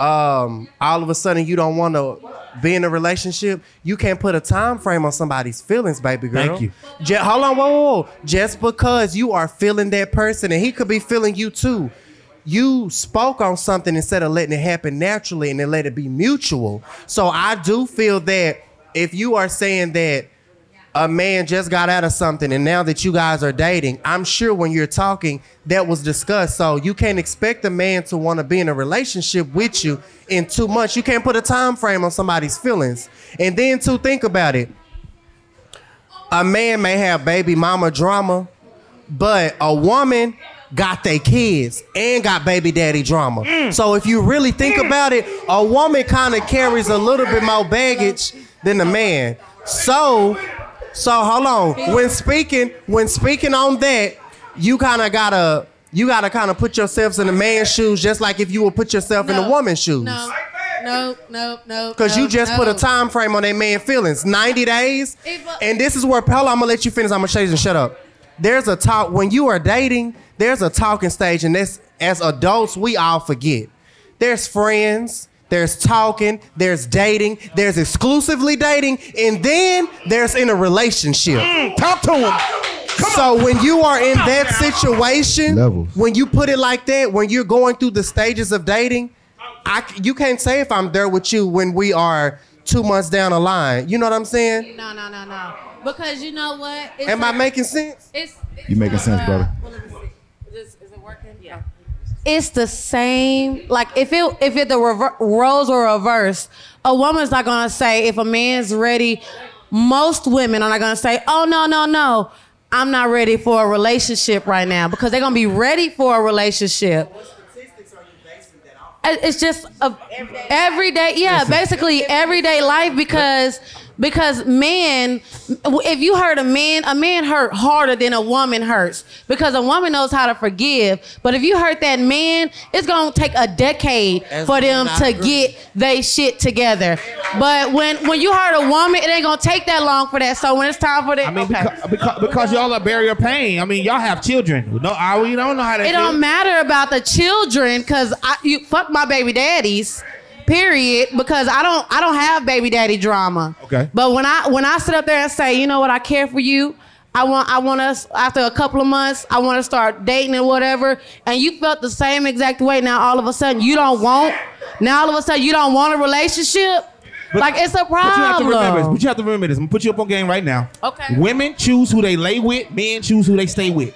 Speaker 12: um, all of a sudden you don't want to be in a relationship. You can't put a time frame on somebody's feelings, baby girl.
Speaker 2: Thank you.
Speaker 12: Je- hold on, whoa, whoa, whoa. Just because you are feeling that person and he could be feeling you too. You spoke on something instead of letting it happen naturally and then let it be mutual. So I do feel that if you are saying that a man just got out of something and now that you guys are dating, I'm sure when you're talking, that was discussed. So you can't expect a man to want to be in a relationship with you in two months. You can't put a time frame on somebody's feelings. And then to think about it a man may have baby mama drama, but a woman got their kids and got baby daddy drama. So if you really think about it, a woman kind of carries a little bit more baggage than a man. So, so hold on. When speaking, when speaking on that, you kind of gotta. You gotta kind of put yourselves in a man's shoes, just like if you would put yourself in a woman's shoes.
Speaker 3: Nope, nope, nope.
Speaker 12: Cause you
Speaker 3: nope,
Speaker 12: just put a
Speaker 3: nope.
Speaker 12: time frame on that man feelings, ninety days, and this is where Pella. I'm gonna let you finish. I'm gonna show you to shut up. There's a talk when you are dating. There's a talking stage, and this as adults we all forget. There's friends. There's talking. There's dating. There's exclusively dating, and then there's in a relationship. Mm, talk to him. So when you are in that situation, when you put it like that, when you're going through the stages of dating, I c- you can't say if I'm there with you when we are two months down the line. You know what I'm saying?
Speaker 11: No, no, no, no. Because you know what? It's
Speaker 12: Am I making sense?
Speaker 11: It's
Speaker 6: You making sense, brother?
Speaker 11: it's the same. Like if it if it the rever- roles were reversed, a woman's not gonna say if a man's ready. Most women are not gonna say, "Oh no, no, no, I'm not ready for a relationship right now," because they're gonna be ready for a relationship. It- Uh, It's just a everyday, yeah, basically everyday life because because man, if you hurt a man, a man hurt harder than a woman hurts because a woman knows how to forgive. But if you hurt that man, it's gonna take a decade
Speaker 13: As
Speaker 11: for
Speaker 13: men,
Speaker 11: them
Speaker 13: I
Speaker 11: to
Speaker 13: agree.
Speaker 11: get they shit together. But when when you hurt a woman, it ain't gonna take that long for that. So when it's time for that,
Speaker 2: I mean,
Speaker 11: okay.
Speaker 2: because, because, because y'all are barrier pain. I mean, y'all have children. No, I we don't know how to.
Speaker 11: It don't matter about the children because I you fuck my baby daddies. Period. Because I don't I don't have baby daddy drama.
Speaker 2: Okay.
Speaker 11: But when I when I sit up there and say, you know what, I care for you. I want I want us after a couple of months, I want to start dating and whatever. And you felt the same exact way. Now all of a sudden you don't want. Now all of a sudden you don't want a relationship. like it's a
Speaker 2: But you have to
Speaker 11: problem.
Speaker 2: remember this. But you have to remember this. I'm gonna put you up on game right now.
Speaker 11: Okay.
Speaker 2: Women choose who they lay with. Men choose who they stay with.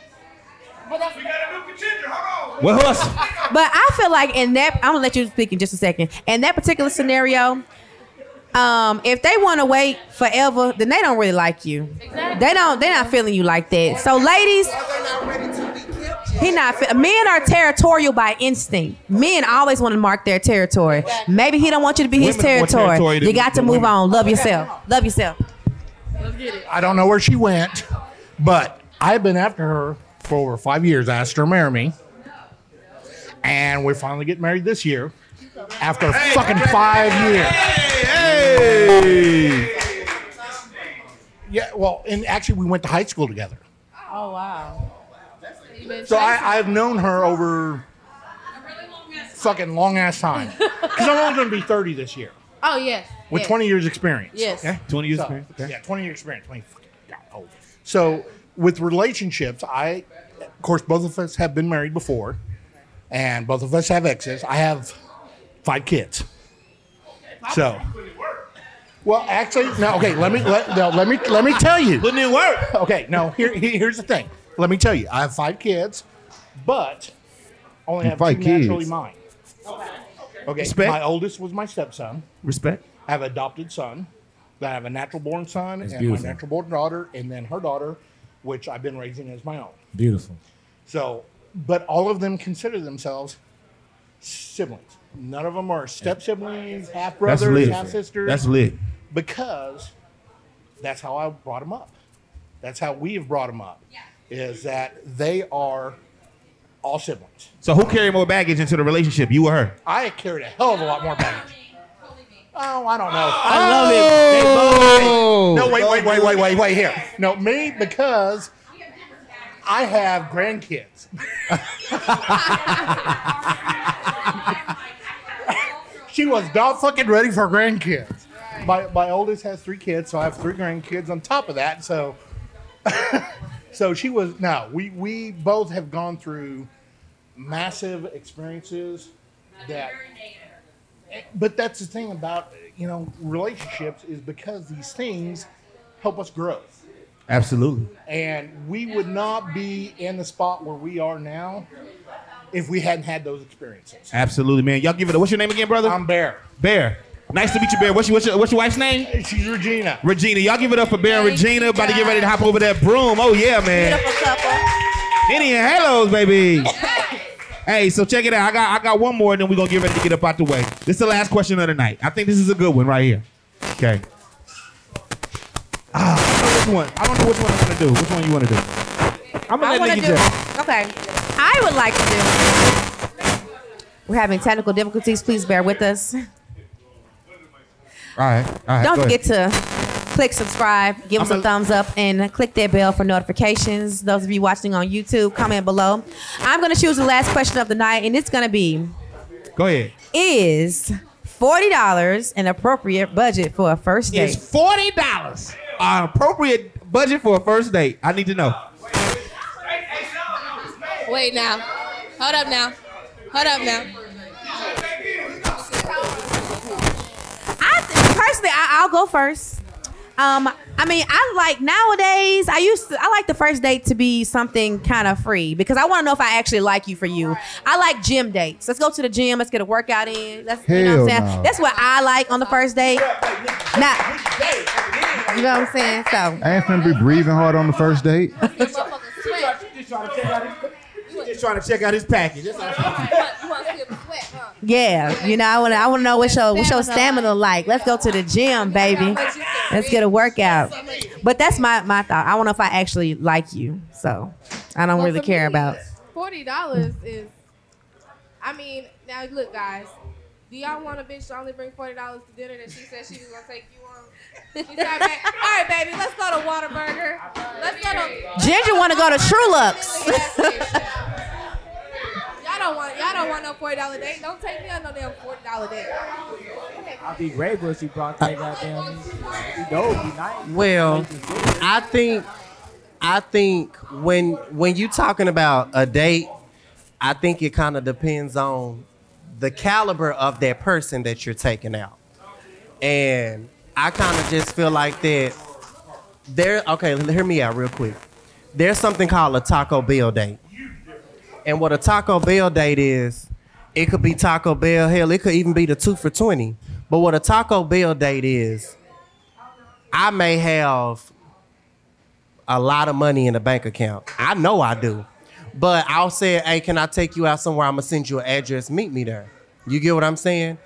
Speaker 2: Well, hold on.
Speaker 4: But I feel like in that, I'm gonna let you speak in just a second. In that particular scenario, um, if they want to wait forever, then they don't really like you. They don't. They're not feeling you like that. So, ladies, he not. Fe- men are territorial by instinct. Men always want to mark their territory. Maybe he don't want you to be his
Speaker 13: Women want
Speaker 4: territory.
Speaker 13: territory to
Speaker 4: You
Speaker 13: be-
Speaker 4: got to
Speaker 13: to
Speaker 4: move
Speaker 13: women.
Speaker 4: on. Love yourself. Love yourself.
Speaker 13: I don't know where she went, but I've been after her for over five years. I asked her to marry me, and we finally get married this year after fucking five years. Yeah, well, and actually, we went to high school together.
Speaker 3: Oh wow.
Speaker 13: So I, I've known her over fucking long ass time. Because I'm only going to be 30 this year
Speaker 3: Oh yes.
Speaker 13: with
Speaker 3: yes.
Speaker 13: 20 years experience.
Speaker 3: Yes.
Speaker 13: okay?
Speaker 2: 20 years
Speaker 13: So,
Speaker 2: experience, okay.
Speaker 13: Yeah, 20 years experience. 20 fucking God, old. So with relationships, I, of course, both of us have been married before, and both of us have exes. I have five kids. So. Well, actually, no. Okay, let me let no, let me let me tell you. Wouldn't it work? Okay, no. Here, here- here's the thing. Let me tell you. I have five kids, but only
Speaker 2: You
Speaker 13: have
Speaker 2: five
Speaker 13: two
Speaker 2: kids.
Speaker 13: naturally mine. Okay.
Speaker 2: Respect.
Speaker 13: My oldest was my stepson.
Speaker 2: Respect.
Speaker 13: I have an adopted son. Then I have a natural born son
Speaker 7: That's
Speaker 13: and
Speaker 7: beautiful.
Speaker 13: my natural born daughter, and then her daughter, which I've been raising as my own.
Speaker 7: Beautiful.
Speaker 13: So, but all of them consider themselves siblings. None of them are step siblings, half
Speaker 2: That's
Speaker 13: brothers,
Speaker 2: lit.
Speaker 13: half sisters.
Speaker 2: That's lit.
Speaker 13: Because that's how I brought them up. That's how we have brought them up. Is that they are all siblings.
Speaker 2: So who carry more baggage into the relationship? You or her?
Speaker 13: I carried a hell of a lot more baggage. Oh, I don't know.
Speaker 2: I love it. They both-
Speaker 13: No, wait, wait, wait, wait, wait, wait. Here. No, me because I have grandkids. she was not fucking ready for grandkids. My my oldest has three kids, so I have three grandkids on top of that. So, so she was. No, we we both have gone through massive experiences that but that's the thing about you know relationships is because these things help us grow
Speaker 2: Absolutely.
Speaker 13: and we would not be in the spot where we are now if we hadn't had those experiences
Speaker 2: Absolutely, man. Y'all give it. A, what's your name again, brother? I'm
Speaker 13: Bear.
Speaker 2: Bear. Nice to meet you, Bear. What's your what's your, what's your wife's name?
Speaker 13: She's Regina.
Speaker 2: Regina. Y'all give it up for Bear and Regina. About to get ready to hop over that broom. Oh yeah, man. Beautiful couple. Any and hellos, baby. Hey, so check it out. I got I got one more, and then we're gonna get ready to get up out the way. This is the last question of the night. I think this is a good one right here. Okay. Ah, I don't know which one. I don't know which one I'm gonna do. Which one you wanna do? I'm
Speaker 4: I wanna
Speaker 2: gonna let
Speaker 4: do.
Speaker 2: Nikki Jeff.
Speaker 4: Okay. I would like to do. We're having technical difficulties. Please bear with us.
Speaker 6: All right. All right.
Speaker 4: Don't
Speaker 6: go
Speaker 4: forget
Speaker 6: ahead.
Speaker 4: to click subscribe, give us a thumbs up, and click that bell for notifications. Those of you watching on YouTube, comment below. I'm going to choose the last question of the night, and it's going to be
Speaker 2: Go ahead.
Speaker 4: Is $40 an appropriate budget for a first date?
Speaker 2: Is forty dollars an appropriate budget for a first date? I need to know.
Speaker 3: Wait now. Hold up now. Hold up now.
Speaker 4: I th- personally, I, I'll go first. Um, I mean, I like nowadays. I used to. I like the first date to be something kind of free because I want to know if I actually like you for you. I like gym dates. Let's go to the gym. Let's get a workout in. That's you know what I'm
Speaker 14: Hell
Speaker 4: saying.
Speaker 14: no.
Speaker 4: That's what I like on the first date. Now, you know what I'm saying. So
Speaker 14: I ain't finna be breathing hard on the first date.
Speaker 2: Just trying to check out his package.
Speaker 4: yeah, you know, I want to. I want to know what's your what's your stamina like. Let's go to the gym, baby. Let's get a workout. But that's my my thought. I want to know if I actually like you. So I don't really care about.
Speaker 5: Forty dollars is. I mean, now look, guys. Do y'all want a bitch to only bring forty dollars to dinner that she said she was gonna take you on? She said, "Ba- all right, baby, let's go to Whataburger. Let's go to.
Speaker 4: Ginger want to go to Trulux.
Speaker 5: Y'all don't want. Y'all don't want no forty dollar date. Don't take me on no damn forty dollar date.
Speaker 7: I'd be grateful if you brought that goddamn. No, be nice.
Speaker 12: Well, I think I think when when you talking about a date, I think it kind of depends on the caliber of that person that you're taking out. And I kind of just feel like that there okay, hear me out real quick. There's something called a Taco Bell date. And what a Taco Bell date is, it could be Taco Bell, hell, it could even be the 2 for 20. But what a Taco Bell date is, I may have a lot of money in a bank account. I know I do. But I'll say, hey, can I take you out somewhere? I'm gonna send you an address, meet me there. You get what I'm saying?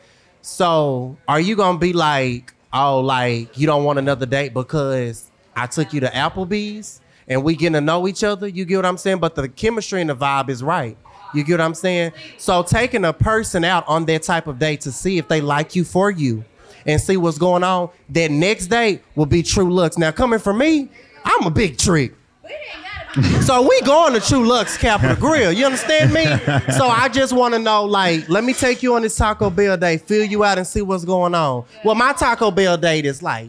Speaker 12: So are you gonna be like, oh, like you don't want another date because I took you to Applebee's and we getting to know each other? You get what I'm saying? But the chemistry and the vibe is right. You get what I'm saying? So taking a person out on that type of date to see if they like you for you and see what's going on, that next date will be true looks. Now coming from me, I'm a big trick. So we going to True Lux Capital Grill. You understand me? So I just want to know, like, let me take you on this Taco Bell day, fill you out and see what's going on. Well, my Taco Bell date is like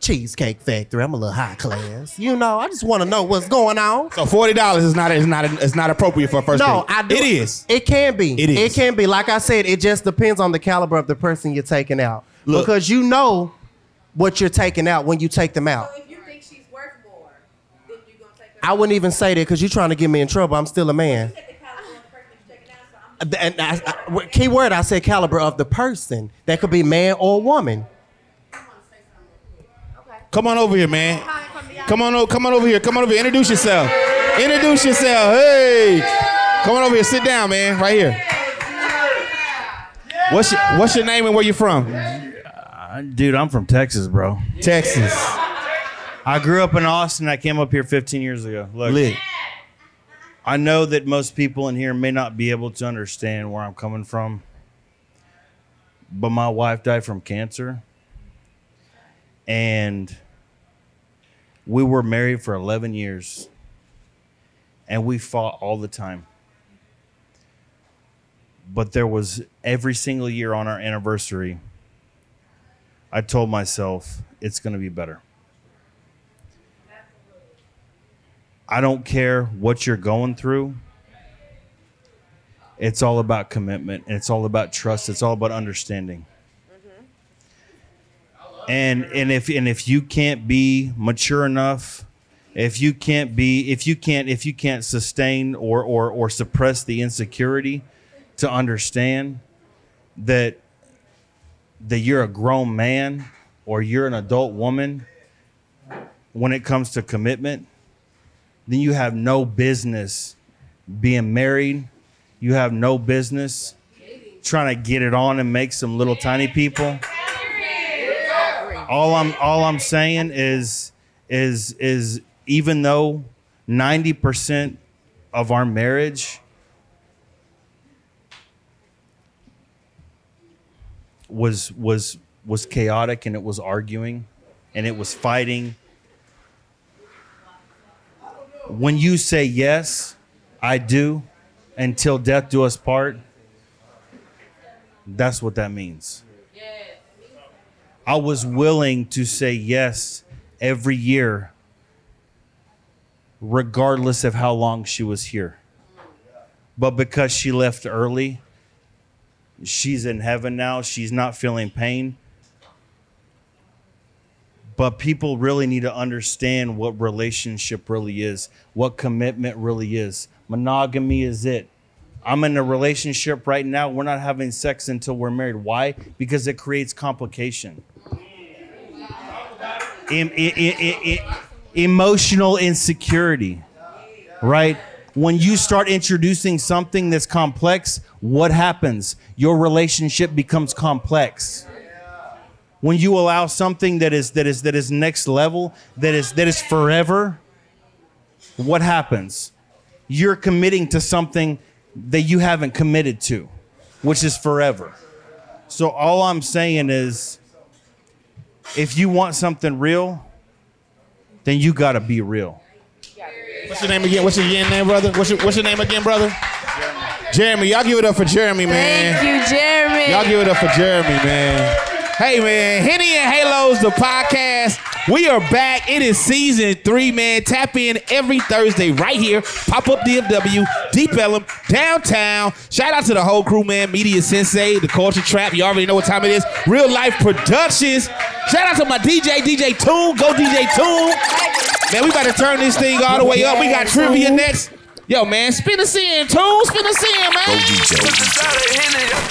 Speaker 12: Cheesecake Factory. I'm a little high class. You know, I just want to know what's going on.
Speaker 1: So forty dollars is not is not is not appropriate for a first
Speaker 12: no,
Speaker 1: date.
Speaker 12: I do.
Speaker 1: It is.
Speaker 12: It can be.
Speaker 1: It is.
Speaker 12: It can be. Like I said, it just depends on the caliber of the person you're taking out. Because you know what you're taking out when you take them out. I wouldn't even say that because you're trying to get me in trouble. I'm still a man. Uh, And I, I, w- key word, I said caliber of the person. That could be man or woman.
Speaker 1: Come on over here, man. Come on, o- come on over here. Come on over here. Introduce yourself. Introduce yourself. Hey, come on over here. Sit down, man. Right here. What's your, what's your name and where you from?
Speaker 15: Uh, Dude, I'm from Texas, bro.
Speaker 1: Texas.
Speaker 15: I grew up in Austin. I came up here 15 years ago. Look, I know that most people in here may not be able to understand where I'm coming from, but my wife died from cancer, and we were married for 11 years, and we fought all the time. But there was every single year on our anniversary, I told myself it's going to be better. I don't care what you're going through. It's all about commitment and it's all about trust. It's all about understanding. And and if and if you can't be mature enough, if you can't be if you can't if you can't sustain or or or suppress the insecurity to understand that that you're a grown man or you're an adult woman when it comes to commitment, then you have no business being married. You have no business trying to get it on and make some little tiny people. All I'm all I'm saying is is is even though 90% of our marriage was was was chaotic and it was arguing and it was fighting. When you say yes, I do, until death do us part, that's what that means. I was willing to say yes every year, regardless of how long she was here. But because she left early, she's in heaven now. She's not feeling pain. But people really need to understand what relationship really is, what commitment really is. Monogamy is it. I'm in a relationship right now. We're not having sex until we're married. Why? Because it creates complication. Em- e- e- e- e- emotional insecurity, right? When you start introducing something that's complex, what happens? Your relationship becomes complex. When you allow something that is that is that is next level, that is that is forever, what happens? You're committing to something that you haven't committed to, which is forever. So all I'm saying is if you want something real, then you gotta be real.
Speaker 2: What's your name again? What's your name, brother? What's your, what's your name again, brother? Jeremy. Y'all give it up for Jeremy, man.
Speaker 16: Thank you, Jeremy.
Speaker 2: Y'all give it up for Jeremy, man. Hey, man. Henny and Halos, the podcast. We are back. It is season three, man. Tap in every Thursday right here. Pop up DFW, Deep Ellum, downtown. Shout out to the whole crew, man. Media Sensei, The Culture Trap. You already know what time it is. Real Life Productions. Shout out to my DJ, DJ Toon. Go DJ Toon. Man, we about to turn this thing all the way up. We got trivia next. Yo, man, spin us in, Toon. Spin us in, man.
Speaker 3: DJ.